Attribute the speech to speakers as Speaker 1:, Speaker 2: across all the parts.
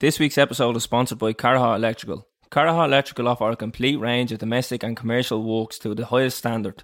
Speaker 1: This week's episode is sponsored by Caraha Electrical. Caraha Electrical offer a complete range of domestic and commercial works to the highest standard.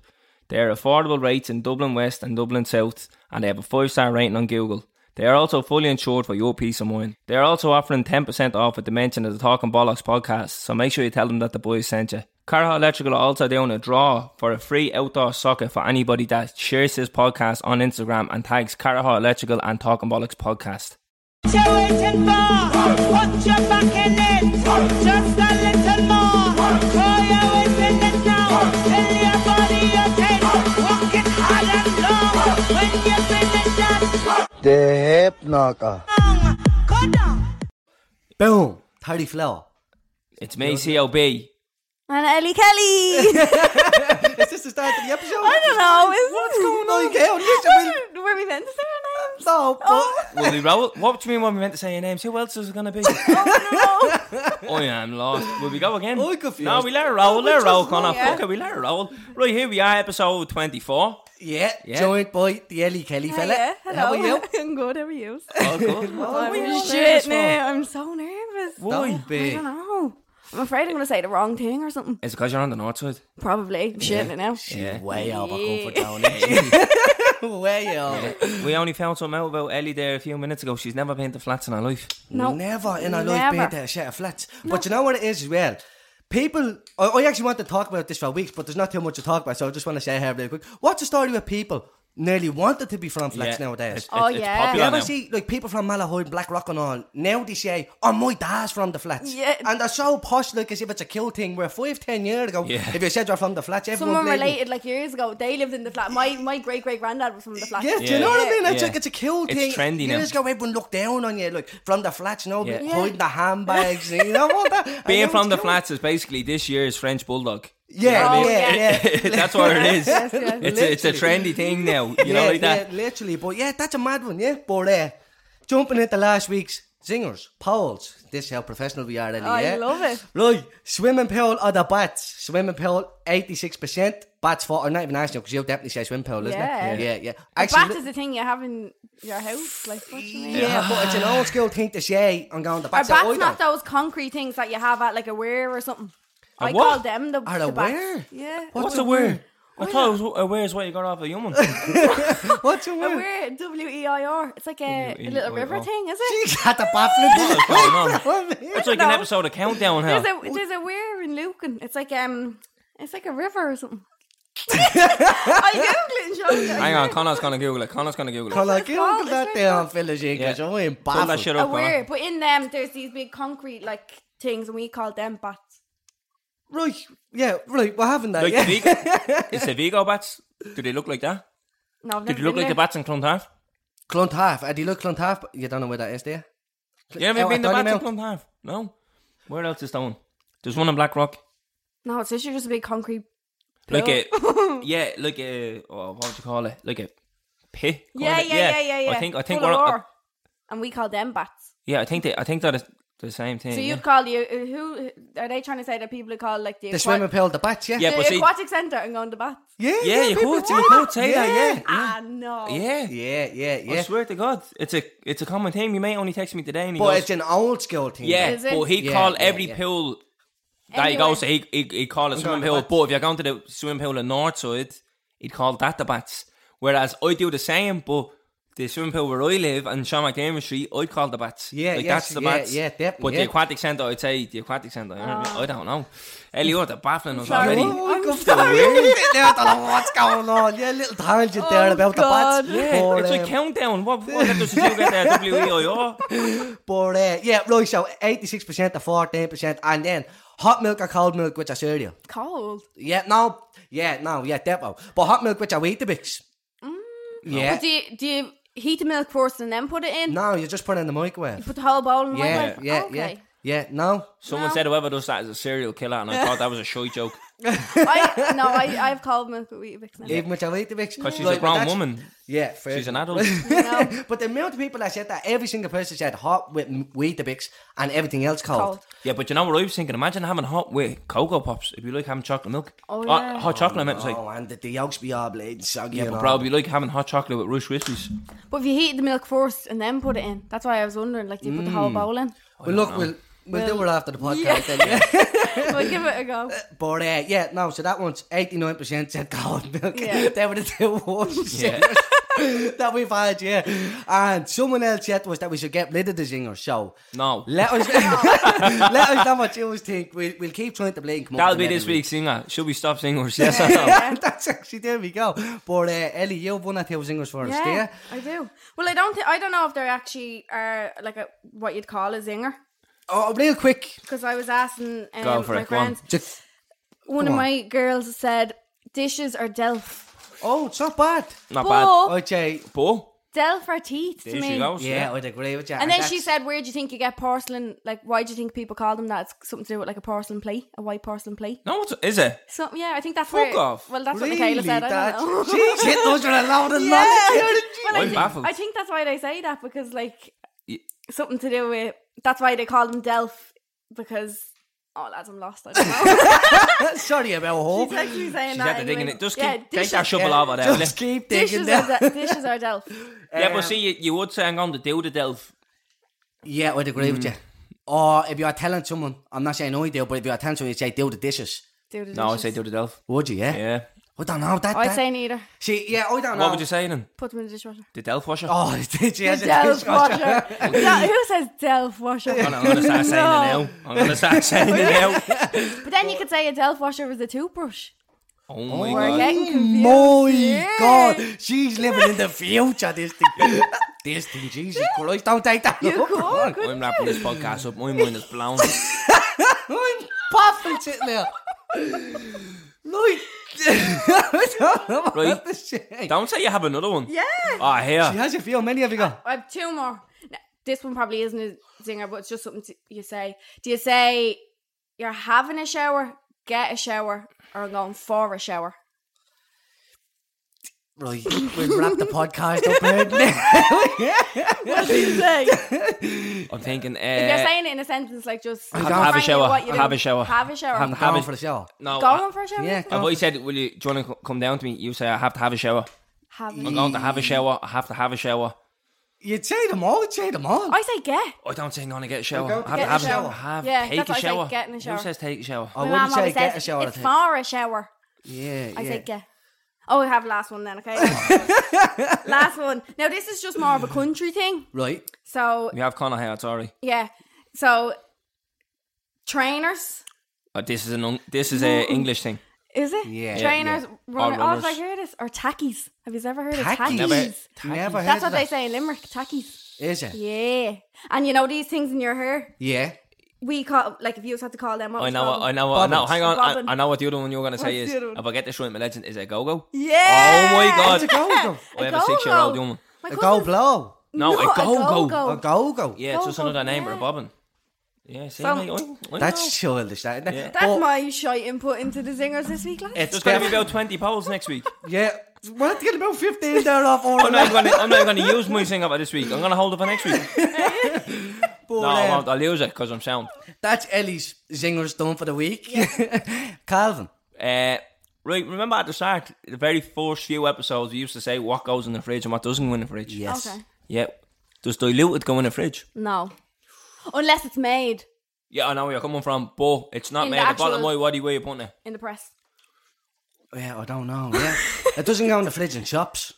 Speaker 1: They are affordable rates in Dublin West and Dublin South, and they have a 5 star rating on Google. They are also fully insured for your peace of mind. They are also offering 10% off at the mention of the Talking Bollocks podcast, so make sure you tell them that the boys sent you. Carha Electrical are also doing a draw for a free outdoor socket for anybody that shares this podcast on Instagram and tags Carha Electrical and Talking Bollocks podcast.
Speaker 2: Put your weight in bar, put your back in it, just a little more. Throw your weight in it now, till your body is tense. Walk it hard and long, when you finish that
Speaker 3: The hip knocker.
Speaker 2: song, go down.
Speaker 4: Boom. Hardy Flow.
Speaker 1: It's me, COB.
Speaker 5: And Ellie Kelly.
Speaker 4: Is this the start of the episode?
Speaker 5: I don't know. Is What's
Speaker 4: going on? Okay, on this, I
Speaker 5: I don't, were we meant to say our names?
Speaker 4: No, but
Speaker 1: Will we roll? What do you mean when we meant to say your names? Who else is it going to be?
Speaker 5: Oh no.
Speaker 1: I am lost. Will we go again?
Speaker 4: I'm confused.
Speaker 1: No, we let it roll. Let it roll, Connor.
Speaker 5: yeah.
Speaker 1: Fuck it, we let it roll. Right, here we are, episode 24.
Speaker 4: yeah, joined by the Ellie Kelly fella.
Speaker 5: yeah, hello.
Speaker 4: How are you?
Speaker 5: I'm good. How are you?
Speaker 1: Oh, good.
Speaker 5: I'm
Speaker 4: all nervous
Speaker 5: shit
Speaker 4: for?
Speaker 5: now. I'm so nervous.
Speaker 1: Why?
Speaker 5: I don't know. I'm afraid I'm going to say the wrong thing or something.
Speaker 1: Is it because you're on the north side?
Speaker 5: Probably. I'm shitting it now.
Speaker 1: Yeah.
Speaker 4: Way over
Speaker 5: Yeah.
Speaker 4: comfort zone. isn't she? Way over.
Speaker 1: We only found something out about Ellie there a few minutes ago. She's never been to flats in her life.
Speaker 5: No.
Speaker 4: Never in our life
Speaker 5: Never.
Speaker 4: been to a set of flats. But you know what it is as well? People, I, I actually want to talk about this for weeks, but there's not too much to talk about, so I just want to say here really quick. What's the story with people nearly wanted to be from flats
Speaker 1: Yeah.
Speaker 4: nowadays?
Speaker 1: It's,
Speaker 5: Oh,
Speaker 1: it's- it's
Speaker 5: yeah.
Speaker 1: popular
Speaker 4: You ever
Speaker 1: now.
Speaker 4: see like people from Malahide and Black Rock and all? Now they say, "Oh, my dad's from the flats,"
Speaker 5: Yeah.
Speaker 4: and they're so posh, like as if it's a cool thing. Where five, ten years ago,
Speaker 1: Yeah.
Speaker 4: if you said you're from the flats, everyone
Speaker 5: Someone
Speaker 4: believed me.
Speaker 5: related like years ago, they lived in the flat. My my great great granddad was from the flat.
Speaker 4: Yeah, do you know what I mean? It's
Speaker 1: Yeah.
Speaker 4: like it's a cool
Speaker 1: It's
Speaker 4: thing.
Speaker 1: trendy
Speaker 4: you
Speaker 1: now.
Speaker 4: just go, everyone look down on you, like from the flats, you know,
Speaker 1: Yeah. Yeah.
Speaker 4: hiding the handbags, and you know all that. And
Speaker 1: Being
Speaker 4: now
Speaker 1: from
Speaker 4: it's
Speaker 1: the
Speaker 4: cool.
Speaker 1: flats is basically this year's French bulldog.
Speaker 4: Yeah,
Speaker 5: Oh,
Speaker 4: yeah, yeah.
Speaker 5: yeah.
Speaker 1: That's what it is.
Speaker 5: Yes, yes.
Speaker 1: It's a, it's a trendy thing now. You know
Speaker 4: yeah,
Speaker 1: like that.
Speaker 4: Yeah, literally. But yeah, that's a mad one, yeah. But uh, jumping into last week's singers, polls. This is how professional we are, Ellie,
Speaker 5: I
Speaker 4: yeah?
Speaker 5: love it.
Speaker 4: Right, swimming pool or the bats? Swimming pool, 86%. Bats for, or not even asking because you'll definitely say swimming pool, isn't
Speaker 5: Yeah.
Speaker 4: it?
Speaker 5: Yeah.
Speaker 4: Yeah, yeah.
Speaker 5: Bat
Speaker 4: li-
Speaker 5: is the thing you have in your house. Like, what do you mean?
Speaker 4: yeah, but it's an old school thing to say. I'm going the
Speaker 5: Are
Speaker 4: bats.
Speaker 5: bats
Speaker 4: I don't.
Speaker 5: not those concrete things that you have at like a weir or something? I
Speaker 1: what?
Speaker 5: call them the,
Speaker 4: Are
Speaker 5: the
Speaker 4: they
Speaker 5: bats.
Speaker 4: weir?
Speaker 5: Yeah.
Speaker 4: What?
Speaker 1: What's
Speaker 4: What's a
Speaker 1: a word?
Speaker 4: word?
Speaker 1: I thought it was a word is what you got off a human.
Speaker 4: What's your
Speaker 5: A
Speaker 4: word?
Speaker 5: weir, W E I R. It's like a, a little river
Speaker 1: W E I R.
Speaker 5: thing, is it?
Speaker 4: She's got the baffling.
Speaker 1: What's going on? It's like an
Speaker 5: No.
Speaker 1: episode of Countdown
Speaker 5: There's
Speaker 1: here.
Speaker 5: a there's a weir in Lucan. It's like um, it's like a river or something. I googled it and showed you.
Speaker 1: Hang on, Connor's gonna Google it. Connor's gonna Google it.
Speaker 4: Colour,
Speaker 5: it's called,
Speaker 4: Google that
Speaker 5: it's very
Speaker 4: down, fellas, because
Speaker 1: Yeah.
Speaker 4: I am
Speaker 1: Pull that
Speaker 4: baffled.
Speaker 1: shit
Speaker 5: A
Speaker 1: up, Connor.
Speaker 5: weir, but in them there's these big concrete like things, and we call them bats.
Speaker 4: Right, yeah, right, we're having that,
Speaker 1: Like
Speaker 4: yeah.
Speaker 1: the Vigo, it's the Vigo bats. Do they look like that?
Speaker 5: No, I've
Speaker 1: Do they
Speaker 5: never
Speaker 1: look
Speaker 5: been
Speaker 1: like the
Speaker 5: there.
Speaker 1: bats in Clontarf?
Speaker 4: Clontarf. half. I do look Clontarf, half, but you don't know where that is, do you?
Speaker 1: You ever
Speaker 4: Oh, I
Speaker 1: been to
Speaker 4: thought you
Speaker 1: bats in
Speaker 4: meant-
Speaker 1: Clontarf? No. Where else is that one? There's one in Black Rock.
Speaker 5: No, it's literally just a big concrete.
Speaker 1: Like
Speaker 5: Well.
Speaker 1: a yeah, like a oh, what would you call it? Like a pit.
Speaker 5: Yeah,
Speaker 1: kind of-
Speaker 5: yeah, yeah, yeah, yeah.
Speaker 1: I think I think
Speaker 5: Full
Speaker 1: we're
Speaker 5: of
Speaker 1: on,
Speaker 5: ore. and we call them bats.
Speaker 1: yeah, I think they, I think that is the same thing.
Speaker 5: So
Speaker 1: yeah.
Speaker 5: you'd call you who are they trying to say that people who call like the,
Speaker 4: The
Speaker 5: aqua-
Speaker 4: swimming pool, the bats, yeah?
Speaker 1: Yeah,
Speaker 5: the
Speaker 1: but see-
Speaker 5: aquatic centre and going to bath?
Speaker 4: yeah,
Speaker 1: yeah, you
Speaker 4: people
Speaker 1: could,
Speaker 4: do
Speaker 1: you
Speaker 4: that.
Speaker 1: could say that,
Speaker 5: Ah no.
Speaker 1: yeah, yeah.
Speaker 4: Yeah, yeah,
Speaker 1: I
Speaker 4: yeah.
Speaker 1: swear to God, it's a it's a common thing. You may only text me today, and he
Speaker 4: But
Speaker 1: goes,
Speaker 4: it's an old school thing.
Speaker 1: Yeah,
Speaker 5: Is it?
Speaker 1: but he'd
Speaker 4: Yeah,
Speaker 1: call
Speaker 4: yeah,
Speaker 1: every
Speaker 4: yeah.
Speaker 1: pool that he
Speaker 5: Anyway.
Speaker 1: goes to, he, he, he'd call it swimming
Speaker 4: going to
Speaker 1: pool.
Speaker 4: bats.
Speaker 1: But if you're going to the swimming pool in north side, he'd call that the bats. Whereas I do the same, but the swimming pool where I live and Sean McDermott Street, I'd call the bats.
Speaker 4: Yeah,
Speaker 1: like,
Speaker 4: yes,
Speaker 1: that's the
Speaker 4: yeah,
Speaker 1: bats.
Speaker 4: yeah, definitely,
Speaker 1: But
Speaker 4: yeah.
Speaker 1: the aquatic centre, I'd say the aquatic centre. you know what I mean? I don't know. Ellie, you're the baffling us
Speaker 5: Sorry.
Speaker 1: already.
Speaker 4: Oh,
Speaker 5: I'm
Speaker 4: I'm
Speaker 5: sorry.
Speaker 4: I don't know what's going on. Yeah, little tangent there
Speaker 5: Oh,
Speaker 4: about
Speaker 5: God.
Speaker 4: the bats.
Speaker 1: Yeah,
Speaker 4: But,
Speaker 1: it's
Speaker 4: um,
Speaker 1: like countdown. What, what does you get there? W E I R.
Speaker 4: But uh, yeah, right, so 86% to 14%, and then hot milk or cold milk, which are cereal.
Speaker 5: Cold.
Speaker 4: Yeah, no, yeah, no, yeah, definitely. But hot milk, which are Weetabix. Mm. Yeah.
Speaker 5: But do you, do you heat the milk first and then put it in?
Speaker 4: No, you just put it in the microwave.
Speaker 5: Put the whole bowl in the
Speaker 4: Yeah,
Speaker 5: microwave?
Speaker 4: yeah, yeah.
Speaker 5: okay.
Speaker 4: Yeah, no.
Speaker 1: Someone
Speaker 5: No.
Speaker 1: said whoever does that is a serial killer, and I thought that was a shy joke.
Speaker 5: I, no, I, I've called milk with Weetabix now.
Speaker 4: Even with your Weetabix.
Speaker 1: because she's
Speaker 4: Like,
Speaker 1: a
Speaker 4: but
Speaker 1: grown
Speaker 4: that's-
Speaker 1: woman.
Speaker 4: Yeah, fair.
Speaker 1: She's an adult.
Speaker 5: No.
Speaker 4: but the amount of people that said that, every single person said hot with m- Weetabix and everything else cold.
Speaker 5: Cold.
Speaker 1: yeah, but you know what I was thinking? Imagine having hot with cocoa pops. It'd be like having chocolate milk.
Speaker 5: Oh,
Speaker 1: Hot-
Speaker 5: yeah.
Speaker 1: Hot chocolate, I meant to say.
Speaker 4: Oh, and the, the yolks be all bleeding soggy. Yeah,
Speaker 1: But bro, it'd be like having hot chocolate with Rush Whiskies.
Speaker 5: But if you heat the milk first and then put it in, that's why I was wondering, like, do you put the
Speaker 1: Mm.
Speaker 5: whole bowl in?
Speaker 4: Well, look, we'll, we'll, do it after the podcast
Speaker 5: Yeah.
Speaker 4: then. Yeah.
Speaker 5: Well, give it a go.
Speaker 4: but uh, yeah, no, so that one's 89% said cold milk.
Speaker 5: Yeah.
Speaker 4: they were the two worst
Speaker 1: Yeah.
Speaker 4: zingers that we've had, yeah. And someone else said to us that we should get rid of the zinger show.
Speaker 1: No.
Speaker 4: Let us let us know what you think. We'll, we'll keep trying to blame.
Speaker 1: That'll be this week's singer. Should we stop singers? Yes or no?
Speaker 5: Yeah.
Speaker 4: That's actually there we go. But uh, Ellie, you've won that thousand singers for us, do you?
Speaker 5: Yeah, I do. Well, I don't. Th- I don't know if they're actually are like a, what you'd call a zinger
Speaker 4: Oh, real quick.
Speaker 5: because I was asking um,
Speaker 1: Go for
Speaker 5: my
Speaker 1: it, go on.
Speaker 5: friends.
Speaker 4: Just,
Speaker 5: One
Speaker 4: Go
Speaker 5: of
Speaker 4: on.
Speaker 5: my girls said dishes are delf,
Speaker 4: oh, it's not bad.
Speaker 1: Not bad.
Speaker 5: but
Speaker 4: I'd say,
Speaker 1: But
Speaker 5: delf are teeth
Speaker 1: there
Speaker 5: to me.
Speaker 1: she goes.
Speaker 4: yeah, I'd agree with you.
Speaker 5: And then she
Speaker 4: that's-
Speaker 5: said, "Where do you think you get porcelain? Like, why do you think people call them that? It's something to do with like a porcelain plate, a white porcelain plate.
Speaker 1: No, it's, is it?
Speaker 5: So yeah, I think that's
Speaker 1: Fuck
Speaker 5: where,
Speaker 1: off.
Speaker 5: Well, that's
Speaker 4: Really,
Speaker 5: what Michaela said. I
Speaker 4: that's-
Speaker 5: don't know.
Speaker 4: Jeez, hit those with a load of
Speaker 5: Yeah.
Speaker 4: knowledge.
Speaker 1: I'm
Speaker 5: Well, I, think,
Speaker 1: baffled.
Speaker 5: I think that's why they say that because like
Speaker 1: Ye-
Speaker 5: something to do with that's why they call them Delph because oh lads I'm lost I don't know.
Speaker 4: Sorry about
Speaker 5: She's
Speaker 4: home.
Speaker 5: actually saying
Speaker 1: She's
Speaker 5: that.
Speaker 1: had to dig in
Speaker 5: anyway.
Speaker 1: it. Just keep,
Speaker 5: Yeah,
Speaker 1: take
Speaker 5: dishes-
Speaker 1: that shovel
Speaker 4: yeah,
Speaker 1: over there.
Speaker 4: Just keep digging
Speaker 5: Dishes are,
Speaker 4: that.
Speaker 5: de- dishes are Delph.
Speaker 1: yeah,
Speaker 4: Um,
Speaker 1: but see, you, you would say I'm going to do the delf.
Speaker 4: Yeah, I'd agree with you.
Speaker 1: Mm.
Speaker 4: Or Oh, if you are telling someone, I'm not saying I do, but if you are telling someone, you say, do the dishes.
Speaker 5: Do the
Speaker 1: No, I
Speaker 5: dishes.
Speaker 1: say do the delf.
Speaker 4: Would you, yeah?
Speaker 1: Yeah.
Speaker 4: I don't know. That,
Speaker 5: I'd
Speaker 4: that-
Speaker 5: Oh, say neither.
Speaker 4: See, yeah, I don't know.
Speaker 1: What would you say then?
Speaker 5: Put them in the dishwasher.
Speaker 1: The delf washer?
Speaker 4: Oh, did you?
Speaker 5: Delph washer. Del- who says Delph
Speaker 1: I'm
Speaker 5: washer?
Speaker 1: going to start saying
Speaker 5: No.
Speaker 1: it now. I'm going to start saying it now.
Speaker 5: But then you could say a Delph washer was a toothbrush.
Speaker 1: Oh my
Speaker 5: We're
Speaker 1: god.
Speaker 5: getting confused.
Speaker 4: My
Speaker 5: Yeah.
Speaker 4: God, she's living in the future. This thing, this thing, Jesus Christ! Don't take that.
Speaker 5: You
Speaker 4: up,
Speaker 5: could,
Speaker 4: man.
Speaker 5: couldn't
Speaker 1: I'm wrapping this podcast up. My mind is blown.
Speaker 4: I'm puffing sitting there. Like, I don't know what
Speaker 1: Right.
Speaker 4: to say.
Speaker 1: Don't say you have another one.
Speaker 5: Yeah.
Speaker 1: Ah, here.
Speaker 4: She has a few. Many have you got?
Speaker 5: I have two more. No, this one probably isn't a zinger, but it's just something to, you say. Do you say you're having a shower, get a shower, or I'm going for a shower?
Speaker 4: Right, we'll wrap the podcast up here.
Speaker 5: if
Speaker 1: I'm thinking. Uh,
Speaker 5: you're saying it in a sentence like just
Speaker 4: Have- have a
Speaker 5: frankly
Speaker 1: shower.
Speaker 5: what you do.
Speaker 1: Have a shower.
Speaker 5: have a shower,
Speaker 4: I'm
Speaker 1: Have
Speaker 4: going
Speaker 1: it.
Speaker 4: for the show.
Speaker 1: no,
Speaker 5: going for a shower.
Speaker 4: Yeah,
Speaker 1: I've
Speaker 4: go.
Speaker 1: always said, will you, do you want to come down to me? You say, I have to have a shower.
Speaker 5: Have
Speaker 1: I'm
Speaker 5: a-
Speaker 1: going to have a shower. I have to have a shower.
Speaker 4: you'd say them all. You'd say them all.
Speaker 5: I say get.
Speaker 1: I don't say I'm going to get a shower.
Speaker 4: We're going to
Speaker 1: I
Speaker 4: get
Speaker 1: have to
Speaker 4: a
Speaker 1: have
Speaker 4: shower.
Speaker 1: Have,
Speaker 5: Yeah,
Speaker 1: take
Speaker 5: that's
Speaker 1: a
Speaker 5: what I say,
Speaker 1: shower.
Speaker 5: get in a shower.
Speaker 1: Who says take a shower?
Speaker 4: I
Speaker 5: My
Speaker 4: wouldn't
Speaker 5: mum
Speaker 4: say
Speaker 5: always
Speaker 4: get
Speaker 5: says
Speaker 4: a shower. I
Speaker 5: it's
Speaker 4: think.
Speaker 5: for a shower.
Speaker 4: Yeah,
Speaker 5: I
Speaker 4: yeah.
Speaker 5: say get. Oh, we have last one then. Okay, last one. Now this is just more of a country thing.
Speaker 4: Right.
Speaker 5: So
Speaker 1: We have Connor here, sorry.
Speaker 5: yeah, so trainers.
Speaker 1: Oh, this is an un- this is a English thing.
Speaker 5: Is it?
Speaker 4: Yeah.
Speaker 5: Trainers
Speaker 1: Yeah, yeah.
Speaker 5: running.
Speaker 1: Or
Speaker 5: Oh, did I
Speaker 1: runners.
Speaker 5: hear this? Or tackies. Have you ever heard of
Speaker 4: Tackies?
Speaker 5: tackies?
Speaker 4: Never-
Speaker 1: Tacky.
Speaker 4: Never heard
Speaker 5: That's
Speaker 4: of
Speaker 5: what they
Speaker 4: that.
Speaker 5: say in Limerick, tackies.
Speaker 4: Is it?
Speaker 5: Yeah. And you know these things in your hair?
Speaker 4: Yeah.
Speaker 5: We call, like if you had to call them, what
Speaker 1: I
Speaker 5: would you
Speaker 1: know,
Speaker 5: call
Speaker 1: what, I
Speaker 5: them?
Speaker 1: know, what, I know.
Speaker 4: Bobbins.
Speaker 1: Hang on,
Speaker 5: Bobbin.
Speaker 1: I, I know what the other one you're going to say
Speaker 5: What's
Speaker 1: is.
Speaker 5: the other one?
Speaker 1: If I get this right, my legend is a go go.
Speaker 5: Yeah.
Speaker 1: Oh my God.
Speaker 4: It's a go-go.
Speaker 1: I have a six-year-old woman.
Speaker 5: My
Speaker 4: A
Speaker 5: cousin's-
Speaker 4: go blow.
Speaker 1: No,
Speaker 5: No,
Speaker 1: a go
Speaker 5: a
Speaker 1: go.
Speaker 5: go-go.
Speaker 4: A go go.
Speaker 1: Yeah, it's just
Speaker 5: Go-go,
Speaker 1: another name for a
Speaker 5: yeah.
Speaker 1: bobbin. Yeah, see,
Speaker 5: So-
Speaker 1: mate, I, I know.
Speaker 4: That's childish, that isn't it?
Speaker 1: Yeah.
Speaker 5: That's
Speaker 4: But-
Speaker 5: my shite input into the zingers this week, lads.
Speaker 4: It's
Speaker 1: There's going to be
Speaker 4: def-
Speaker 1: about 20 polls next week.
Speaker 4: Yeah. We'll have to get about 15 there off all
Speaker 1: I'm not going to. I'm not going to use my singer for this week. I'm going to hold it for next week.
Speaker 4: But,
Speaker 1: No, I
Speaker 4: um,
Speaker 1: won't. I'll use it because I'm sound.
Speaker 4: That's Ellie's zingers done for the week. Calvin.
Speaker 1: Uh, right, remember at the start, the very first few episodes, we used to say what goes in the fridge and what doesn't go in the fridge.
Speaker 4: Yes.
Speaker 5: Okay.
Speaker 1: Yeah. Does diluted go in the fridge?
Speaker 5: No. Unless it's made
Speaker 1: Yeah, I know where you're coming from, but it's not
Speaker 5: In
Speaker 1: made.
Speaker 5: the
Speaker 1: The bottom
Speaker 5: actual-
Speaker 1: my what do you weigh upon it?
Speaker 5: in the press.
Speaker 4: Yeah, I don't know. Yeah. it doesn't go in the fridge and shops.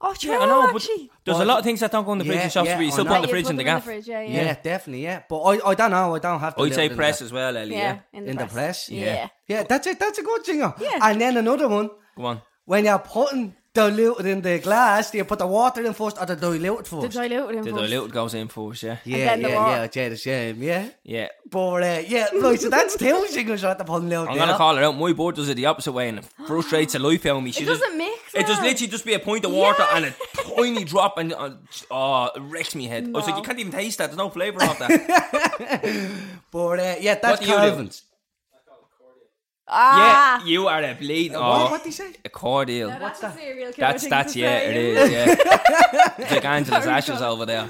Speaker 5: Oh, true,
Speaker 1: Yeah, I know, but
Speaker 5: actually.
Speaker 1: there's a lot of things that don't go in the fridge
Speaker 4: Yeah,
Speaker 1: and shops,
Speaker 4: yeah,
Speaker 1: but you
Speaker 4: I
Speaker 1: still
Speaker 4: know.
Speaker 1: put
Speaker 4: But
Speaker 1: in the
Speaker 5: you
Speaker 1: fridge
Speaker 5: put
Speaker 1: in the
Speaker 5: them in the
Speaker 1: gaff.
Speaker 5: fridge, yeah,
Speaker 4: Yeah,
Speaker 5: yeah.
Speaker 4: definitely, yeah. But I, I don't know. I don't have to.
Speaker 1: I'd Oh, say press as well, Ellie. Yeah.
Speaker 5: Yeah, in the
Speaker 4: In the
Speaker 5: press.
Speaker 4: press.
Speaker 5: Yeah.
Speaker 1: Yeah.
Speaker 4: Yeah, that's it. That's a good zinger.
Speaker 5: Yeah.
Speaker 4: And then another one.
Speaker 1: Go on.
Speaker 4: When you're putting diluted in the glass, do you put the water in first or the diluted
Speaker 5: The
Speaker 4: first?
Speaker 5: diluted
Speaker 1: The
Speaker 5: input.
Speaker 1: diluted goes in first, yeah.
Speaker 4: yeah,
Speaker 5: then
Speaker 4: yeah,
Speaker 5: the
Speaker 4: yeah,
Speaker 5: water.
Speaker 4: I'd say the same, yeah.
Speaker 1: Yeah.
Speaker 4: But uh, yeah, right, so that's two zingers at the pun out
Speaker 1: I'm
Speaker 4: there.
Speaker 1: going to call her out. My board does it the opposite way and it frustrates the life out of me. She
Speaker 5: It
Speaker 1: just-
Speaker 5: doesn't mix.
Speaker 1: It just
Speaker 5: well.
Speaker 1: literally just be a point of water
Speaker 5: Yeah.
Speaker 1: and a tiny drop, and uh, oh, it wrecks me head. I was like,
Speaker 5: No.
Speaker 1: you can't even taste that. There's no flavour off that.
Speaker 4: But uh, yeah, that's
Speaker 1: do you do?
Speaker 4: Calvin's.
Speaker 5: Ah,
Speaker 1: Yeah, you are a bleed.
Speaker 4: Uh, What,
Speaker 1: Oh,
Speaker 4: what did he say?
Speaker 1: a cordial.
Speaker 5: Now
Speaker 4: What's
Speaker 5: that's
Speaker 4: that?
Speaker 5: a serial killer
Speaker 1: That's
Speaker 5: thing
Speaker 1: that's
Speaker 5: to
Speaker 1: yeah,
Speaker 5: say.
Speaker 1: it is. Yeah, it's like Angela's ashes over there.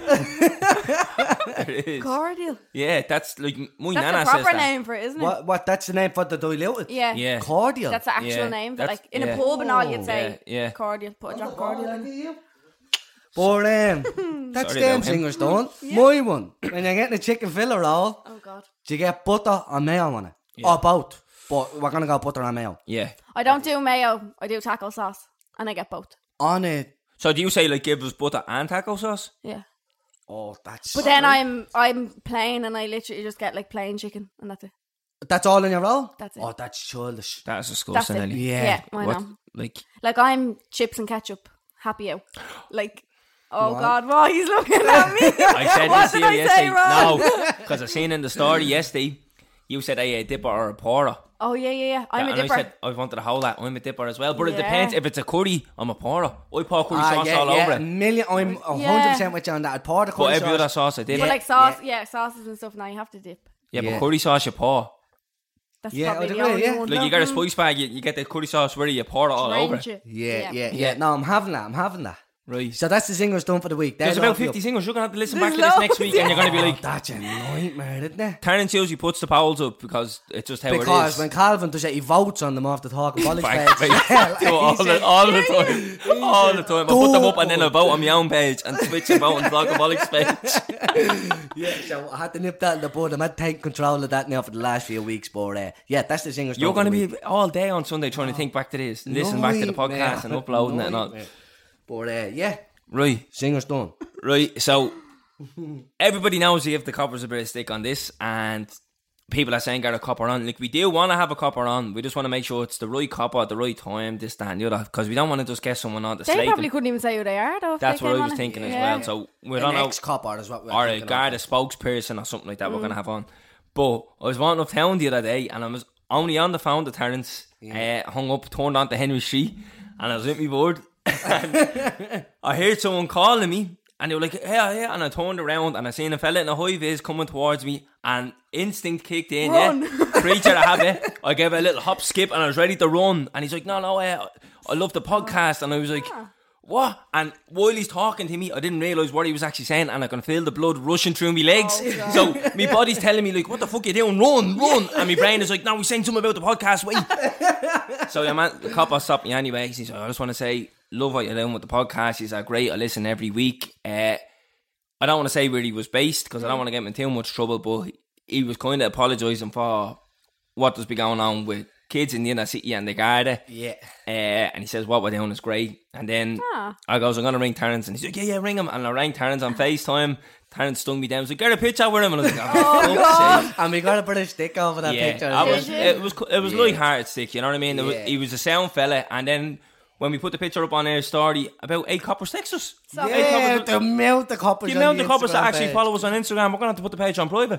Speaker 1: it is.
Speaker 5: Cordial.
Speaker 1: Yeah, that's like my
Speaker 5: That's
Speaker 1: nana
Speaker 5: a proper
Speaker 1: says that.
Speaker 5: name for it, isn't it?
Speaker 4: What? What? That's the name for the diluted.
Speaker 5: Yeah.
Speaker 1: Yeah,
Speaker 4: Cordial.
Speaker 5: That's an actual
Speaker 1: Yeah,
Speaker 5: name, but
Speaker 1: that's-
Speaker 5: like in
Speaker 1: yeah. Oh,
Speaker 5: a pub and all, you'd say
Speaker 1: Yeah, yeah.
Speaker 5: cordial. Put a drop of cordial. in.
Speaker 4: But um, that's
Speaker 1: Sorry
Speaker 4: them
Speaker 1: about him.
Speaker 4: singers done. My one. When you're getting a chicken fillet roll,
Speaker 5: Oh god,
Speaker 4: do you get butter or mayo on it? Or both? But we're gonna go butter and mayo
Speaker 1: yeah.
Speaker 5: I don't do mayo. I do taco sauce, and I get both.
Speaker 4: on it.
Speaker 1: So do you say like give us butter and taco sauce?
Speaker 5: Yeah.
Speaker 4: Oh, that's.
Speaker 5: But then I'm I'm plain, and I literally just get like plain chicken, and that's it.
Speaker 4: That's all in your roll.
Speaker 5: That's it.
Speaker 4: Oh, that's childish.
Speaker 1: That's
Speaker 5: That's
Speaker 1: disgusting.
Speaker 5: it.
Speaker 1: Ellie.
Speaker 4: Yeah.
Speaker 5: Yeah, I
Speaker 1: What?
Speaker 5: know.
Speaker 1: Like
Speaker 5: Like I'm chips and ketchup. Happy out. Like, oh god, why he's looking at me?
Speaker 1: I said
Speaker 5: What
Speaker 1: this
Speaker 5: did
Speaker 1: here
Speaker 5: I say
Speaker 1: yesterday.
Speaker 5: wrong?
Speaker 1: No, because I seen in the story yesterday, you said I a dipper or a pourer.
Speaker 5: oh yeah, yeah, yeah. I'm
Speaker 1: and
Speaker 5: a dipper.
Speaker 1: I said I wanted a whole lot. I'm a dipper as well, but it
Speaker 5: Yeah.
Speaker 1: depends. If it's a curry, I'm a pourer. I pour curry
Speaker 4: Ah,
Speaker 1: sauce
Speaker 4: yeah,
Speaker 1: all
Speaker 4: yeah,
Speaker 1: over
Speaker 4: a
Speaker 1: it.
Speaker 4: million. I'm a
Speaker 5: Yeah.
Speaker 4: hundred percent with you on that. I'd pour the
Speaker 1: But
Speaker 4: curry
Speaker 1: every
Speaker 4: sauce.
Speaker 1: other sauce I did.
Speaker 5: but
Speaker 1: Yeah,
Speaker 5: like sauce, yeah. sauces and stuff. Now you have to dip.
Speaker 1: but
Speaker 4: yeah.
Speaker 1: curry sauce you pour.
Speaker 5: That's
Speaker 4: Yeah,
Speaker 5: probably
Speaker 4: I'd
Speaker 5: the
Speaker 4: agree,
Speaker 5: only
Speaker 4: yeah.
Speaker 5: one.
Speaker 1: oh, Like you get a spice bag, you, you get the curry sauce ready, you pour it all over.
Speaker 5: Range
Speaker 1: it.
Speaker 5: it.
Speaker 4: Yeah, yeah, yeah,
Speaker 1: Yeah.
Speaker 4: No, I'm having that. I'm having that.
Speaker 1: Right.
Speaker 4: So that's the singers done for the week. They're
Speaker 1: There's about
Speaker 4: off you.
Speaker 1: 50 singles. You're going to have to listen
Speaker 5: There's
Speaker 1: back to this
Speaker 5: loads,
Speaker 1: next week and you're going to be like,
Speaker 4: That's a nightmare, isn't it?
Speaker 1: Terence usually puts the polls up because it's just how it
Speaker 4: Because
Speaker 1: is.
Speaker 4: when Calvin does it, he votes on them off the talk of bollocks
Speaker 1: Back-
Speaker 4: page.
Speaker 1: back-
Speaker 4: Yeah, like
Speaker 1: So all,
Speaker 4: he said-
Speaker 1: the, all the time, all the time. I put them up and then I
Speaker 4: Don't.
Speaker 1: vote on my own page and switch them out on Vlogaholics page.
Speaker 4: yeah, so I had to nip that in the bud. I'm at take control of that now for the last few weeks, but uh, yeah, that's the singers.
Speaker 1: You're
Speaker 4: going to
Speaker 1: be all day on Sunday trying to think back to this, listen back to the podcast and uploading it and all.
Speaker 4: But uh, yeah,
Speaker 1: Right,
Speaker 4: singers done.
Speaker 1: right. So everybody knows you give the coppers a bit of stick on this, and people are saying get a copper on. Like we do want to have a copper on. We just want to make sure it's the right copper at the right time, this, that, and the other, because we don't want to just get someone on to
Speaker 5: They
Speaker 1: slate
Speaker 5: probably
Speaker 1: them.
Speaker 5: couldn't even say who they are, though. if
Speaker 1: That's
Speaker 5: they
Speaker 1: what
Speaker 5: came
Speaker 1: I
Speaker 5: on
Speaker 1: was
Speaker 5: it.
Speaker 1: thinking
Speaker 5: Yeah.
Speaker 1: as well. So we
Speaker 4: An
Speaker 1: don't know.
Speaker 4: ex copper is what we're
Speaker 1: or a
Speaker 4: thinking
Speaker 1: guy,
Speaker 4: of.
Speaker 1: a spokesperson or something like that. We're gonna have on. But I was wanting up town the other day, and I was only on the phone to Terence. Uh, hung up, turned on to Henry Shee, and I was at me board. I heard someone calling me, and they were like, "Yeah, yeah," and I turned around and I seen a fella in a high vis coming towards me, and instinct kicked in.
Speaker 5: Run.
Speaker 1: Yeah, creature I have it. I gave a little hop, skip, and I was ready to run. And he's like, "No, no, uh, I love the podcast," and I was like. What? And while he's talking to me, I didn't realise what he was actually saying, and I can feel the blood rushing through my legs. so my body's telling me like, "What the fuck you doing? Run, run!" and my brain is like, "No, we're saying something about the podcast." Wait. so your man, the cop, stopped me anyway. He says, "I just want to say, love what you're doing with the podcast. He's like, great. I listen every week. Uh, I don't want to say where he was based because I don't want to get him in too much trouble, but he, he was kind of apologising for what does be going on with kids in the inner city and the Garda."
Speaker 4: Yeah.
Speaker 1: Uh, and he says, What we're doing is great. And then
Speaker 5: Ah.
Speaker 1: I goes, I'm going to ring Terrence. And he's like, Yeah, yeah, ring him. And I rang Terrence on FaceTime. Terrence stung me down. He's like, Get a picture with him. And I was like, Oh, God.
Speaker 4: And we got a bit of stick over that
Speaker 1: Yeah,
Speaker 4: picture.
Speaker 1: I
Speaker 5: Did
Speaker 1: was,
Speaker 5: you?
Speaker 1: it was, co- it was like hard stick, you know what I mean? It was-
Speaker 4: Yeah.
Speaker 1: he was a sound fella. And then when we put the picture up on our story, about eight coppers text us.
Speaker 5: So-
Speaker 1: Eight
Speaker 4: yeah,
Speaker 1: coppers-
Speaker 4: the melt the coppers.
Speaker 1: the
Speaker 4: on
Speaker 1: amount of coppers that
Speaker 4: Instagram
Speaker 1: actually
Speaker 4: page.
Speaker 1: follow us on Instagram, we're going to have to put the page on private.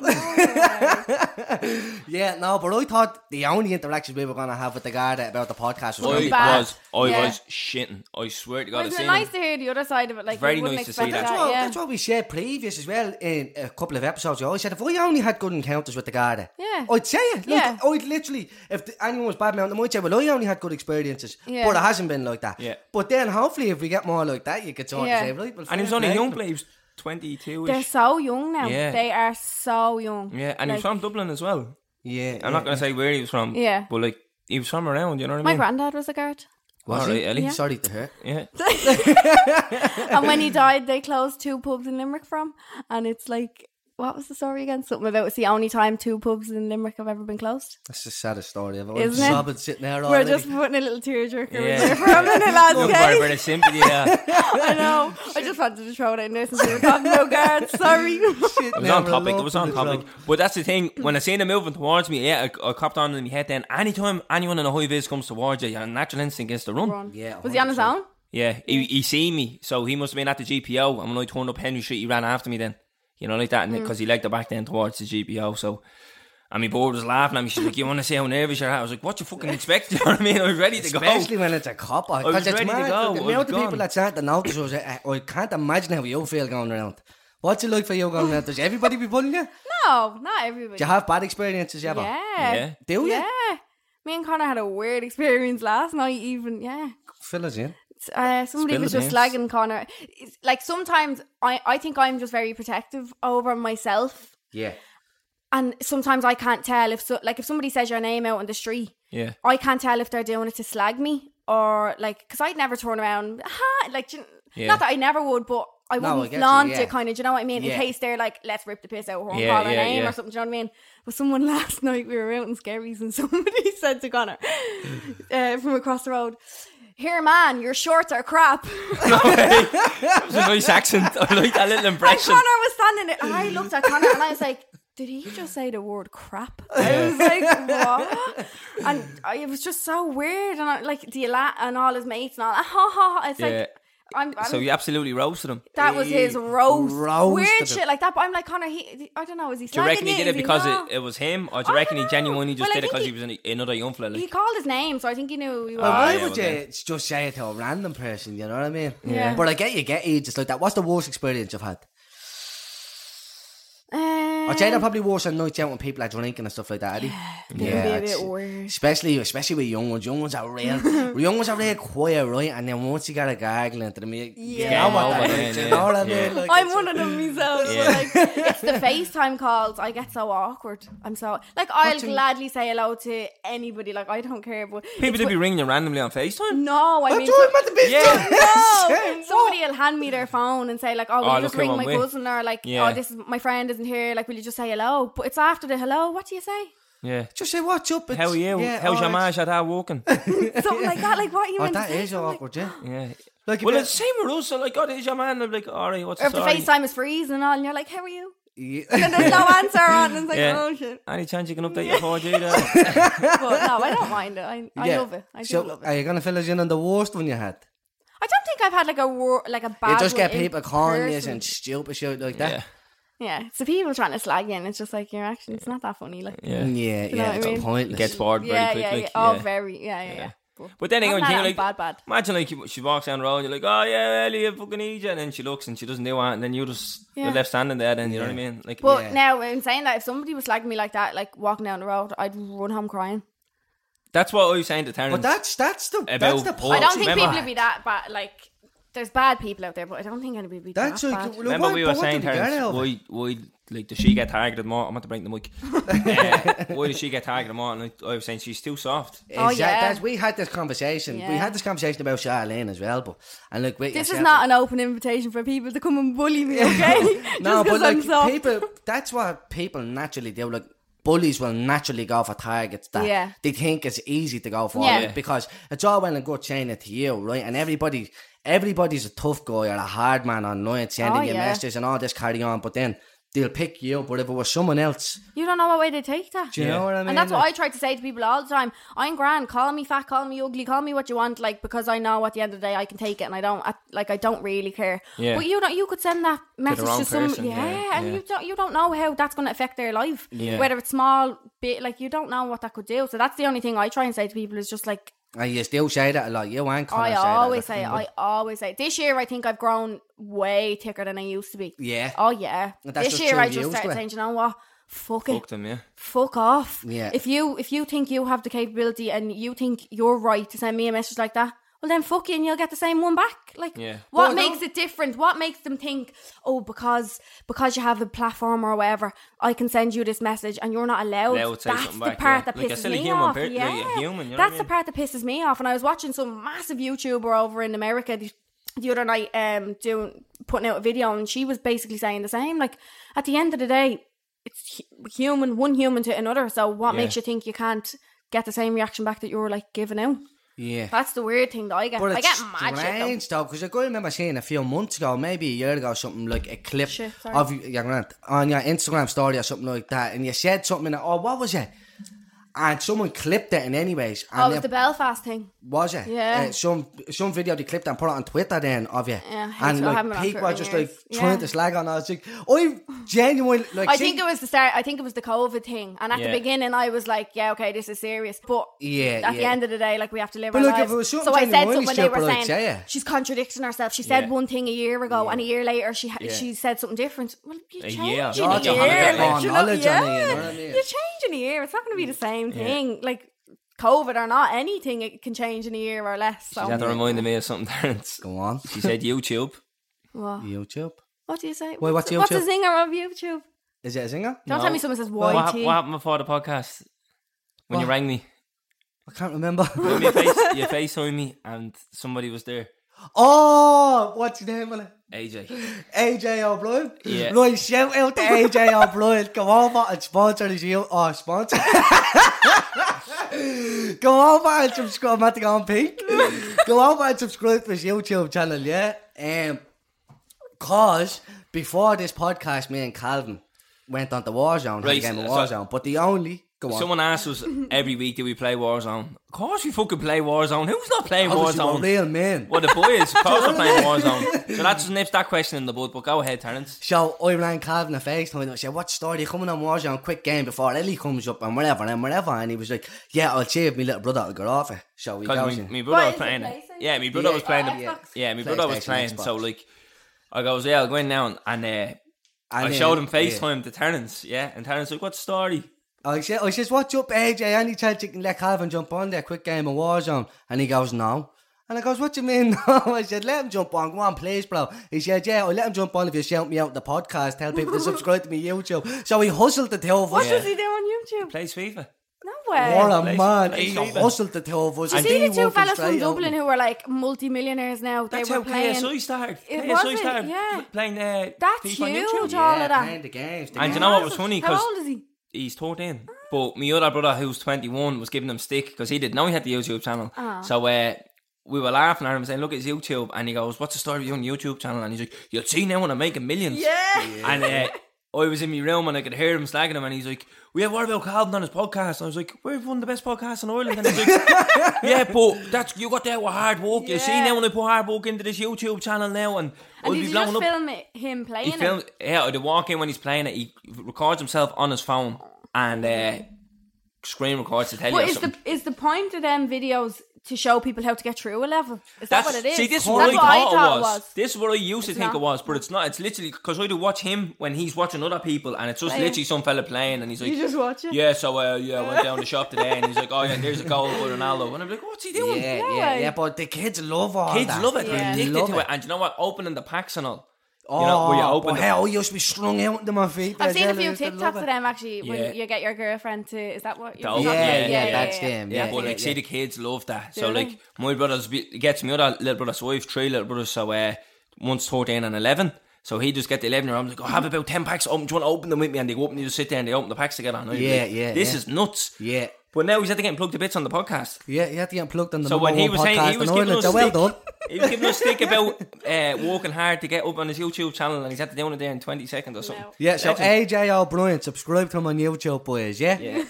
Speaker 4: Yeah, no, but I thought the only interactions we were going to have with the guy that- about the podcast was
Speaker 1: I
Speaker 4: going to be
Speaker 5: bad.
Speaker 1: was, I
Speaker 5: Yeah.
Speaker 1: was shitting. I swear to God,
Speaker 5: Well,
Speaker 1: I
Speaker 5: it's
Speaker 1: seen
Speaker 5: nice
Speaker 1: him.
Speaker 5: to hear the other side of it. Like,
Speaker 1: Very
Speaker 5: you wouldn't
Speaker 1: nice to see
Speaker 5: expect
Speaker 1: that.
Speaker 5: that.
Speaker 4: That's what,
Speaker 5: yeah.
Speaker 4: that's what we said previous as well in a couple of episodes ago. I said if I only had good encounters with the Garda,
Speaker 5: Yeah.
Speaker 4: I'd say it. Like,
Speaker 5: Yeah.
Speaker 4: I'd literally, if th- anyone was bad mouthing, I'd say, well, I only had good experiences,
Speaker 5: Yeah.
Speaker 4: but it hasn't been like that.
Speaker 1: Yeah.
Speaker 4: But then hopefully, if we get more like that, you could sort
Speaker 5: Yeah.
Speaker 4: of say, right, well,
Speaker 1: And he was
Speaker 4: fair
Speaker 1: only a
Speaker 4: play.
Speaker 1: young player. He was 22
Speaker 5: They're
Speaker 1: ish.
Speaker 5: so young now.
Speaker 1: Yeah.
Speaker 5: They are so young.
Speaker 1: Yeah, and he was
Speaker 5: Like,
Speaker 1: from Dublin as well.
Speaker 4: Yeah,
Speaker 1: I'm not going to say where he was from.
Speaker 5: Yeah.
Speaker 1: But like, he was from around, you know what I
Speaker 5: My
Speaker 1: mean?
Speaker 5: granddad was a guard.
Speaker 1: Was All right, Ellie.
Speaker 4: yeah. Sorry to her.
Speaker 1: Yeah.
Speaker 5: and when he died, they closed two pubs in Limerick from. And it's like, what was the story again? Something about it's the only time two pubs in Limerick have ever been closed.
Speaker 4: That's the saddest story ever. I'm
Speaker 5: Isn't it?
Speaker 4: sobbing sitting there.
Speaker 5: We're
Speaker 4: already.
Speaker 5: just putting a little tearjerker in
Speaker 1: Yeah.
Speaker 5: there for a minute, lads.
Speaker 1: Don't
Speaker 5: okay?
Speaker 1: worry about the sympathy there.
Speaker 5: I know. I just wanted to throw it in there since we were talking about guards. Sorry.
Speaker 4: Sitting
Speaker 1: It was
Speaker 4: there,
Speaker 1: on topic.
Speaker 4: we're
Speaker 1: It
Speaker 4: loving
Speaker 1: was on
Speaker 4: the
Speaker 1: topic.
Speaker 4: joke.
Speaker 1: But that's the thing. When I seen him moving towards me, yeah, I, I copped on in my head. Then anytime anyone in a high vis comes towards you, your natural instinct is to run.
Speaker 4: Yeah,
Speaker 5: was he on his own?
Speaker 1: Yeah, he, he seen me, so he must have been at the GPO. And when I turned up Henry Street, he ran after me. Then, you know, like that, because he liked the back then towards the GPO. So. And my board was laughing at me. She's like, "You want to see how nervous you're?" at?" I was like, "What you fucking expect?" You know what I mean? I was ready to
Speaker 4: Especially
Speaker 1: go.
Speaker 4: when it's a cop out.
Speaker 1: was
Speaker 4: Because it's
Speaker 1: ready to
Speaker 4: mad.
Speaker 1: go.
Speaker 4: The
Speaker 1: I
Speaker 4: amount
Speaker 1: was
Speaker 4: of people
Speaker 1: gone.
Speaker 4: that's at the notice was, I, I can't imagine how you feel going around. What's it like for you going around? Does everybody be bullying you? Do
Speaker 5: No, not everybody.
Speaker 4: you have bad experiences ever?
Speaker 5: yeah.
Speaker 1: Yeah.
Speaker 4: Do you?
Speaker 5: Yeah. Me and Connor had a weird experience last night. Even yeah,
Speaker 4: Fill us in.
Speaker 5: uh, somebody
Speaker 1: Spill
Speaker 5: was
Speaker 1: the
Speaker 5: just
Speaker 1: beans.
Speaker 5: slagging Connor. It's- like sometimes I, I think I'm just very protective over myself,
Speaker 4: Yeah.
Speaker 5: and sometimes I can't tell if so. Like if somebody says your name out on the street,
Speaker 1: Yeah.
Speaker 5: I can't tell if they're doing it to slag me or like because I'd never turn around. Ha! Like do you-
Speaker 1: Yeah.
Speaker 5: not that I never would, but I
Speaker 4: No, I
Speaker 5: wouldn't
Speaker 4: get you,
Speaker 5: flaunt
Speaker 4: yeah.
Speaker 5: it. Kind of, do you know what I mean?
Speaker 4: Yeah.
Speaker 5: In case they're like, let's rip the piss out of her and
Speaker 1: Yeah,
Speaker 5: call her
Speaker 1: yeah,
Speaker 5: name
Speaker 1: yeah.
Speaker 5: or something. Do you know what I mean? But someone last night we were out in Scaries and somebody said to Connor uh, from across the road. Here, man, your shorts are crap.
Speaker 1: That was a nice accent. I like that little
Speaker 5: And
Speaker 1: impression.
Speaker 5: Connor was standing there, and I looked at Connor, and I was like, "Did he just say the word crap?" I was like, "What?" And I, it was just so weird. And I, like, do you la and all his mates and all, ha ha. ha. It's
Speaker 1: Yeah.
Speaker 5: like, I'm, I'm
Speaker 1: So you absolutely roasted him.
Speaker 5: that was his roast,
Speaker 4: roasted him.
Speaker 5: weird shit like that. But I'm like, Connor, he, I don't know, is he?
Speaker 1: Do you reckon he did it because it,
Speaker 5: it
Speaker 1: it was him, or do you
Speaker 5: I
Speaker 1: reckon he
Speaker 5: dunno.
Speaker 1: genuinely just
Speaker 5: Well, I
Speaker 1: did it
Speaker 5: think
Speaker 1: because
Speaker 5: he-
Speaker 1: he, was an, another young fella?
Speaker 5: he
Speaker 1: Like, Oh,
Speaker 5: called his name, so I think he knew who he was.
Speaker 4: But why
Speaker 1: Ah, yeah,
Speaker 4: would
Speaker 1: well
Speaker 4: you just say it to a random person? You know what I mean?
Speaker 5: Yeah.
Speaker 4: But I get you, get you, just like that. What's the worst experience you've had?
Speaker 5: Um,
Speaker 4: I tell you, they're probably worse on nights out when people are drinking and stuff like that. Eddie.
Speaker 5: they can be a bit
Speaker 4: it's-
Speaker 5: weird.
Speaker 4: Especially, especially with young ones. Young ones are real. young ones are real quiet, right? And then once you got a gargle into them, you,
Speaker 5: Yeah.
Speaker 4: you know what that
Speaker 1: Over,
Speaker 4: is.
Speaker 1: yeah,
Speaker 4: You know what I mean?
Speaker 1: yeah.
Speaker 4: Like,
Speaker 5: I'm
Speaker 4: it's-
Speaker 5: one of them myself. so,
Speaker 1: Yeah.
Speaker 5: Like, it's the FaceTime calls. I get so awkward. I'm so like I'll
Speaker 4: do you-
Speaker 5: gladly say hello to anybody. Like I don't care. But
Speaker 1: people did be ringing you randomly on FaceTime.
Speaker 5: no, I
Speaker 4: I'm
Speaker 5: mean.
Speaker 4: talking
Speaker 5: so-
Speaker 4: about the big
Speaker 1: Yeah.
Speaker 5: no, somebody will hand me their phone and say like, "Oh, will
Speaker 1: Oh,
Speaker 5: you
Speaker 1: look
Speaker 5: just
Speaker 1: who
Speaker 5: ring
Speaker 1: I'm
Speaker 5: my
Speaker 1: with.
Speaker 5: cousin?" or like,
Speaker 1: Yeah.
Speaker 5: "Oh, this is my friend isn't here. Like, will you just say hello?" But it's after the hello. What do you say?
Speaker 1: Yeah.
Speaker 4: Just say what's up. It's,
Speaker 1: How are you?
Speaker 4: yeah,
Speaker 1: How's your
Speaker 4: alright.
Speaker 1: marriage at that walking?
Speaker 5: Something like that. Like, what are you?
Speaker 4: Oh,
Speaker 5: meant to
Speaker 4: that
Speaker 5: say?
Speaker 4: is
Speaker 5: So I'm like,
Speaker 4: awkward, yeah.
Speaker 1: Yeah.
Speaker 4: Like, if
Speaker 1: Well,
Speaker 4: it-
Speaker 1: it's the same with us. So like, oh, there's your man. I'm like, all right, what's
Speaker 5: Or if the
Speaker 1: story?
Speaker 5: FaceTime is freezing and all, and you're like, "How are you?"
Speaker 4: yeah.
Speaker 5: And there's no answer on. And it's like,
Speaker 1: Yeah.
Speaker 5: "Oh shit!"
Speaker 1: Any chance you can update your 4G there?
Speaker 5: But no, I don't mind it. I, I
Speaker 4: Yeah.
Speaker 5: love it. I do
Speaker 4: so,
Speaker 5: love it.
Speaker 4: are you gonna fill us in on the worst one you had?
Speaker 5: I don't think I've had like a war, like a bad.
Speaker 4: You just get
Speaker 5: one in
Speaker 4: people calling you
Speaker 5: person.
Speaker 4: and stupid shit like
Speaker 1: yeah.
Speaker 4: that.
Speaker 5: Yeah, so people trying to slag you, and it's just like your action. It's not that funny. Like,
Speaker 1: Yeah.
Speaker 4: Yeah, yeah,
Speaker 5: know what I
Speaker 4: it's
Speaker 5: mean?
Speaker 4: pointless.
Speaker 1: Gets bored very
Speaker 5: yeah,
Speaker 1: quickly.
Speaker 5: yeah, yeah.
Speaker 1: like,
Speaker 5: Oh,
Speaker 1: yeah.
Speaker 5: very. Yeah, yeah, yeah.
Speaker 1: But then again,
Speaker 5: I'm
Speaker 1: you
Speaker 5: not
Speaker 1: like,
Speaker 5: bad, bad.
Speaker 1: imagine like you- she walks down the road, you're like, oh yeah, Ellie, I fucking need you, and then she looks and she doesn't do it, and then you just
Speaker 5: Yeah.
Speaker 1: you're left standing there, then you know what I mean? Like,
Speaker 5: But
Speaker 4: Yeah.
Speaker 5: now, in saying that, if somebody was slagging me like that, like walking down the road, I'd run home crying.
Speaker 1: that's what I was saying to Terence.
Speaker 4: But that's that's the that's
Speaker 1: About
Speaker 4: the
Speaker 1: porn.
Speaker 5: I
Speaker 4: point.
Speaker 5: don't think
Speaker 1: remember-
Speaker 5: people would be that bad. Like, there's bad people out there, but I don't think anybody would be
Speaker 4: That's
Speaker 5: that
Speaker 4: like,
Speaker 5: bad.
Speaker 4: look,
Speaker 1: Remember
Speaker 4: why-
Speaker 1: we
Speaker 4: but
Speaker 1: were
Speaker 4: what
Speaker 1: saying
Speaker 4: did you get
Speaker 1: Terence,
Speaker 4: out of it?
Speaker 1: why why like does she get targeted more? I'm about to break the mic. uh, why does she get targeted more? And I, I was saying she's too soft.
Speaker 5: Oh,
Speaker 4: Exact-
Speaker 5: yeah.
Speaker 4: that's- we had this conversation. We
Speaker 5: Yeah.
Speaker 4: had this conversation about Charlene as well, but and look, wait,
Speaker 5: This
Speaker 4: yourself-
Speaker 5: is not an open invitation for people to come and bully me, okay?
Speaker 4: no,
Speaker 5: Just 'cause
Speaker 4: but like
Speaker 5: I'm soft.
Speaker 4: people, that's what people naturally do. Like bullies will naturally go for targets that
Speaker 5: Yeah.
Speaker 4: they think it's easy to go for,
Speaker 5: Yeah.
Speaker 4: like, because it's all well and good saying it to you, right? And everybody, everybody's a tough guy or a hard man online, sending
Speaker 5: Oh,
Speaker 4: you
Speaker 5: yeah.
Speaker 4: messages and all this carry on. But then they'll pick you up. But if it was someone else,
Speaker 5: You don't know what way they take that.
Speaker 4: do you know what I mean?
Speaker 5: And that's what
Speaker 4: Like-
Speaker 5: I try to say to people all the time. I'm grand. Call me fat. Call me ugly. Call me what you want. Like because I know at the end of the day I can take it, and I don't. I, like I don't really care.
Speaker 1: Yeah.
Speaker 5: But you don't. You could send that message
Speaker 1: wrong
Speaker 5: to some.
Speaker 1: person,
Speaker 5: yeah,
Speaker 1: yeah,
Speaker 5: And
Speaker 1: yeah.
Speaker 5: you don't. You don't know how that's going to affect their life.
Speaker 1: Yeah.
Speaker 5: Whether it's small bit, like you don't know what that could do. So that's the only thing I try and say to people is just like
Speaker 4: And you still say that a lot. You and Connor
Speaker 5: I
Speaker 4: say
Speaker 5: always
Speaker 4: that.
Speaker 5: say. it, I always say. it. This year I think I've grown way thicker than I used to be.
Speaker 4: Yeah.
Speaker 5: Oh yeah.
Speaker 4: And that's
Speaker 5: this
Speaker 4: just
Speaker 5: year
Speaker 4: two
Speaker 5: I just
Speaker 4: years,
Speaker 5: started
Speaker 4: like.
Speaker 5: saying, you know what? Fuck it
Speaker 1: Fuck them, yeah.
Speaker 5: fuck off.
Speaker 4: Yeah.
Speaker 5: If you if you think you have the capability and you think you're right to send me a message like that, well then fuck you and you'll get the same one back. Like
Speaker 1: Yeah.
Speaker 5: what
Speaker 4: Well,
Speaker 5: makes it different? What makes them think, oh, because because you have a platform or whatever, I can send you this message and you're not allowed.
Speaker 1: Allowed to say
Speaker 5: That's
Speaker 1: something
Speaker 5: the
Speaker 1: back,
Speaker 5: part
Speaker 1: yeah.
Speaker 5: that
Speaker 1: Like a
Speaker 5: pisses
Speaker 1: silly
Speaker 5: me
Speaker 1: human
Speaker 5: off.
Speaker 1: per- like a
Speaker 5: yeah.
Speaker 1: human, you know what I
Speaker 5: That's the
Speaker 1: mean?
Speaker 5: part that pisses me off. And I was watching some massive YouTuber over in America the, the other night, um, doing putting out a video, and she was basically saying the same. Like at the end of the day, it's hu- human, one human to another. So what
Speaker 1: Yeah.
Speaker 5: makes you think you can't get the same reaction back that you were like giving out?
Speaker 4: Yeah.
Speaker 5: That's the weird thing that I get.
Speaker 4: But
Speaker 5: I
Speaker 4: it's
Speaker 5: get mad shit though.
Speaker 4: strange though, because I can remember seeing a few months ago, maybe a year ago, or something like a clip
Speaker 5: Shit, sorry.
Speaker 4: of you- your rant on your Instagram story or something like that, and you said something. Like, oh, what was it? And someone clipped it, in anyways, and
Speaker 5: Oh, it
Speaker 4: then-
Speaker 5: was the Belfast thing.
Speaker 4: was it?
Speaker 5: Yeah.
Speaker 4: Uh, some some video they clipped and put it on Twitter then of you.
Speaker 5: Yeah, I hate
Speaker 4: and
Speaker 5: it. I haven't
Speaker 4: like
Speaker 5: been on
Speaker 4: people
Speaker 5: Twitter
Speaker 4: are
Speaker 5: in
Speaker 4: just like
Speaker 5: years.
Speaker 4: trying
Speaker 5: Yeah.
Speaker 4: to slag on us. Like, I genuinely like.
Speaker 5: I
Speaker 4: see-
Speaker 5: think it was the start. I think it was the COVID thing, and at
Speaker 1: Yeah.
Speaker 5: the beginning, I was like, "Yeah, okay, this is serious." But
Speaker 4: Yeah,
Speaker 5: at the
Speaker 4: yeah.
Speaker 5: end of the day, like we have to live
Speaker 4: But
Speaker 5: our
Speaker 4: look, if
Speaker 5: lives.
Speaker 4: it was something
Speaker 5: so I said
Speaker 4: genuinely
Speaker 5: something when they were
Speaker 4: stupid, I'd
Speaker 5: saying
Speaker 4: say it.
Speaker 5: she's contradicting herself. She said
Speaker 1: Yeah.
Speaker 5: one thing a year ago, and a year later, she ha
Speaker 1: Yeah.
Speaker 5: she said something different. Well, you
Speaker 1: A
Speaker 5: change
Speaker 1: year.
Speaker 5: in
Speaker 1: Oh,
Speaker 5: a
Speaker 1: it's a
Speaker 5: year.
Speaker 1: hundred
Speaker 5: like,
Speaker 1: more
Speaker 5: do you know-
Speaker 4: knowledge on it, you know
Speaker 5: yeah.
Speaker 4: what I mean?
Speaker 5: You change in a year. It's not going to be the same thing. Like COVID or not, anything it can change in a year or less. So
Speaker 1: She's had to remind me of something, Terence.
Speaker 4: Go on.
Speaker 1: She said YouTube.
Speaker 5: what?
Speaker 4: YouTube.
Speaker 5: what do you say?
Speaker 4: Wait, what's
Speaker 5: What's a
Speaker 4: YouTube?
Speaker 5: zinger of YouTube?
Speaker 4: Is it a singer?
Speaker 5: Don't
Speaker 1: No.
Speaker 5: tell me someone says YT.
Speaker 1: What, hap- what happened before the podcast? When you
Speaker 4: What?
Speaker 1: rang me,
Speaker 4: I can't remember.
Speaker 1: you face, you FaceTimed me, and somebody was there.
Speaker 4: oh, what's his name? Willie?
Speaker 1: AJ.
Speaker 4: AJ O'Brien.
Speaker 1: Yeah.
Speaker 4: Right, shout out to AJ O'Brien. Go over and sponsor his you. Oh, sponsor. go over and subscribe. I'm at the on pink. go over and subscribe to his YouTube channel, yeah? Um, Cause before this podcast, me and Calvin went on the Warzone, had a
Speaker 1: Right,
Speaker 4: game of
Speaker 1: so-
Speaker 4: Warzone, but the only. Go on.
Speaker 1: Someone asks us every week, do we play Warzone? Of course we fucking play Warzone. Who's not playing
Speaker 4: Obviously, we're
Speaker 1: Warzone?
Speaker 4: real men.
Speaker 1: Well, the boys, of course, are playing Warzone. So that's nips that question in the bud. But go ahead, Terence.
Speaker 4: So I rang Calvin a FaceTime and I said, What story? You coming on Warzone? Quick game before Ellie comes up and whatever and whatever. And he was like, Yeah, I'll save me little brother. I'll get off it. So he goes
Speaker 1: Because
Speaker 4: in.
Speaker 1: my
Speaker 5: What,
Speaker 1: brother was
Speaker 5: is it
Speaker 1: playing it.
Speaker 5: PlayStation?
Speaker 1: Yeah, my brother was playing
Speaker 5: Oh,
Speaker 1: it.
Speaker 5: Xbox.
Speaker 1: Yeah, my brother was
Speaker 4: PlayStation,
Speaker 1: playing. So
Speaker 4: Xbox.
Speaker 1: like, I goes, yeah, I'll go in now and uh, I
Speaker 4: And
Speaker 1: showed
Speaker 4: then-
Speaker 1: him FaceTime to Terence. Yeah, and Terence like, what story?
Speaker 4: Yeah. I said, I says, What's up, AJ? Any chance you can let Calvin jump on there? Quick game of Warzone. And he goes, No. And I goes, What do you mean? No. I said, Let him jump on. Go on, please, bro. He said, Yeah, I'll let him jump on if you shout me out the podcast. Tell people to subscribe to me YouTube. So he hustled the two of
Speaker 5: What
Speaker 4: us.
Speaker 5: does he do on YouTube?
Speaker 1: Plays FIFA.
Speaker 5: No way.
Speaker 4: What a
Speaker 1: Place-
Speaker 4: man.
Speaker 1: place
Speaker 4: He
Speaker 1: even.
Speaker 4: hustled the two of us.
Speaker 5: You
Speaker 4: and
Speaker 5: see
Speaker 4: he
Speaker 5: the two
Speaker 4: whooped him
Speaker 5: fellas from
Speaker 4: straight out.
Speaker 5: Dublin who were like multi-millionaires now. They
Speaker 1: That's
Speaker 5: were
Speaker 1: how
Speaker 5: playing.
Speaker 1: KSI started.
Speaker 5: It
Speaker 1: KSI
Speaker 5: wasn't,
Speaker 1: started
Speaker 5: yeah.
Speaker 1: playing uh,
Speaker 5: That's
Speaker 1: FIFA on
Speaker 5: huge.
Speaker 1: YouTube.
Speaker 5: Yeah. all of that.
Speaker 4: playing the games. the
Speaker 1: And you
Speaker 4: games.
Speaker 1: know what was funny?
Speaker 5: How
Speaker 1: Because
Speaker 5: old is he?
Speaker 1: he's
Speaker 5: Ah.
Speaker 1: 14. But my other brother, who's 21, was giving him stick because he didn't know he had the YouTube channel.
Speaker 5: Ah.
Speaker 1: So uh, we were laughing at him saying, Look, it's YouTube. And he goes, What's the story of your YouTube channel? And he's like, You'll see now when I'm making millions.
Speaker 5: Yeah.
Speaker 1: And uh, I was in my room and I could hear him slagging him. And he's like, well, Yeah, what about Calvin on his podcast? And I was like, We're one of the best podcasts in Ireland. And he's like, Yeah, but that's you got there with hard work. You see
Speaker 5: Yeah.
Speaker 1: now when I put hard work into this YouTube channel now. And, I'll
Speaker 5: And
Speaker 1: be
Speaker 5: did you
Speaker 1: blowing
Speaker 5: just
Speaker 1: up.
Speaker 5: film it, him playing
Speaker 1: He
Speaker 5: it?
Speaker 1: films, yeah, the walk in when he's playing it, he records himself on his phone and uh, screen records to tell you
Speaker 5: But
Speaker 1: or
Speaker 5: is the
Speaker 1: something.
Speaker 5: is the point of them videos to show people how to get through a level? Is that what it is?
Speaker 1: See, this is
Speaker 5: That's
Speaker 1: what, I,
Speaker 5: what
Speaker 1: thought it was. This is what I used
Speaker 5: It's
Speaker 1: to think
Speaker 5: not.
Speaker 1: it was, but it's not. It's literally because I do watch him when he's watching other people, and it's just
Speaker 5: Playing.
Speaker 1: literally some fella playing, and he's like,
Speaker 5: You just watch it?
Speaker 1: Yeah, so uh, yeah, I went down the shop today, and he's like, Oh, yeah, there's a goal for Ronaldo. And I'm like, What's he doing?
Speaker 4: Yeah,
Speaker 5: Yeah,
Speaker 4: yeah,
Speaker 5: like-
Speaker 4: yeah, But the kids love all
Speaker 1: Kids
Speaker 4: that.
Speaker 1: love it. They're
Speaker 5: Yeah.
Speaker 1: addicted
Speaker 4: Love
Speaker 1: to it.
Speaker 4: it.
Speaker 1: And you know what? Opening the packs and all.
Speaker 4: Oh,
Speaker 1: you know, where you
Speaker 4: but
Speaker 1: open the-
Speaker 4: hell, I used to be strung out to my feet.
Speaker 5: I've
Speaker 4: as
Speaker 5: seen a
Speaker 4: well, I
Speaker 5: few
Speaker 4: used to
Speaker 5: TikToks
Speaker 4: love
Speaker 5: of
Speaker 4: it.
Speaker 5: them actually when
Speaker 1: Yeah.
Speaker 5: you get your girlfriend to. Is that what?
Speaker 1: The
Speaker 5: You're
Speaker 1: old-
Speaker 5: talking about?
Speaker 1: Oh, Yeah, yeah,
Speaker 4: that's them,
Speaker 1: Yeah,
Speaker 4: Yeah,
Speaker 1: but
Speaker 4: yeah,
Speaker 1: like,
Speaker 4: yeah.
Speaker 1: see, the kids love that. So,
Speaker 5: Yeah.
Speaker 1: like, my brother's be- gets me other little brother's wife, three little brothers. So, uh, one's 13 and 11. So, he just get the 11 year old, I'm like, oh, have about 10 packs open. Do you want to open them with me? And they go up and you just sit there and they open the packs together. And I'm
Speaker 4: Yeah,
Speaker 1: like,
Speaker 4: yeah,
Speaker 1: This
Speaker 4: yeah.
Speaker 1: is nuts.
Speaker 4: Yeah.
Speaker 1: But now he's had to get plugged to bits on the podcast.
Speaker 4: Yeah, you had to get plugged on the
Speaker 1: So,
Speaker 4: number
Speaker 1: when he
Speaker 4: one
Speaker 1: was
Speaker 4: podcast
Speaker 1: saying, he was
Speaker 4: in
Speaker 1: giving
Speaker 4: Ireland.
Speaker 1: us
Speaker 4: So well
Speaker 1: stick,
Speaker 4: done.
Speaker 1: he was giving us stick about uh, working hard to get up on his YouTube channel and he's had to do it there in 20 seconds or something.
Speaker 5: No.
Speaker 4: Yeah, so
Speaker 1: Legend.
Speaker 4: AJ O'Brien, subscribe to him on YouTube, boys, yeah?
Speaker 1: Yeah.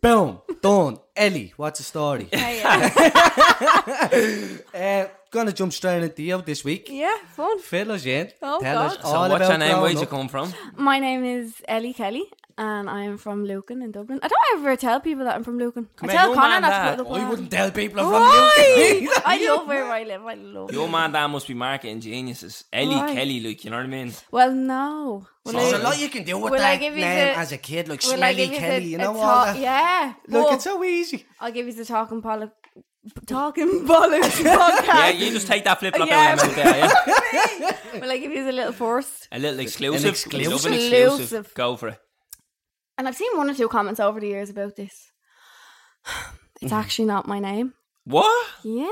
Speaker 4: Boom, done. Ellie, what's the story?
Speaker 5: Yeah, yeah.
Speaker 4: uh, gonna jump straight into you this week.
Speaker 5: yeah, fun.
Speaker 4: Fill us in.
Speaker 5: Oh,
Speaker 4: Tell us
Speaker 5: God. So
Speaker 4: all
Speaker 1: So, what's
Speaker 4: about
Speaker 1: your name? Where'd
Speaker 4: growing
Speaker 1: you
Speaker 4: up.
Speaker 1: come from?
Speaker 5: My name is Ellie Kelly, and I am from Lucan in Dublin. I don't ever tell people that I'm from Lucan. I
Speaker 1: here,
Speaker 5: tell
Speaker 1: you
Speaker 5: Connor
Speaker 1: man
Speaker 5: not
Speaker 1: that.
Speaker 5: to put it up.
Speaker 4: I
Speaker 5: on-
Speaker 4: wouldn't tell people I'm from
Speaker 5: Why?
Speaker 4: you.
Speaker 5: I love where I live. I love.
Speaker 1: Your
Speaker 5: it.
Speaker 1: man, that must be marketing geniuses. Ellie
Speaker 5: Right.
Speaker 1: Kelly, like, you know what I mean?
Speaker 5: Well, no. Will
Speaker 4: There's
Speaker 5: I-
Speaker 4: a lot you can do with
Speaker 5: Will I
Speaker 4: that
Speaker 5: give
Speaker 4: name
Speaker 5: you the-
Speaker 4: as a kid, like
Speaker 5: will I
Speaker 4: Smelly
Speaker 5: give yous
Speaker 4: Kelly,
Speaker 5: a-
Speaker 4: you
Speaker 5: a
Speaker 4: know all
Speaker 5: ta-
Speaker 4: that.
Speaker 5: Yeah.
Speaker 4: Look,
Speaker 5: but
Speaker 4: it's so easy.
Speaker 5: I'll give you the talking pollock. Talking bollocks podcast.
Speaker 1: Yeah, you just take that flip flop
Speaker 5: Yeah.
Speaker 1: out of there, yeah?
Speaker 5: Will I give you a little first?
Speaker 1: A little exclusive.
Speaker 4: An
Speaker 1: We love an
Speaker 5: exclusive.
Speaker 1: exclusive.
Speaker 5: Exclusive.
Speaker 1: Go for it.
Speaker 5: And I've seen one or two comments over the years about this. It's
Speaker 4: Mm-hmm.
Speaker 5: actually not my name.
Speaker 1: What?
Speaker 5: Yeah.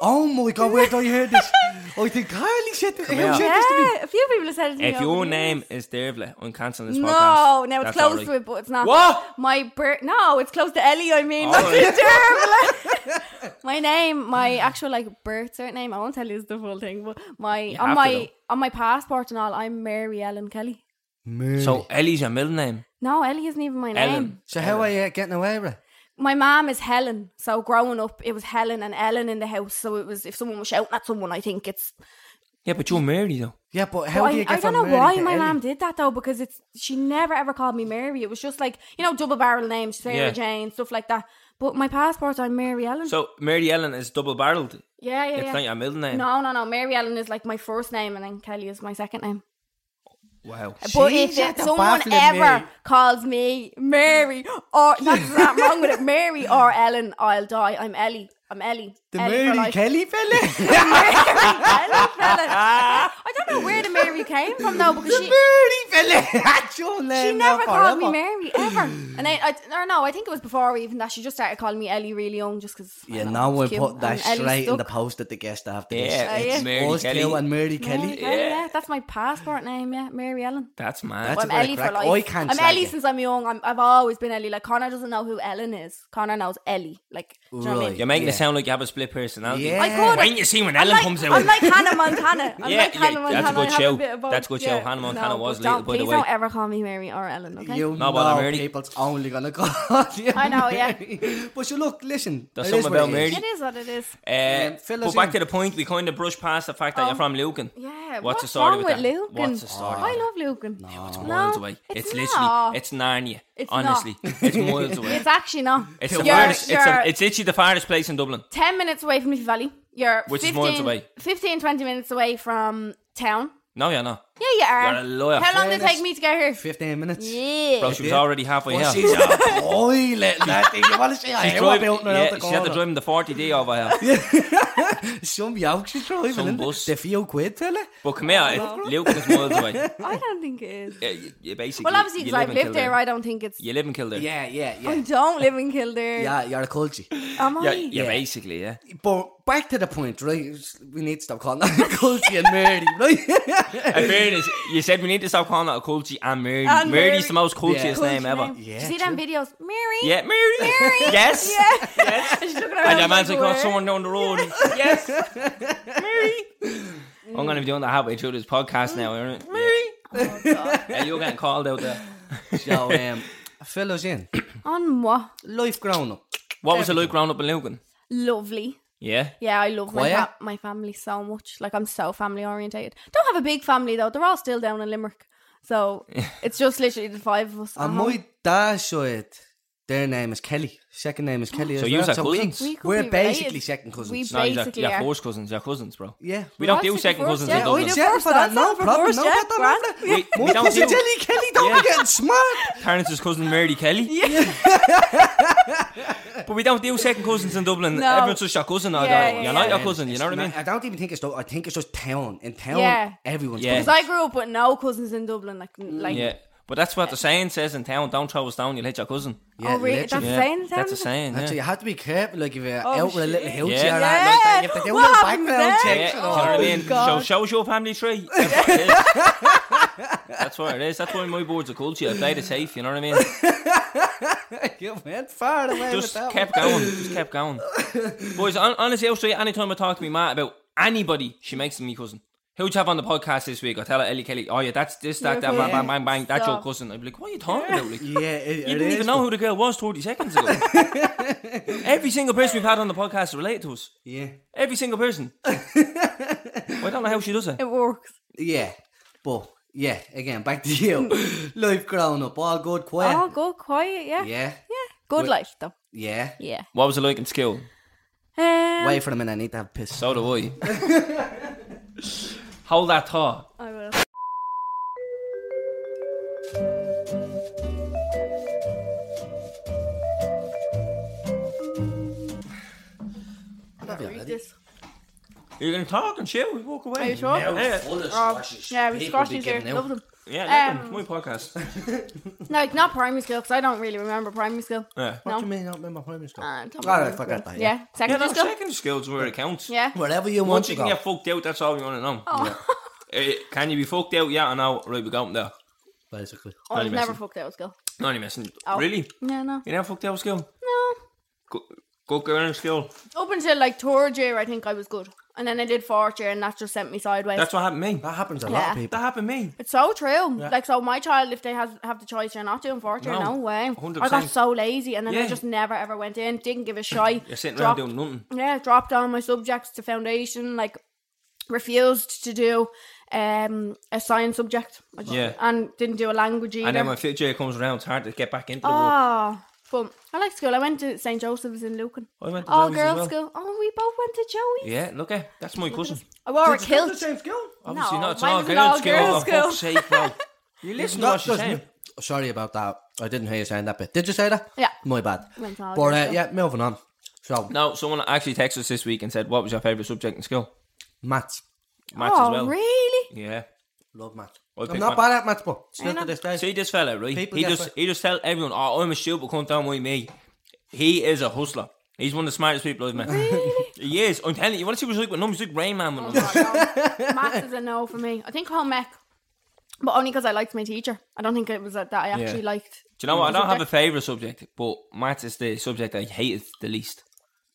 Speaker 4: Oh my god, where did I hear this? I think Carly said this. Who
Speaker 1: here.
Speaker 4: said this to me?
Speaker 5: Yeah, a few people have said it to me.
Speaker 1: If
Speaker 5: over
Speaker 1: your
Speaker 5: the
Speaker 1: name
Speaker 5: years.
Speaker 1: is Dervla, I'm cancelling this
Speaker 5: No,
Speaker 1: podcast.
Speaker 5: no, it's
Speaker 1: That's
Speaker 5: close
Speaker 1: alright.
Speaker 5: to it, but it's not.
Speaker 1: What?
Speaker 5: My birth. No, it's close to Ellie, I mean.
Speaker 1: All
Speaker 5: not
Speaker 1: right.
Speaker 5: to Dervla. my name, my actual like birth cert name, I won't tell you the full thing, but my
Speaker 1: have to,
Speaker 5: on my
Speaker 1: though.
Speaker 5: on my passport and all, I'm Mary Ellen Kelly.
Speaker 1: So Ellie's your middle name.
Speaker 5: No, Ellie isn't even my name.
Speaker 1: Ellen.
Speaker 4: So how are you getting away with it?
Speaker 5: My mom is Helen, so growing up it was Helen and Ellen in the house. So it was if someone was shouting at someone, I think it's.
Speaker 1: Yeah, but you're Mary though.
Speaker 4: Yeah, but
Speaker 5: But
Speaker 4: how do
Speaker 5: I,
Speaker 4: you get
Speaker 5: I don't
Speaker 4: from
Speaker 5: know
Speaker 4: Mary
Speaker 5: why
Speaker 4: to
Speaker 5: my
Speaker 4: Ellie?
Speaker 5: mom did that though, because it's she never ever called me Mary. It was just like you know double barrel names, Sarah
Speaker 1: Yeah.
Speaker 5: Jane, stuff like that. But my passport, I'm Mary Ellen.
Speaker 1: So Mary Ellen is double barreled.
Speaker 5: yeah, yeah,
Speaker 1: It's
Speaker 5: yeah.
Speaker 1: not your middle name.
Speaker 5: No, no, no. Mary Ellen is like my first name, and then Kelly is my second name.
Speaker 4: Wow.
Speaker 5: But
Speaker 4: She's
Speaker 5: if it-
Speaker 4: at the
Speaker 5: someone
Speaker 4: baffling
Speaker 5: ever
Speaker 4: me.
Speaker 5: calls me Mary or that's not wrong with it, Mary or Ellen, I'll die. I'm Ellie. I'm Ellie.
Speaker 4: The
Speaker 5: Ellie for
Speaker 4: Mary
Speaker 5: life.
Speaker 4: Kelly fella.
Speaker 5: Mary Ellen fella. I don't know where the Mary came from though because she
Speaker 4: Mary fella. That's your
Speaker 5: she
Speaker 4: name now
Speaker 5: never called me
Speaker 4: forever.
Speaker 5: Mary ever. And I, I or no, I think it was before even that she just started calling me Ellie really young just because
Speaker 4: Yeah, no one put that
Speaker 5: Ellie
Speaker 4: straight in the
Speaker 5: stuck.
Speaker 4: post at the guest after
Speaker 1: Yeah,
Speaker 5: it's
Speaker 4: this. It's
Speaker 1: Mary
Speaker 4: us
Speaker 1: Kelly.
Speaker 4: two and Mary
Speaker 5: Mary
Speaker 4: Kelly.
Speaker 5: Kelly, yeah. that's my passport name. Yeah, Mary Ellen.
Speaker 1: That's mad.
Speaker 4: That's
Speaker 5: Well, I'm
Speaker 4: a bit of
Speaker 5: Ellie for
Speaker 4: crack.
Speaker 5: life.
Speaker 4: I can't
Speaker 5: I'm
Speaker 4: slag
Speaker 5: Ellie
Speaker 4: it.
Speaker 5: since I'm young. I'm, I've always been Ellie. Like Connor doesn't know who Ellen is. Connor knows Ellie. Like, do you know what I
Speaker 4: Right.
Speaker 5: mean?
Speaker 1: You're making
Speaker 4: Yeah.
Speaker 1: it sound like you have a split personality.
Speaker 4: Yeah.
Speaker 5: I could.
Speaker 1: When you see when Ellen
Speaker 5: I'm like,
Speaker 1: comes out,
Speaker 5: I'm like Hannah Montana. I'm
Speaker 1: Yeah,
Speaker 5: like
Speaker 1: yeah,
Speaker 5: Hannah Montana.
Speaker 1: that's a good
Speaker 5: I have
Speaker 1: show.
Speaker 5: A bit of both.
Speaker 1: That's a good show.
Speaker 5: Yeah.
Speaker 1: Hannah Montana
Speaker 5: no,
Speaker 1: was
Speaker 5: but
Speaker 1: little,
Speaker 5: don't-
Speaker 1: by the
Speaker 5: Please
Speaker 1: way.
Speaker 5: don't ever call me Mary or Ellen. Okay.
Speaker 4: You
Speaker 1: No, but
Speaker 4: know
Speaker 1: I'm Mary.
Speaker 4: people's only gonna call you.
Speaker 5: I know, yeah.
Speaker 4: Mary. But you look, listen.
Speaker 1: There's
Speaker 4: it is
Speaker 1: something about
Speaker 4: what it
Speaker 1: Mary.
Speaker 4: is.
Speaker 5: it is what it is.
Speaker 1: Uh,
Speaker 4: Um, fill
Speaker 1: but
Speaker 4: us
Speaker 1: back
Speaker 4: in.
Speaker 1: to the point, we kind of brushed past the fact that you're from Lucan.
Speaker 5: Um, Yeah.
Speaker 1: What's
Speaker 5: What's,
Speaker 1: the story
Speaker 5: wrong
Speaker 1: with,
Speaker 5: with
Speaker 1: that?
Speaker 5: Lucan?
Speaker 1: What's the story? with
Speaker 5: I love Lucan. No,
Speaker 1: that? It's miles away. It's,
Speaker 5: it's not.
Speaker 1: literally, it's Narnia.
Speaker 5: It's not.
Speaker 1: Honestly, it's miles away.
Speaker 5: It's actually not.
Speaker 1: It's
Speaker 5: You're-
Speaker 1: the farthest. It's,
Speaker 5: you're-
Speaker 1: a, it's literally the farthest place in Dublin.
Speaker 5: 10 minutes away from Leafy Valley. You're
Speaker 1: Which is
Speaker 5: 15,
Speaker 1: miles away.
Speaker 5: 15, 20 minutes away from town.
Speaker 1: No, you're not.
Speaker 5: Yeah, you are.
Speaker 1: You're a liar.
Speaker 5: How long did it
Speaker 4: Fairness.
Speaker 5: take me to get here?
Speaker 4: Fifteen minutes.
Speaker 5: Yeah.
Speaker 1: Bro, she was
Speaker 4: Yeah.
Speaker 1: already halfway
Speaker 4: Well,
Speaker 1: here.
Speaker 4: she's a toilet, that thing. You want to see
Speaker 1: She's
Speaker 4: how
Speaker 1: driving-
Speaker 4: built her out
Speaker 1: yeah,
Speaker 4: the
Speaker 1: she had to
Speaker 4: corner?
Speaker 1: drive the 40D over here.
Speaker 4: Some yoke she's driving.
Speaker 1: Some
Speaker 4: isn't it?
Speaker 1: bus.
Speaker 4: The few quid, fella.
Speaker 1: But come here,
Speaker 5: no.
Speaker 1: it- Lucan is miles away.
Speaker 5: I don't think it is.
Speaker 1: Yeah, you, you basically.
Speaker 5: Well, obviously,
Speaker 1: you
Speaker 5: because I've
Speaker 1: in
Speaker 5: lived
Speaker 1: Kildare.
Speaker 5: there, I don't think it's.
Speaker 1: You live in Kildare.
Speaker 4: Yeah, yeah,
Speaker 5: I
Speaker 4: yeah.
Speaker 5: don't live in Kildare.
Speaker 4: Yeah, you're a culture.
Speaker 5: Am I?
Speaker 1: Yeah, yeah, basically, yeah.
Speaker 4: But back to the point, right? We need to stop calling that a culture and Mary, right?
Speaker 1: In fairness, you said we need to stop calling it a culture and Mary.
Speaker 5: And
Speaker 1: Mary's
Speaker 5: Mary.
Speaker 1: the most cultiest
Speaker 4: Yeah.
Speaker 5: Cool
Speaker 1: name ever.
Speaker 5: Do
Speaker 4: Yeah,
Speaker 5: you see them videos? Mary?
Speaker 1: Yeah, Mary. Yes.
Speaker 5: Yeah. She's looking around
Speaker 1: And your man's like,
Speaker 5: where?
Speaker 1: oh, someone down the road. yes. Mary. I'm going to be doing that halfway through this podcast now. aren't I? Mary.
Speaker 5: Oh, God.
Speaker 1: And you're getting called out there.
Speaker 4: So, um, fill us in.
Speaker 5: On what?
Speaker 4: Life grown up.
Speaker 1: What was it like growing up in Lucan?
Speaker 5: Lovely.
Speaker 1: Yeah.
Speaker 5: Yeah, I love my,
Speaker 4: Quiet.
Speaker 5: fa- my family so much. Like, I'm so family orientated. Don't have a big family, though. They're all still down in Limerick. So it's just literally the five of us. at
Speaker 4: And
Speaker 5: home.
Speaker 4: my dad's side, their name is Kelly. Second name is Kelly.
Speaker 1: So
Speaker 4: as
Speaker 1: you
Speaker 4: well.
Speaker 1: are
Speaker 4: we-
Speaker 1: cousins?
Speaker 5: We could
Speaker 4: We're
Speaker 5: be
Speaker 4: basically
Speaker 5: related.
Speaker 4: second cousins.
Speaker 5: We
Speaker 1: No, you're,
Speaker 5: basically
Speaker 1: you're
Speaker 5: are.
Speaker 1: first cousins. You're cousins, bro.
Speaker 4: yeah.
Speaker 1: We don't
Speaker 5: I'd
Speaker 1: do
Speaker 5: say
Speaker 1: second
Speaker 5: first,
Speaker 1: cousins
Speaker 5: yeah.
Speaker 1: in
Speaker 5: Oh, you
Speaker 1: Dublin.
Speaker 5: do
Speaker 4: yeah,
Speaker 5: first,
Speaker 4: for that,
Speaker 5: that's
Speaker 4: no
Speaker 5: it, for
Speaker 4: problem.
Speaker 5: first,
Speaker 4: no,
Speaker 5: yeah,
Speaker 4: but
Speaker 5: grand.
Speaker 4: don't
Speaker 1: We- we don't do-
Speaker 4: Kelly, Kelly, don't
Speaker 1: Yeah.
Speaker 4: be getting smart.
Speaker 1: Terrence's cousin Mary Kelly. but we don't do second cousins in Dublin.
Speaker 5: No.
Speaker 1: Everyone's just your cousin. or
Speaker 5: Yeah,
Speaker 1: they're-
Speaker 5: yeah,
Speaker 1: you're
Speaker 5: yeah.
Speaker 1: not your cousin. You know what I mean?
Speaker 4: I don't even think it's. I think it's just town. In town,
Speaker 5: Yeah.
Speaker 4: everyone's
Speaker 1: Yeah.
Speaker 5: Because I grew up with no cousins in Dublin. Like, like
Speaker 1: Yeah. But that's what the saying says in town. Don't throw us down. You'll hit your cousin.
Speaker 4: Yeah,
Speaker 5: oh, really? That's
Speaker 4: literally.
Speaker 5: a
Speaker 1: Yeah,
Speaker 5: saying.
Speaker 1: that's a
Speaker 5: Sam?
Speaker 1: saying.
Speaker 4: So you
Speaker 1: Yeah.
Speaker 4: have to be careful, like if you're
Speaker 5: Oh,
Speaker 4: out with a little
Speaker 5: shit.
Speaker 4: hoochie
Speaker 1: Yeah.
Speaker 4: or that, like that, you
Speaker 5: Yeah.
Speaker 4: have to do a
Speaker 5: What
Speaker 4: little
Speaker 5: happened
Speaker 4: background
Speaker 5: there?
Speaker 1: Yeah,
Speaker 4: checks.
Speaker 1: you
Speaker 4: and
Speaker 1: know
Speaker 4: all.
Speaker 1: what I
Speaker 5: Oh,
Speaker 1: mean? So
Speaker 5: God.
Speaker 1: shows your family tree. That's what it is. That's what it is. That's why my board's a culture. I played it safe. You know what I mean?
Speaker 4: you went far away with
Speaker 1: Just
Speaker 4: that.
Speaker 1: kept
Speaker 4: one.
Speaker 1: going. Just kept going. Boys, hon- honestly, I'll say anytime I talk to my mate about anybody, she makes them my cousin. Who'd you have on the podcast this week? I tell her Ellie Kelly. Oh yeah, that's this, that,
Speaker 5: Your
Speaker 1: that, bang, bang,
Speaker 5: cousin.
Speaker 1: bang, bang. That's your
Speaker 5: Stop.
Speaker 1: cousin. I'd be like, what are you talking about? Like,
Speaker 4: Yeah, it,
Speaker 1: You
Speaker 4: it
Speaker 1: didn't even
Speaker 4: is,
Speaker 1: know
Speaker 4: but-
Speaker 1: who the girl was 30 seconds ago. Every single person we've had on the podcast is related to us.
Speaker 4: Yeah,
Speaker 1: Every single person. Well, I don't know how she does it.
Speaker 5: It works.
Speaker 4: yeah, but yeah. Again, back to you. Life growing up, all good, quiet.
Speaker 5: Oh, go quiet. Yeah.
Speaker 4: Yeah,
Speaker 5: Yeah. Good
Speaker 4: Wait.
Speaker 5: life, though.
Speaker 4: yeah.
Speaker 5: Yeah.
Speaker 1: What was it like in school?
Speaker 5: Um,
Speaker 4: Wait for a minute. I need to have piss.
Speaker 1: So do I. Hold that thought.
Speaker 5: I will. Read this.
Speaker 1: You're going to talk and shit. We walk away.
Speaker 5: Are you sure?
Speaker 1: Yeah,
Speaker 5: Oh, yeah, we squashes here. Love them.
Speaker 1: yeah let
Speaker 5: Um,
Speaker 1: them. It's my podcast.
Speaker 5: No, like not primary school because I don't really remember primary school.
Speaker 1: Yeah.
Speaker 5: No.
Speaker 4: Uh, What do you mean? I don't remember primary school.
Speaker 5: Uh, don't
Speaker 4: Alright,
Speaker 5: remember
Speaker 4: fuck
Speaker 5: primary
Speaker 4: that,
Speaker 5: school.
Speaker 4: yeah.
Speaker 5: Yeah,
Speaker 1: Yeah,
Speaker 5: secondary
Speaker 1: no,
Speaker 5: school.
Speaker 1: second skills where it counts.
Speaker 5: Yeah.
Speaker 4: Wherever you want
Speaker 1: Once
Speaker 4: to
Speaker 1: you can
Speaker 4: go.
Speaker 1: get fucked out, that's all you want to know.
Speaker 5: Oh,
Speaker 1: Eh, can you be fucked out? Yeah, I know. Right, we got there.
Speaker 4: Basically.
Speaker 5: I was
Speaker 1: Only
Speaker 5: never
Speaker 1: messing.
Speaker 5: fucked out at school.
Speaker 1: No, you missing.
Speaker 5: Oh.
Speaker 1: Really?
Speaker 5: Yeah, no,
Speaker 1: You never fucked out with school?
Speaker 5: no.
Speaker 1: Go, go girl in school.
Speaker 5: Up until like third year, I think I was good, and then I did fourth year, and that just sent me sideways.
Speaker 1: That's what happened to me.
Speaker 4: That happens to a lot of
Speaker 5: Yeah.
Speaker 4: people.
Speaker 1: That happened to me.
Speaker 5: It's so true. Like, so my child, if they has, have the choice, you're not doing fortune.
Speaker 1: No,
Speaker 5: No, way.
Speaker 1: 100%.
Speaker 5: I got so lazy, and then
Speaker 1: Yeah.
Speaker 5: I just never ever went in. Didn't give a shite.
Speaker 1: You're sitting
Speaker 5: dropped,
Speaker 1: around doing nothing.
Speaker 5: Yeah, dropped all my subjects to foundation. Like, refused to do um a science subject. I just-
Speaker 1: Yeah.
Speaker 5: and didn't do a language either.
Speaker 1: And then when fifth year comes around, it's hard to get back into the work.
Speaker 5: oh. But I like school. I went to St. Joseph's in Lucan.
Speaker 1: I went to
Speaker 5: All
Speaker 1: Joey's as
Speaker 5: girls
Speaker 1: well.
Speaker 5: school. Oh, we both went to Joey's.
Speaker 1: Yeah, look at that's my cousin.
Speaker 5: I wore a
Speaker 4: Did you go to
Speaker 5: kilt.
Speaker 4: the same school?
Speaker 1: Obviously
Speaker 5: No,
Speaker 1: not. It's
Speaker 5: mine
Speaker 1: all
Speaker 5: was an
Speaker 1: girls'
Speaker 5: all-girls
Speaker 1: school. For fuck's sake, bro. You
Speaker 4: It's
Speaker 1: listen to
Speaker 4: not
Speaker 1: what she's
Speaker 4: just
Speaker 1: saying.
Speaker 4: me- Oh, Sorry about that. I didn't hear you saying that bit. Did you say that?
Speaker 5: Yeah.
Speaker 4: My bad.
Speaker 5: Went all
Speaker 4: But uh,
Speaker 5: over.
Speaker 4: yeah, moving on. So,
Speaker 1: No, someone actually texted us this week and said, "What was your favourite subject in school?"
Speaker 4: maths.
Speaker 1: Maths
Speaker 5: oh,
Speaker 1: as well.
Speaker 5: really?
Speaker 1: Yeah.
Speaker 4: Love maths.
Speaker 1: I
Speaker 4: I'm
Speaker 1: pick
Speaker 4: not
Speaker 1: maths.
Speaker 4: bad at maths, but still
Speaker 5: Ain't
Speaker 4: to
Speaker 5: I?
Speaker 4: this day.
Speaker 1: See this fella, right?
Speaker 4: People
Speaker 1: he
Speaker 4: get
Speaker 1: just
Speaker 4: fed-
Speaker 1: he just tell everyone, "Oh, I'm a stupid, come down with me." He is a hustler. He's one of the smartest people I've met. Really? he is. I'm telling you. You want to see what he's like with numbers? He's like Rain Man with
Speaker 5: Oh,
Speaker 1: numbers.
Speaker 5: God, no. Maths is a no for me. I think home ec, but only because I liked my teacher. I don't think it was that, that I actually liked.
Speaker 1: Do you know what? I
Speaker 5: the
Speaker 1: don't have a
Speaker 5: subject.
Speaker 1: favourite subject, but maths is the subject I hated the least.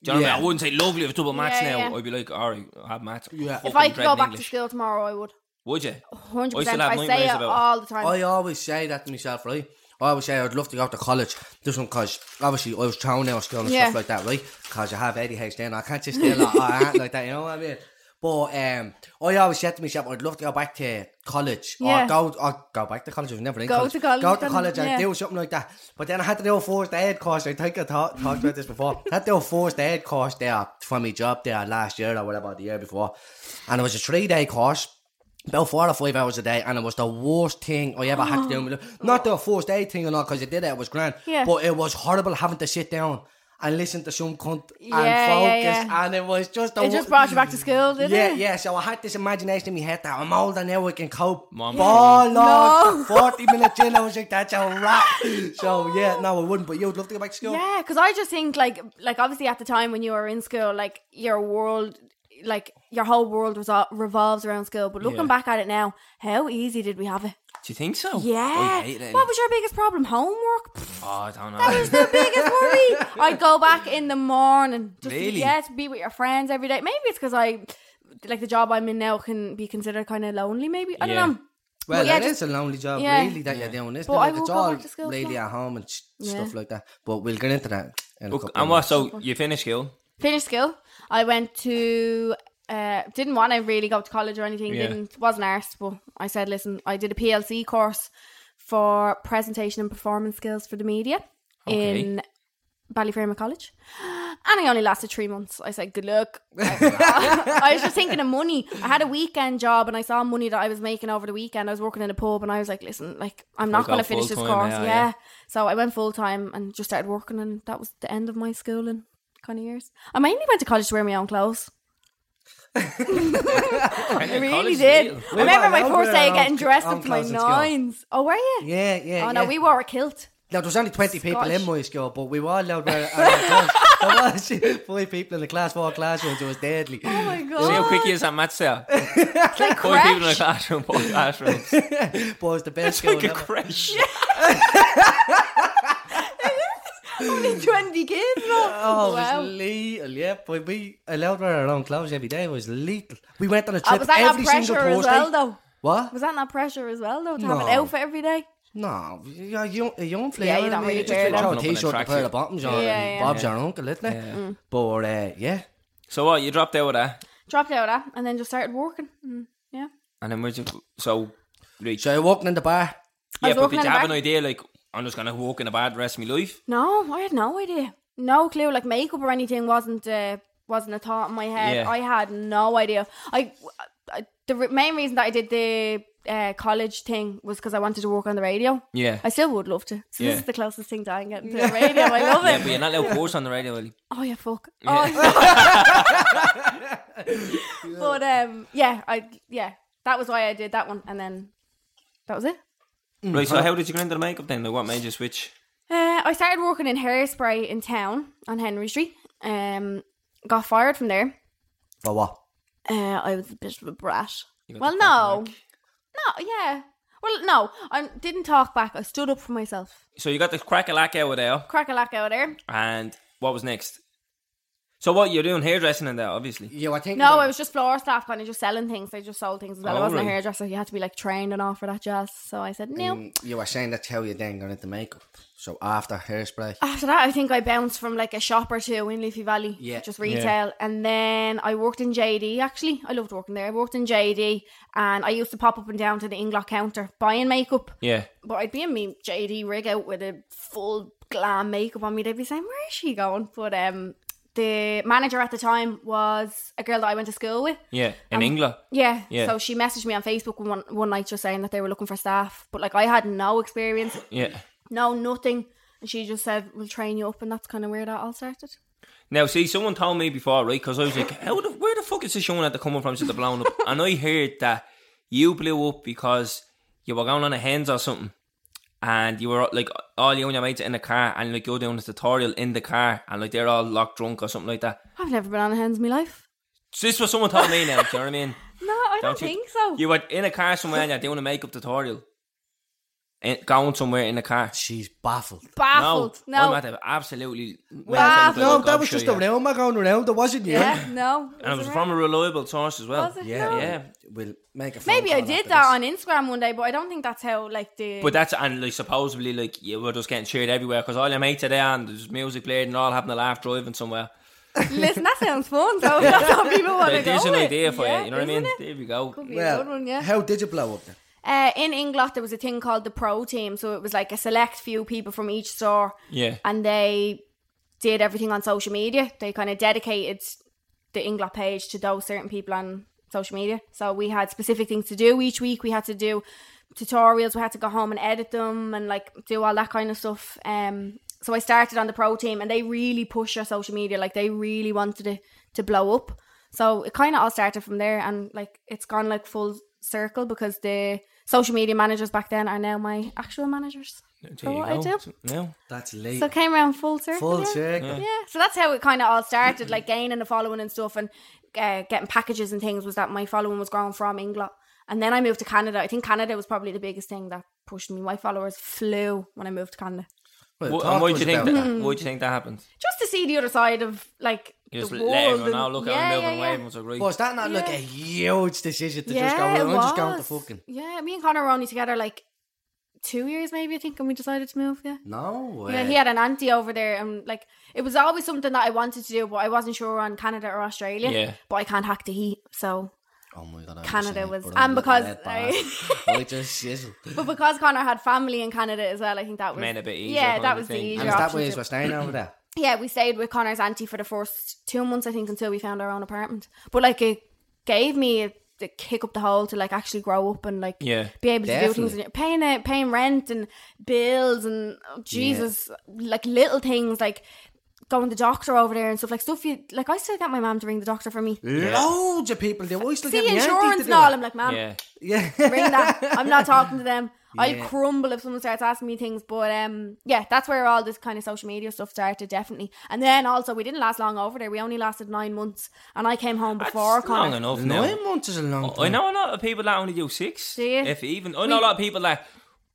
Speaker 1: Do you know what I
Speaker 4: Yeah.
Speaker 1: mean? I wouldn't say lovely if it's double maths
Speaker 5: Yeah,
Speaker 1: now.
Speaker 5: yeah.
Speaker 1: I'd be like, all right, I have maths.
Speaker 4: Yeah.
Speaker 5: If I could
Speaker 1: fucking
Speaker 5: go
Speaker 1: dread
Speaker 5: back to
Speaker 1: English.
Speaker 5: school tomorrow, I would.
Speaker 1: Would you?
Speaker 5: 100%.
Speaker 1: I still have
Speaker 5: I say
Speaker 1: nightmares
Speaker 5: it
Speaker 1: about Oh, it.
Speaker 5: all the time.
Speaker 4: I always say that to myself, right? I always say I'd love to go to college, just because obviously I was thrown out of school and
Speaker 5: Yeah.
Speaker 4: stuff like that, right? Because I have ADHD and I can't just stay like, oh, I ain't like that, you know what I mean? But um, I always said to myself, I'd love to go back to college
Speaker 5: Yeah.
Speaker 4: or go or go back to college. I've never in
Speaker 5: Go to college
Speaker 4: go to
Speaker 5: and-
Speaker 4: college and
Speaker 5: yeah.
Speaker 4: do something like that. But then I had to do a forced aid course. I think I talked talked about this before. I had to do a forced aid course there for my job there last year or whatever the year before, and it was a three day course about four or five hours a day, and it was the worst thing I ever had to do. in my life. Not the first day thing and all, because I did it, it was grand.
Speaker 5: Oh. Yeah.
Speaker 4: But it was horrible having to sit down and listen to some cunt and
Speaker 5: Yeah, yeah,
Speaker 4: focus,
Speaker 5: yeah.
Speaker 4: and it was just the
Speaker 5: It just
Speaker 4: wor-
Speaker 5: brought you back to school, didn't
Speaker 4: yeah,
Speaker 5: it?
Speaker 4: yeah. So I had this imagination in my head that I'm older now, I can cope.
Speaker 1: Mom.
Speaker 4: Ball
Speaker 5: No.
Speaker 4: 40 minutes in, I was like, that's a wrap. So yeah, no, I wouldn't, but you would love to go back to school.
Speaker 5: Yeah, because I just think like like obviously at the time when you were in school, like your world, like your whole world was all, revolves around school. But looking
Speaker 1: Yeah.
Speaker 5: back at it now, how easy did we have it?
Speaker 1: Do you think so? I
Speaker 5: oh, Yeah.
Speaker 1: hate it.
Speaker 5: What was your biggest problem? Homework. Pff,
Speaker 1: Oh, I don't know.
Speaker 5: That was the biggest worry. I'd go back in the morning. Just To,
Speaker 1: Really?
Speaker 5: yeah, to be with your friends every day. Maybe it's because I, like the job I'm in now, can be considered kind of lonely. Maybe I
Speaker 1: Yeah.
Speaker 5: don't know.
Speaker 4: Well,
Speaker 5: But yeah,
Speaker 4: that is
Speaker 5: just-
Speaker 4: a lonely job,
Speaker 5: yeah.
Speaker 4: really, that you're doing, isn't it?
Speaker 5: But I
Speaker 4: Like,
Speaker 5: will
Speaker 4: it's
Speaker 5: go
Speaker 4: all
Speaker 5: back to school
Speaker 4: really
Speaker 5: tomorrow.
Speaker 4: at home and sh-
Speaker 5: Yeah.
Speaker 4: stuff like that. But we'll get into that. In a
Speaker 1: Okay,
Speaker 4: couple of
Speaker 1: and
Speaker 4: minutes.
Speaker 1: what? So you finished school?
Speaker 5: finished school. I went to uh, didn't want to really go to college or anything.
Speaker 1: Yeah.
Speaker 5: Didn't wasn't arsed, but I said, listen, I did a PLC course for presentation and performance skills for the media
Speaker 1: Okay.
Speaker 5: in Ballyferma College, and I only lasted three months. I said, good luck. I was just thinking of money. I had a weekend job, and I saw money that I was making over the weekend. I was working in a pub, and I was like, listen, like I'm not
Speaker 1: go
Speaker 5: going to finish this
Speaker 1: full-time
Speaker 5: course.
Speaker 1: now,
Speaker 5: yeah.
Speaker 1: yeah.
Speaker 5: So I went full time and just started working, and that was the end of my schooling kind of years. I mainly went to college to wear my own clothes. I really did. I remember
Speaker 4: were
Speaker 5: my
Speaker 4: allowed to wear
Speaker 5: first day
Speaker 4: our
Speaker 5: getting
Speaker 4: own-
Speaker 5: dressed
Speaker 4: own
Speaker 5: up to my
Speaker 4: clothes in school.
Speaker 5: nines. Oh, were you?
Speaker 4: Yeah, yeah.
Speaker 5: Oh no,
Speaker 4: yeah.
Speaker 5: we wore a kilt.
Speaker 4: Now, there was only 20 people
Speaker 5: Scottish.
Speaker 4: in my school, but we were all allowed wearing our clothes. There was five people in the class, four classrooms. It was deadly.
Speaker 5: Oh my god!
Speaker 1: See how quick he is at maths there. Four people in a classroom, four classrooms.
Speaker 4: But it was the best
Speaker 1: It's
Speaker 4: school
Speaker 1: like a
Speaker 4: ever.
Speaker 1: crash.
Speaker 5: Only twenty kids.
Speaker 4: Oh,
Speaker 5: Oh,
Speaker 4: it
Speaker 5: wow.
Speaker 4: was lethal, yeah. But we allowed wear our own clothes every day. It was lethal. We went on a
Speaker 5: Oh,
Speaker 4: trip
Speaker 5: was that not
Speaker 4: every
Speaker 5: pressure
Speaker 4: single Thursday.
Speaker 5: as well, though?
Speaker 4: What?
Speaker 5: Was that not pressure as well, though, to have an
Speaker 4: No.
Speaker 5: outfit every day?
Speaker 4: No, you're a young, a young fella.
Speaker 5: Yeah, you
Speaker 4: know
Speaker 5: don't
Speaker 4: what I mean?
Speaker 5: really
Speaker 4: You
Speaker 5: care,
Speaker 4: just
Speaker 1: though.
Speaker 4: throw
Speaker 1: Up
Speaker 4: a
Speaker 1: in a
Speaker 4: t-shirt, and a
Speaker 1: tracksuit.
Speaker 4: pair of bottoms on,
Speaker 5: Yeah,
Speaker 4: and
Speaker 5: yeah. Mm.
Speaker 4: Bob's your uncle, isn't it?
Speaker 1: Yeah.
Speaker 4: But uh, yeah,
Speaker 1: So what? You dropped out of that,
Speaker 5: Dropped out of that and then just started working. Mm, yeah.
Speaker 1: and then where'd you? So, reach.
Speaker 4: so you're walking in the bar.
Speaker 5: I
Speaker 1: Yeah,
Speaker 5: was
Speaker 1: but did
Speaker 5: walking
Speaker 1: you
Speaker 5: in the
Speaker 1: have
Speaker 5: back-
Speaker 1: an idea? Like, I'm just gonna walk in a bad rest of my life.
Speaker 5: No, I had no idea. No clue. Like makeup or anything wasn't uh, wasn't a thought in my head.
Speaker 1: Yeah.
Speaker 5: I had no idea. I, I the re- main reason that I did the uh, college thing was because I wanted to work on the radio.
Speaker 1: Yeah.
Speaker 5: I still would love to. So
Speaker 1: Yeah.
Speaker 5: this is the closest thing that I can get to the radio. I love
Speaker 1: Yeah,
Speaker 5: it.
Speaker 1: but you're not allowed to post on the radio. Ellie.
Speaker 5: Oh yeah, fuck. Oh, yeah. but um, yeah, I yeah, that was why I did that one, and then that was it.
Speaker 1: Right. So, how did you get into the makeup then? Like, what made you switch?
Speaker 5: Uh, I started working in hairspray in town on Henry Street. Um, got fired from there.
Speaker 4: But what?
Speaker 5: Uh, I was a bit of a brat.
Speaker 1: got
Speaker 5: Well,
Speaker 1: the
Speaker 5: no,
Speaker 1: crack back.
Speaker 5: no, yeah. Well, no, I didn't talk back. I stood up for myself.
Speaker 1: So you got the crack a lack out of there,
Speaker 5: Crack a lack out there.
Speaker 1: and what was next? So what you're doing hairdressing and that, obviously.
Speaker 4: Yeah, I think
Speaker 5: No,
Speaker 4: that-
Speaker 5: I was just floor staff, kind of just selling things. I just sold things as well. I
Speaker 1: Oh,
Speaker 5: wasn't
Speaker 1: right.
Speaker 5: a hairdresser. You had to be like trained and all for that jazz. So I said no.
Speaker 4: Mm, You were saying that's how you then got into makeup. So after hairspray,
Speaker 5: After that, I think I bounced from like a shop or two in Leafy Valley,
Speaker 4: Yeah.
Speaker 5: just retail, and then I worked in JD. Actually, I loved working there. I worked in JD, and I used to pop up and down to the Inglock counter buying makeup.
Speaker 1: Yeah.
Speaker 5: But I'd be in me JD rig out with a full glam makeup on me. They'd be saying, "Where is she going?" But um, the manager at the time was a girl that I went to school with.
Speaker 1: Yeah, in England.
Speaker 5: Yeah.
Speaker 1: Yeah.
Speaker 5: So she messaged me on Facebook one one night just saying that they were looking for staff, but like I had no experience,
Speaker 1: Yeah.
Speaker 5: no nothing, and she just said we'll train you up, and that's kind of where that all started.
Speaker 1: Now, see, someone told me before, right? Because I was like, "How the where the fuck is this showing that they're coming from?" Since they're blown up, and I heard that you blew up because you were going on a hens or something, and you were like all you and your mates in the car, and like you're doing a tutorial in the car, and like they're all locked drunk or something like that.
Speaker 5: I've never been on a hands in my life.
Speaker 1: So this is what someone told me now. do you know what I mean?
Speaker 5: No, I don't,
Speaker 1: you-
Speaker 5: think so.
Speaker 1: You were in a car somewhere, and you're doing a makeup tutorial, in, going somewhere in the car.
Speaker 4: She's baffled.
Speaker 5: Baffled. No.
Speaker 1: I'm at the- absolutely.
Speaker 5: Baffled.
Speaker 4: No,
Speaker 1: I'll
Speaker 4: that was
Speaker 1: show
Speaker 4: just
Speaker 1: you.
Speaker 4: a rumor going around. It wasn't you.
Speaker 5: yeah. No.
Speaker 1: And it was
Speaker 5: it
Speaker 1: from a reliable source as well.
Speaker 5: Was it?
Speaker 1: Yeah,
Speaker 5: No.
Speaker 1: yeah.
Speaker 4: Um, We'll make a phone
Speaker 5: Maybe I
Speaker 4: call
Speaker 5: did
Speaker 4: after
Speaker 5: that
Speaker 4: this.
Speaker 5: on Instagram one day, but I don't think that's how like the.
Speaker 1: But that's and like supposedly like you were just getting cheered everywhere because all your mates are there and there's music playing and all having a laugh driving somewhere.
Speaker 5: Listen, that sounds fun. So that's how people want to
Speaker 1: Like,
Speaker 5: go.
Speaker 1: there's an
Speaker 5: with.
Speaker 1: idea for
Speaker 5: Yeah,
Speaker 1: you. You know what I mean?
Speaker 5: isn't it?
Speaker 1: There we go.
Speaker 5: Could be a
Speaker 4: Well,
Speaker 5: good one, yeah.
Speaker 4: how did you blow up then?
Speaker 5: Uh, in England, there was a thing called the pro team, so it was like a select few people from each store,
Speaker 1: Yeah.
Speaker 5: and they did everything on social media. They kind of dedicated the England page to those certain people on social media. So we had specific things to do each week. We had to do tutorials. We had to go home and edit them and like do all that kind of stuff. Um, so I started on the pro team, and they really pushed our social media. Like they really wanted it to blow up. So it kind of all started from there, and like it's gone like full circle because the social media managers back then are now my actual managers.
Speaker 1: There you
Speaker 5: what I
Speaker 1: go.
Speaker 5: do.
Speaker 1: No.
Speaker 4: That's late.
Speaker 5: So it came around full circle.
Speaker 4: Full
Speaker 5: yeah.
Speaker 4: circle.
Speaker 5: Yeah, so that's how it kind of all started, like gaining a following and stuff, and uh, getting packages and things. Was that my following was growing from England, and then I moved to Canada. I think Canada was probably the biggest thing that pushed me. My followers flew when I moved to Canada,
Speaker 4: Well,
Speaker 1: Wha-
Speaker 4: talk
Speaker 1: and why
Speaker 4: to
Speaker 1: do
Speaker 4: us
Speaker 1: you think
Speaker 4: about
Speaker 1: that? Why do you think that happened?
Speaker 5: just to see the other side of like
Speaker 1: You just
Speaker 5: the
Speaker 1: let everyone
Speaker 5: world.
Speaker 1: know.
Speaker 5: and-
Speaker 1: Look,
Speaker 5: yeah,
Speaker 1: I'm moving
Speaker 5: yeah,
Speaker 1: away.
Speaker 5: yeah.
Speaker 1: Everyone's agree.
Speaker 4: Was that not like
Speaker 5: Yeah.
Speaker 4: a huge decision to just go,
Speaker 5: Yeah,
Speaker 4: well,
Speaker 1: "Oh,
Speaker 5: it
Speaker 4: I'm just going to
Speaker 5: was.
Speaker 4: fucking.
Speaker 5: Yeah, me and Connor were only together like two years, maybe I think, and we decided to move. Yeah.
Speaker 4: No way.
Speaker 5: Yeah, he had an auntie over there, and like it was always something that I wanted to do, but I wasn't sure on Canada or Australia.
Speaker 1: Yeah.
Speaker 5: But I can't hack the heat, so
Speaker 4: oh my God, I
Speaker 5: Canada
Speaker 4: saying,
Speaker 5: was-
Speaker 4: but
Speaker 5: and
Speaker 4: I'm not
Speaker 5: because
Speaker 4: that
Speaker 5: I-
Speaker 4: bad. I just sizzle.
Speaker 5: but because Connor had family in Canada as well, I think that was
Speaker 1: Made it a bit easier
Speaker 5: Yeah,
Speaker 1: kind
Speaker 5: that
Speaker 1: of
Speaker 5: was the
Speaker 1: thing.
Speaker 5: easier
Speaker 4: And is that
Speaker 5: option
Speaker 4: where
Speaker 5: to-
Speaker 4: you were staying over there?
Speaker 5: Yeah, we stayed with Connor's auntie for the first two months, I think, until we found our own apartment. But like it gave me a, the kick up the hole to like actually grow up and like
Speaker 1: Yeah.
Speaker 5: be able to do
Speaker 4: Definitely.
Speaker 5: things, and paying it, paying rent and bills and oh, Jesus, like little things like going to the doctor over there and stuff like stuff. You like I still get my mum to ring the doctor for me.
Speaker 4: Loads of people do. Why still
Speaker 5: See
Speaker 4: get me auntie to
Speaker 5: insurance
Speaker 4: do
Speaker 5: and all.
Speaker 4: it?
Speaker 5: I'm like, mum,
Speaker 1: Yeah.
Speaker 4: Yeah.
Speaker 5: ring that. I'm not talking to them. I'll
Speaker 4: Yeah.
Speaker 5: crumble if someone starts asking me things. But um, yeah, that's where all this kind of social media stuff started, definitely. And then also, we didn't last long over there. We only lasted nine months, and I came home
Speaker 1: That's
Speaker 5: before
Speaker 1: long
Speaker 5: Connor.
Speaker 1: enough now.
Speaker 4: Nine months is a long time.
Speaker 1: Oh, I know a lot of people that only do six.
Speaker 5: Mm. Do you?
Speaker 1: If even I know a lot of people that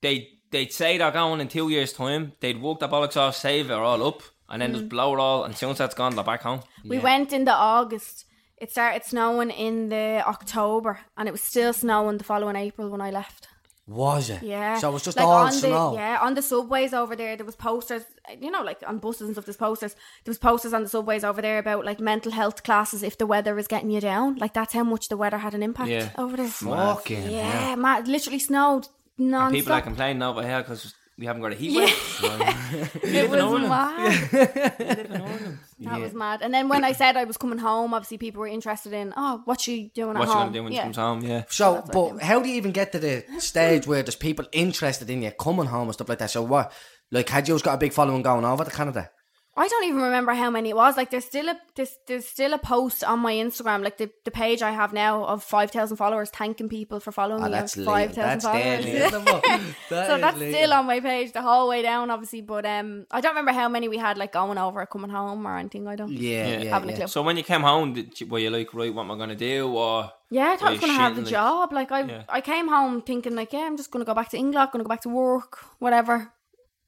Speaker 1: they they'd say they're going in two years' time. They'd walk the bollocks off, save it all up, and then
Speaker 5: Mm.
Speaker 1: just blow it all. And soon as that's gone, they're back home.
Speaker 5: We went into August. It started snowing in the October, and it was still snowing the following April when I left.
Speaker 4: Was it?
Speaker 5: Yeah.
Speaker 4: So it was just
Speaker 5: Like,
Speaker 4: all
Speaker 5: on the-
Speaker 4: snow.
Speaker 5: yeah, on the subways over there, there was posters, you know, like on buses and stuff, there's posters. There was posters on the subways over there about like mental health classes if the weather is getting you down. Like that's how much the weather had an impact
Speaker 1: Yeah.
Speaker 5: over there.
Speaker 4: Fucking
Speaker 5: Yeah, ma literally snowed non
Speaker 1: People are complaining over here because we haven't got a heat
Speaker 5: Yeah.
Speaker 1: wave.
Speaker 5: it was
Speaker 1: Ireland.
Speaker 5: mad. that was mad. And then when I said I was coming home, obviously people were interested in, oh, what's she doing at
Speaker 1: What you
Speaker 5: home?
Speaker 1: gonna do when she comes home? Yeah.
Speaker 4: So, but how do you even get to the stage where there's people interested in you coming home and stuff like that? So what? Like, had you got a big following going over to Canada? Ah,
Speaker 5: I don't even remember how many it was. Like there's still a there's, there's still a post on my Instagram, like the, the page I have now of five thousand followers, thanking people for following
Speaker 4: Oh,
Speaker 5: me.
Speaker 4: that's
Speaker 5: of
Speaker 4: late.
Speaker 5: five thousand
Speaker 4: That's
Speaker 5: followers.
Speaker 4: deadly. isn't it? That
Speaker 5: so
Speaker 4: is
Speaker 5: that's
Speaker 4: late.
Speaker 5: still on my page the whole way down, obviously. But um, I don't remember how many we had like going over, coming home, or anything. I don't.
Speaker 4: Yeah, yeah,
Speaker 5: Having a
Speaker 4: yeah.
Speaker 5: clue.
Speaker 1: So when you came home, did you, were you like, right, what am I gonna do? Or
Speaker 5: Yeah, I thought I was
Speaker 1: Were you
Speaker 5: gonna have a
Speaker 1: shitting, like-
Speaker 5: job. Like I,
Speaker 1: Yeah.
Speaker 5: I came home thinking like, yeah, I'm just gonna go back to England, gonna go back to work, whatever.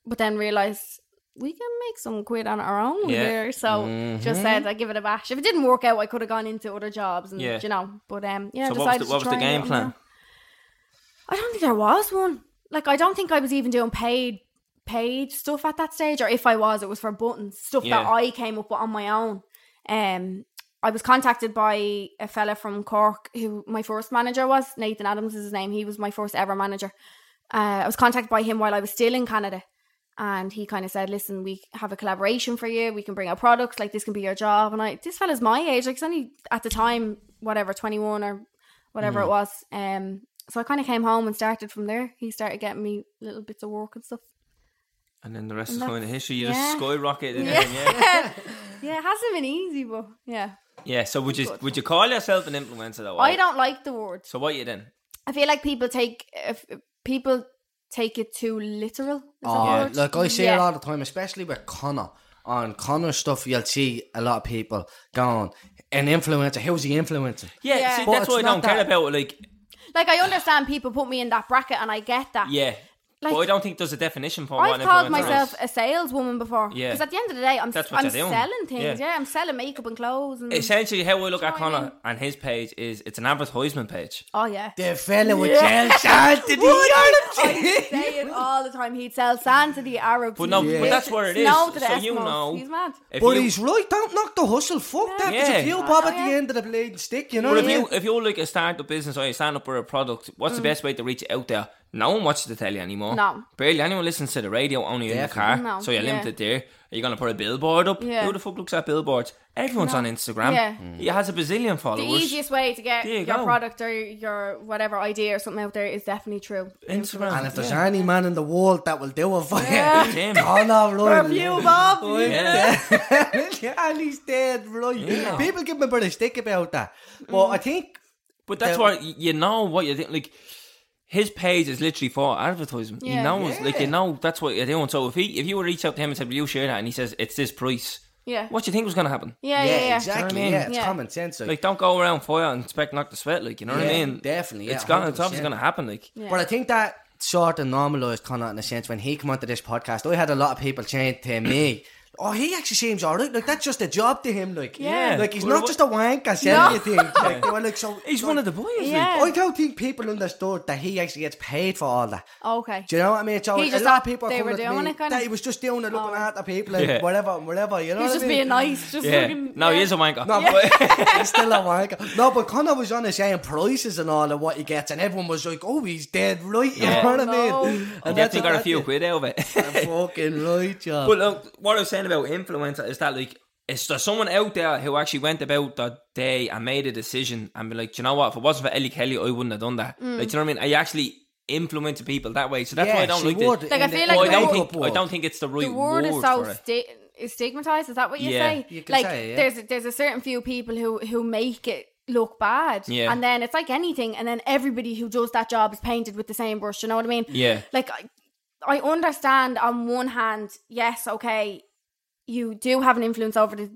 Speaker 5: But then realised we can make some quid on our own
Speaker 1: Yeah. Mm-hmm.
Speaker 5: here. So just said I give it a bash. If it didn't work out, I could have gone into other jobs and
Speaker 1: Yeah.
Speaker 5: you know. But um, yeah.
Speaker 1: so what was
Speaker 5: decided
Speaker 1: the,
Speaker 5: to
Speaker 1: what was the
Speaker 5: try it
Speaker 1: game
Speaker 5: out
Speaker 1: plan?
Speaker 5: now. I don't think there was one. Like I don't think I was even doing paid paid stuff at that stage, or if I was, it was for buttons stuff that
Speaker 1: Yeah.
Speaker 5: I came up with on my own. Um, I was contacted by a fella from Cork who my first manager was Nathan Adams is his name. He was my first ever manager. Uh, I was contacted by him while I was still in Canada, and he kind of said, "Listen, we have a collaboration for you. We can bring our products. Like this can be your job." And I, this fella's my age. Like he's only at the time, whatever, twenty one or whatever
Speaker 1: Mm.
Speaker 5: it was. Um, so I kind of came home and started from there. He started getting me little bits of work and stuff.
Speaker 1: And then the rest
Speaker 5: And
Speaker 1: is kind of
Speaker 5: that's-
Speaker 1: history. You
Speaker 5: yeah.
Speaker 1: just skyrocketed
Speaker 5: Yeah.
Speaker 1: in. Yeah.
Speaker 5: Yeah, it hasn't been easy, but yeah,
Speaker 1: yeah. So would you would you call yourself an influencer though?
Speaker 5: I don't like the word.
Speaker 1: So what you then?
Speaker 5: I feel like people take if people take it too literal. Is that the
Speaker 4: Oh,
Speaker 5: word?
Speaker 4: look, I see
Speaker 5: Yeah.
Speaker 4: it all the time, especially with Connor. On Connor stuff, you'll see a lot of people going, an influencer, who's the influencer?
Speaker 1: Yeah.
Speaker 5: Yeah.
Speaker 1: See,
Speaker 5: But
Speaker 1: that's
Speaker 4: it's
Speaker 1: why I
Speaker 4: not
Speaker 1: don't care
Speaker 4: that-
Speaker 1: about it. Like
Speaker 5: Like I understand people put me in that bracket, and I get that.
Speaker 1: yeah.
Speaker 5: Like-
Speaker 1: but I don't think there's a definition for what
Speaker 5: I've
Speaker 1: an
Speaker 5: called
Speaker 1: influencer
Speaker 5: myself
Speaker 1: is.
Speaker 5: a saleswoman before.
Speaker 1: Yeah.
Speaker 5: Because at the end of the day, I'm
Speaker 1: That's what
Speaker 5: I'm
Speaker 1: they're doing.
Speaker 5: selling things.
Speaker 1: Yeah.
Speaker 5: Yeah. I'm selling makeup and clothes. And,
Speaker 1: Essentially, how I look at
Speaker 5: Do you know what I
Speaker 1: Connor and his page is it's an advertisement page.
Speaker 5: oh yeah.
Speaker 4: The fella with yeah. Charles did
Speaker 5: I say it all the time. He'd sell sand to the Arabs.
Speaker 1: But no,
Speaker 5: He'd
Speaker 1: but that's where it is.
Speaker 5: snow to the
Speaker 1: so you
Speaker 5: Eskimos.
Speaker 1: know,
Speaker 5: he's mad.
Speaker 1: If
Speaker 4: But
Speaker 1: you,
Speaker 4: he's right, don't knock the hustle. Fuck that. There's
Speaker 1: Yeah.
Speaker 4: a few bob at
Speaker 5: Yeah.
Speaker 4: the end of the blade and stick, you know
Speaker 1: But
Speaker 4: what I
Speaker 1: if
Speaker 4: mean?
Speaker 1: you if you're like a startup business or you stand up for a product, what's the best way to reach out there? No one watches the telly anymore.
Speaker 5: Mm. No.
Speaker 1: Barely anyone listens to the radio only in the
Speaker 4: Definitely.
Speaker 1: car.
Speaker 5: No,
Speaker 1: So you're
Speaker 5: yeah.
Speaker 1: limited there. Are you gonna put a billboard up?
Speaker 5: Yeah.
Speaker 1: Who the fuck looks at billboards? Everyone's on Instagram.
Speaker 5: Yeah.
Speaker 1: He has a bazillion
Speaker 5: The
Speaker 1: followers.
Speaker 5: easiest way to get
Speaker 1: There you
Speaker 5: your
Speaker 1: go.
Speaker 5: product or your whatever idea or something out there is definitely true.
Speaker 1: Instagram.
Speaker 4: And if there's
Speaker 1: yeah.
Speaker 4: any man in the world that will do it for
Speaker 5: Yeah.
Speaker 4: you,
Speaker 1: Jim.
Speaker 4: Connor Ryan.
Speaker 5: Bob.
Speaker 1: Yeah.
Speaker 4: and he's dead, right?
Speaker 1: Yeah.
Speaker 4: People give him a bit of stick about that. But I think
Speaker 1: But that's
Speaker 4: The-
Speaker 1: why y- you know what you're doing. Like his page is literally for advertisement. He
Speaker 5: Yeah.
Speaker 1: knows, like you
Speaker 4: Yeah.
Speaker 1: know, that's what you're doing. So if he if you were to reach out to him and said, "Will you share that?" and he says, "It's this price,"
Speaker 5: Yeah.
Speaker 1: what do you think was gonna happen?
Speaker 5: Yeah, yeah, yeah.
Speaker 4: exactly.
Speaker 1: Do you know what I
Speaker 4: Yeah,
Speaker 1: mean?
Speaker 4: it's
Speaker 5: Yeah.
Speaker 4: common sense. Like,
Speaker 1: Like, don't go around fire and expect not to sweat. Like, you know what I
Speaker 4: Yeah,
Speaker 1: mean?
Speaker 4: definitely, yeah,
Speaker 1: it's gonna, it's obviously
Speaker 4: 100%.
Speaker 1: gonna happen. Like,
Speaker 5: Yeah.
Speaker 4: But I think that sort of normalised Connor in a sense when he came onto this podcast. I had a lot of people saying to me, "Oh, he actually seems alright. Like that's just a job to him. Like,
Speaker 5: Yeah.
Speaker 4: like he's
Speaker 1: Well,
Speaker 4: not
Speaker 1: what-
Speaker 4: just a wanker
Speaker 5: No.
Speaker 4: selling you things. Like, they were like, so
Speaker 1: he's
Speaker 4: like,
Speaker 1: one of the boys.
Speaker 5: Yeah.
Speaker 1: Like.
Speaker 4: I don't think people understood that he actually gets paid for all that.
Speaker 5: Okay.
Speaker 4: Do you know what I mean? So
Speaker 5: Oh, He
Speaker 4: a
Speaker 5: just
Speaker 4: lot
Speaker 5: thought
Speaker 4: of people are
Speaker 5: they were
Speaker 4: coming up to
Speaker 5: doing
Speaker 4: me
Speaker 5: it, kinda.
Speaker 4: that he was just doing it, looking
Speaker 5: Oh.
Speaker 4: after people and
Speaker 1: Yeah.
Speaker 4: whatever, and whatever. You know,
Speaker 5: He's
Speaker 4: what I
Speaker 5: just
Speaker 4: mean?
Speaker 5: being nice. Just
Speaker 1: Yeah.
Speaker 5: fucking.
Speaker 1: No, he
Speaker 5: yeah.
Speaker 1: is a wanker.
Speaker 4: No,
Speaker 1: Yeah.
Speaker 4: but he's still a wanker. No, but Connor was on his saying prices and all of what he gets, and everyone was like, "Oh, he's dead right." You
Speaker 1: Yeah.
Speaker 4: know what I
Speaker 5: No.
Speaker 4: mean?
Speaker 1: I
Speaker 4: And
Speaker 1: definitely got a
Speaker 4: that's-
Speaker 1: few quid out of it.
Speaker 4: Fucking right, yeah.
Speaker 1: but look, what I was saying about influencer is that like, is there someone out there who actually went about that day and made a decision and be like, "Do you know what? If it wasn't for Ellie Kelly, I wouldn't have done that. Like,
Speaker 5: Mm.
Speaker 1: do you know what I mean? I actually influence people that way. So that's why I don't like the-
Speaker 5: Like, I feel
Speaker 1: Well,
Speaker 5: like
Speaker 1: I
Speaker 5: the
Speaker 1: don't
Speaker 5: word-
Speaker 1: think I don't think it's the right
Speaker 5: the word is
Speaker 1: for
Speaker 5: so
Speaker 1: it.
Speaker 5: sti- is stigmatized. Is that what you
Speaker 1: Yeah.
Speaker 5: say?
Speaker 4: You can
Speaker 5: like
Speaker 4: say it, yeah.
Speaker 5: there's there's a certain few people who who make it look bad,
Speaker 1: Yeah.
Speaker 5: and then it's like anything, and then everybody who does that job is painted with the same brush. You know what I mean?
Speaker 1: Yeah.
Speaker 5: Like I, I understand on one hand, yes, okay, you do have an influence over the,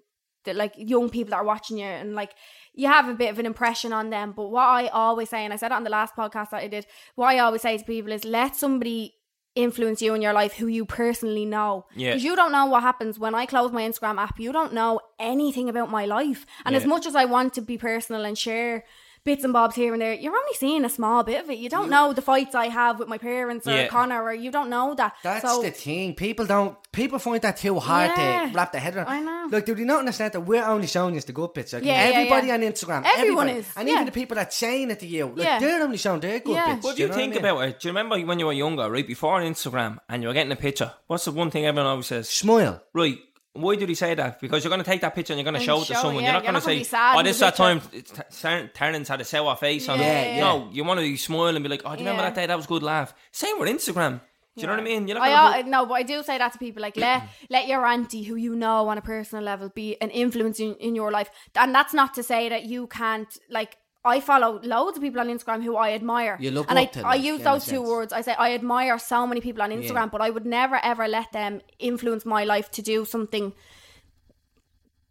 Speaker 5: the like young people that are watching you, and like you have a bit of an impression on them. But what I always say, and I said it on the last podcast that I did, what I always say to people is let somebody influence you in your life who you personally know.
Speaker 1: Yeah.
Speaker 5: Because you don't know what happens when I close my Instagram app. You don't know anything about my life. And as
Speaker 1: Yeah.
Speaker 5: much as I want to be personal and share bits and bobs here and there, you're only seeing a small bit of it. You don't know the fights I have with my parents or
Speaker 1: Mm. Yeah.
Speaker 5: Connor or you don't know that.
Speaker 4: That's
Speaker 5: so,
Speaker 4: the thing. People don't. People find that too hard
Speaker 5: Yeah.
Speaker 4: to wrap their head around.
Speaker 5: I know.
Speaker 4: Look, do they not understand that we're only showing you the good bits? Like,
Speaker 5: Yeah, yeah,
Speaker 4: everybody
Speaker 5: yeah.
Speaker 4: on Instagram,
Speaker 5: Everyone
Speaker 4: everybody,
Speaker 5: is,
Speaker 4: and
Speaker 5: yeah.
Speaker 4: even the people that saying it to you, like,
Speaker 5: Yeah.
Speaker 4: they're only showing their good
Speaker 5: Yeah.
Speaker 4: bits.
Speaker 1: What do
Speaker 4: do
Speaker 1: you
Speaker 4: know
Speaker 1: think
Speaker 4: I mean?
Speaker 1: about it? Do you remember when you were younger, right before Instagram, and you were getting a picture? What's the one thing everyone always says?
Speaker 4: Smile.
Speaker 1: Right, why did he say that? Because you're going to take that picture and you're going to
Speaker 5: And
Speaker 1: show it
Speaker 5: show
Speaker 1: to
Speaker 5: it,
Speaker 1: someone.
Speaker 5: yeah,
Speaker 1: You're not going
Speaker 5: you're
Speaker 1: to
Speaker 5: not gonna
Speaker 1: say,
Speaker 5: be sad
Speaker 1: "Oh,
Speaker 5: in
Speaker 1: this is
Speaker 5: the
Speaker 1: that time it's Ter- Ter- Terrence had a sour face." on it."
Speaker 5: Yeah,
Speaker 1: No, you want to smile and be like, "Oh, do you remember
Speaker 5: Yeah.
Speaker 1: that day? That was a good laugh." Same with Instagram. Do you know what I mean? You're not
Speaker 5: I,
Speaker 1: gonna
Speaker 5: al- no, but I do say that to people. Like, let let your auntie, who you know on a personal level, be an influence in, in your life. And that's not to say that you can't. Like, I follow loads of people on Instagram who I admire.
Speaker 4: You look
Speaker 5: and
Speaker 4: up
Speaker 5: I,
Speaker 4: to them,
Speaker 5: I use
Speaker 4: yeah, in a
Speaker 5: those two
Speaker 4: sense.
Speaker 5: words. I say I admire so many people on Instagram, but I would never ever let them influence my life to do something.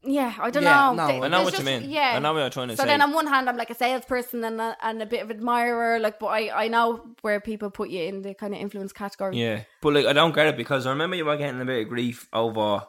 Speaker 5: Yeah, I don't
Speaker 4: Yeah,
Speaker 5: know.
Speaker 4: no,
Speaker 5: Th-
Speaker 4: I
Speaker 1: know
Speaker 5: there's
Speaker 1: what you mean. I know what you're trying to
Speaker 5: so
Speaker 1: say.
Speaker 5: then, on one hand, I'm like a salesperson and a, and a bit of admirer, like, but I, I know where people put you in the kind of influence category.
Speaker 1: Yeah, but like I don't get it because I remember you were getting a bit of grief over.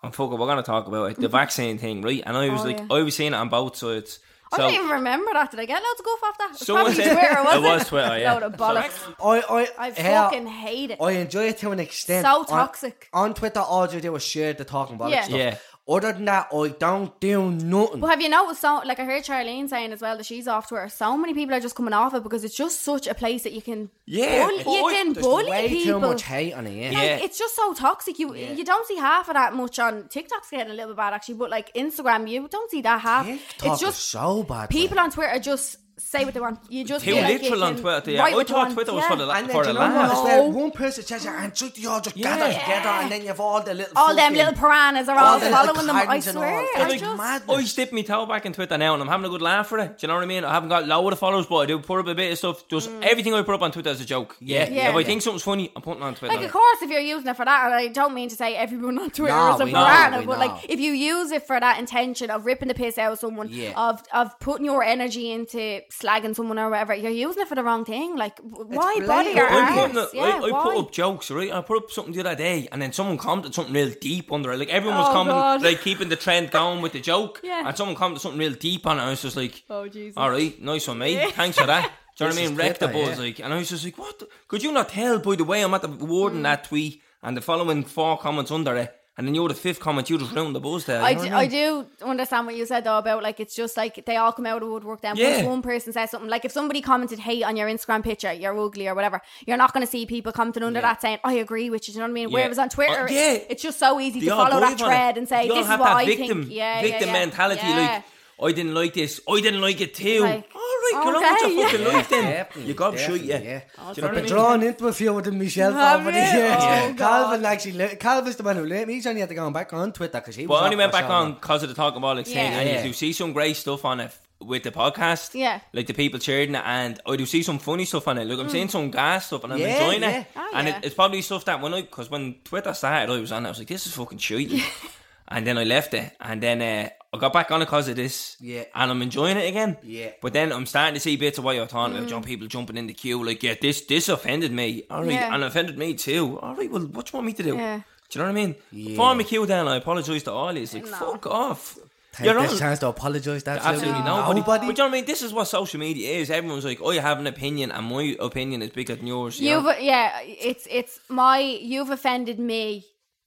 Speaker 1: And fuck it, we're gonna talk about it. The vaccine thing, right? And I was
Speaker 5: Oh,
Speaker 1: like,
Speaker 5: yeah.
Speaker 1: I was seeing it on both sides.
Speaker 5: I
Speaker 1: So
Speaker 5: don't even remember that. Did I get loads of guff off that? It was
Speaker 1: Someone
Speaker 5: probably
Speaker 1: said-
Speaker 5: Twitter, wasn't
Speaker 1: It was Twitter, yeah.
Speaker 5: Load of bollocks.
Speaker 4: I, I,
Speaker 5: I
Speaker 4: hell,
Speaker 5: fucking hate it.
Speaker 4: uh, I enjoy it to an extent.
Speaker 5: So
Speaker 4: On-
Speaker 5: toxic.
Speaker 4: On, Twitter, all you do is share the talking about
Speaker 5: Yeah.
Speaker 4: stuff.
Speaker 1: Yeah.
Speaker 4: Other than that, I don't do nothing.
Speaker 5: But have you noticed so like I heard Charlene saying as well that she's off Twitter. So many people are just coming off it because it's just such a place that you can
Speaker 4: Yeah,
Speaker 5: bully,
Speaker 4: boy,
Speaker 5: you can
Speaker 4: Oh, there's
Speaker 5: bully
Speaker 4: way
Speaker 5: people.
Speaker 4: too much hate on it.
Speaker 5: Like,
Speaker 4: Yeah.
Speaker 1: Yeah.
Speaker 5: it's just so toxic. You you don't see half of that much on TikTok's getting a little bit bad actually, but like Instagram, you don't see that half.
Speaker 4: TikTok
Speaker 5: it's just
Speaker 4: is so bad.
Speaker 5: people on Twitter just say what they want. You just
Speaker 1: Too
Speaker 5: feel like you
Speaker 1: literal on
Speaker 5: can
Speaker 1: Twitter. Yeah.
Speaker 5: write
Speaker 1: I
Speaker 5: what you
Speaker 1: thought
Speaker 5: want.
Speaker 1: Twitter was
Speaker 5: Yeah.
Speaker 1: for the la-
Speaker 4: And then
Speaker 1: for
Speaker 4: do
Speaker 1: the
Speaker 4: you know what?
Speaker 1: lads.
Speaker 4: It's
Speaker 5: No.
Speaker 4: like one person says it, and so they all just
Speaker 1: Yeah.
Speaker 4: gather together, and then you've all the little
Speaker 5: all them
Speaker 4: fucking-
Speaker 5: little piranhas are
Speaker 4: all
Speaker 5: all
Speaker 4: the little
Speaker 5: following them. I
Speaker 4: clowns and all.
Speaker 5: swear,
Speaker 4: It's
Speaker 5: I
Speaker 4: like
Speaker 5: just
Speaker 4: mad.
Speaker 1: I stick my toe back in Twitter now and I'm having a good laugh for it. Do you know what I mean? I haven't got load of followers, but I do put up a bit of stuff. Just everything I put up on Twitter is a joke. Yeah.
Speaker 5: Mm. Yeah.
Speaker 1: If I think something's funny, I'm putting it on Twitter.
Speaker 5: Like, of course, if you're using it for that, and I don't mean to say everyone on Twitter
Speaker 4: No,
Speaker 5: is a
Speaker 4: we
Speaker 5: piranha,
Speaker 4: know, we
Speaker 5: but
Speaker 4: know.
Speaker 5: like, if you use it for that intention of ripping the piss out of someone,
Speaker 4: Yeah.
Speaker 5: of of putting your energy into slagging someone or whatever, you're using it for the wrong thing. Like, w- why body
Speaker 4: blatant.
Speaker 5: your
Speaker 1: I'm
Speaker 5: arse?
Speaker 1: putting it, I,
Speaker 5: Yeah,
Speaker 1: I
Speaker 5: why?
Speaker 1: put up jokes, right? I put up something the other day, and then someone commented something real deep under it. Like everyone was
Speaker 5: Oh,
Speaker 1: commenting,
Speaker 5: God.
Speaker 1: like keeping the trend going with the joke,
Speaker 5: Yeah.
Speaker 1: and someone commented something real deep on it. I was just like,
Speaker 5: Oh, Jesus.
Speaker 1: all right, nice one, mate. Thanks for that." Do you know what I
Speaker 4: This
Speaker 1: mean?
Speaker 4: is
Speaker 1: Wrecked the
Speaker 4: clever,
Speaker 1: buzz,
Speaker 4: yeah.
Speaker 1: like, and I was just like, "What? the- Could you not tell by the way I'm at the
Speaker 5: Mm.
Speaker 1: wording that tweet and the following four comments under it, and then you're the fifth comment, you just ruined the buzz there." you
Speaker 5: I
Speaker 1: know
Speaker 5: do,
Speaker 1: what
Speaker 5: I
Speaker 1: mean?
Speaker 5: do understand what you said though about like it's just like they all come out of the woodwork then
Speaker 1: Yeah.
Speaker 5: once one person says something like if somebody commented hate on your Instagram picture you're ugly or whatever you're not going to see people commenting under that saying I agree with you do you know what I mean
Speaker 1: Yeah.
Speaker 5: whereas on Twitter
Speaker 1: Uh,
Speaker 5: it-
Speaker 1: yeah.
Speaker 5: it's just so easy
Speaker 1: They
Speaker 5: to
Speaker 1: all
Speaker 5: follow that
Speaker 1: believe on it.
Speaker 5: thread and say
Speaker 1: They all
Speaker 5: this is
Speaker 1: have
Speaker 5: what
Speaker 1: that
Speaker 5: I
Speaker 1: victim,
Speaker 5: think yeah
Speaker 1: victim
Speaker 5: yeah, yeah.
Speaker 1: mentality.
Speaker 5: yeah.
Speaker 1: Like I didn't like this. I didn't like it too.
Speaker 5: Like,
Speaker 1: All right, go on with
Speaker 5: okay,
Speaker 1: your fucking
Speaker 4: Yeah,
Speaker 1: life then.
Speaker 4: definitely,
Speaker 1: You got shit, yeah.
Speaker 4: definitely, yeah.
Speaker 1: Do you know what I
Speaker 4: Been
Speaker 1: mean?
Speaker 4: drawn into a few of them myself
Speaker 5: Have
Speaker 4: over the
Speaker 5: you?
Speaker 4: years.
Speaker 5: Yeah. Oh,
Speaker 4: Calvin actually, le- Calvin's the man who learned me. He's only had to go on back on Twitter because he was.
Speaker 1: Well, I only
Speaker 4: off
Speaker 1: went
Speaker 4: for
Speaker 1: back
Speaker 4: so
Speaker 1: on
Speaker 4: long.
Speaker 1: because of the talk about like saying,
Speaker 5: Yeah.
Speaker 1: and
Speaker 4: Yeah.
Speaker 1: you do see some great stuff on it f- with the podcast.
Speaker 5: Yeah. Mm.
Speaker 1: like the people sharing it, and I do see some funny stuff on it. Look, I'm seeing some gas stuff, and I'm
Speaker 4: Yeah,
Speaker 1: enjoying
Speaker 4: yeah.
Speaker 1: it.
Speaker 5: Oh,
Speaker 1: and
Speaker 5: yeah.
Speaker 1: it, it's probably stuff that when I, because when Twitter started, I was on it. I was like, this is fucking shit. and then I left it, and then uh, I got back on it because of this.
Speaker 4: Yeah.
Speaker 1: and I'm enjoying it again.
Speaker 4: Yeah.
Speaker 1: but then I'm starting to see bits of what you're talking
Speaker 5: Mm.
Speaker 1: about. John, people jumping in the queue, like, yeah, this this offended me. All right,
Speaker 5: Yeah.
Speaker 1: and offended me too. All right, well, what do you want me to do?
Speaker 5: Yeah.
Speaker 1: Do you know what I mean? Form a queue down. I apologise to all. It's like,
Speaker 5: No.
Speaker 1: fuck off.
Speaker 4: Take
Speaker 1: You're
Speaker 4: this
Speaker 1: on.
Speaker 4: chance to apologise. to
Speaker 1: Absolutely
Speaker 4: Absolutely
Speaker 1: nobody.
Speaker 4: nobody.
Speaker 1: But you know what I mean? This is what social media is. Everyone's like, I have an opinion, and my opinion is bigger than yours. You
Speaker 5: You've
Speaker 1: know?
Speaker 5: yeah, it's it's my you've offended me,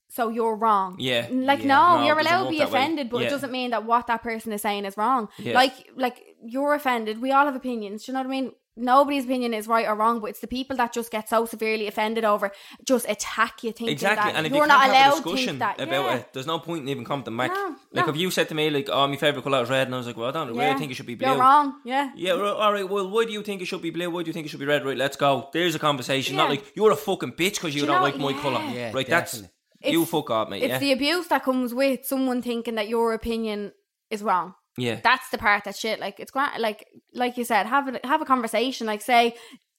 Speaker 5: so you're wrong.
Speaker 1: Yeah.
Speaker 5: like
Speaker 1: Yeah.
Speaker 5: no,
Speaker 1: No,
Speaker 5: you're
Speaker 1: it doesn't
Speaker 5: allowed to
Speaker 1: work
Speaker 5: be
Speaker 1: that way.
Speaker 5: offended, but
Speaker 1: Yeah.
Speaker 5: it doesn't mean that what that person is saying is wrong.
Speaker 1: Yeah.
Speaker 5: Like like you're offended. We all have opinions. Do you know what I mean? Nobody's opinion is right or wrong, but it's the people that just get so severely offended over just attack you thinking
Speaker 1: Exactly,
Speaker 5: that
Speaker 1: and if
Speaker 5: you're
Speaker 1: you
Speaker 5: not
Speaker 1: can't have
Speaker 5: allowed
Speaker 1: a
Speaker 5: to
Speaker 1: discussion
Speaker 5: think that.
Speaker 1: about
Speaker 5: yeah.
Speaker 1: it, there's no point in even commenting back.
Speaker 5: No,
Speaker 1: like
Speaker 5: no.
Speaker 1: if you said to me, like, "Oh, my favorite color is red," and I was like, "Well, I don't
Speaker 5: Yeah.
Speaker 1: really think it should be blue."
Speaker 5: You're wrong. Yeah.
Speaker 1: Yeah, well, all right. Well, why do you think it should be blue? Why do you think it should be red? Right, let's go. There's a conversation. Not
Speaker 5: Yeah.
Speaker 1: like you're a fucking bitch because you
Speaker 5: Do you
Speaker 1: do not
Speaker 5: know-
Speaker 1: like my
Speaker 5: yeah.
Speaker 1: color.
Speaker 4: Yeah,
Speaker 1: right,
Speaker 4: definitely.
Speaker 1: that's you
Speaker 5: It's-
Speaker 1: fuck up, mate.
Speaker 5: It's
Speaker 1: Yeah,
Speaker 5: the abuse that comes with someone thinking that your opinion is wrong.
Speaker 1: yeah.
Speaker 5: that's the part that shit like it's grand like like you said have a have a conversation like say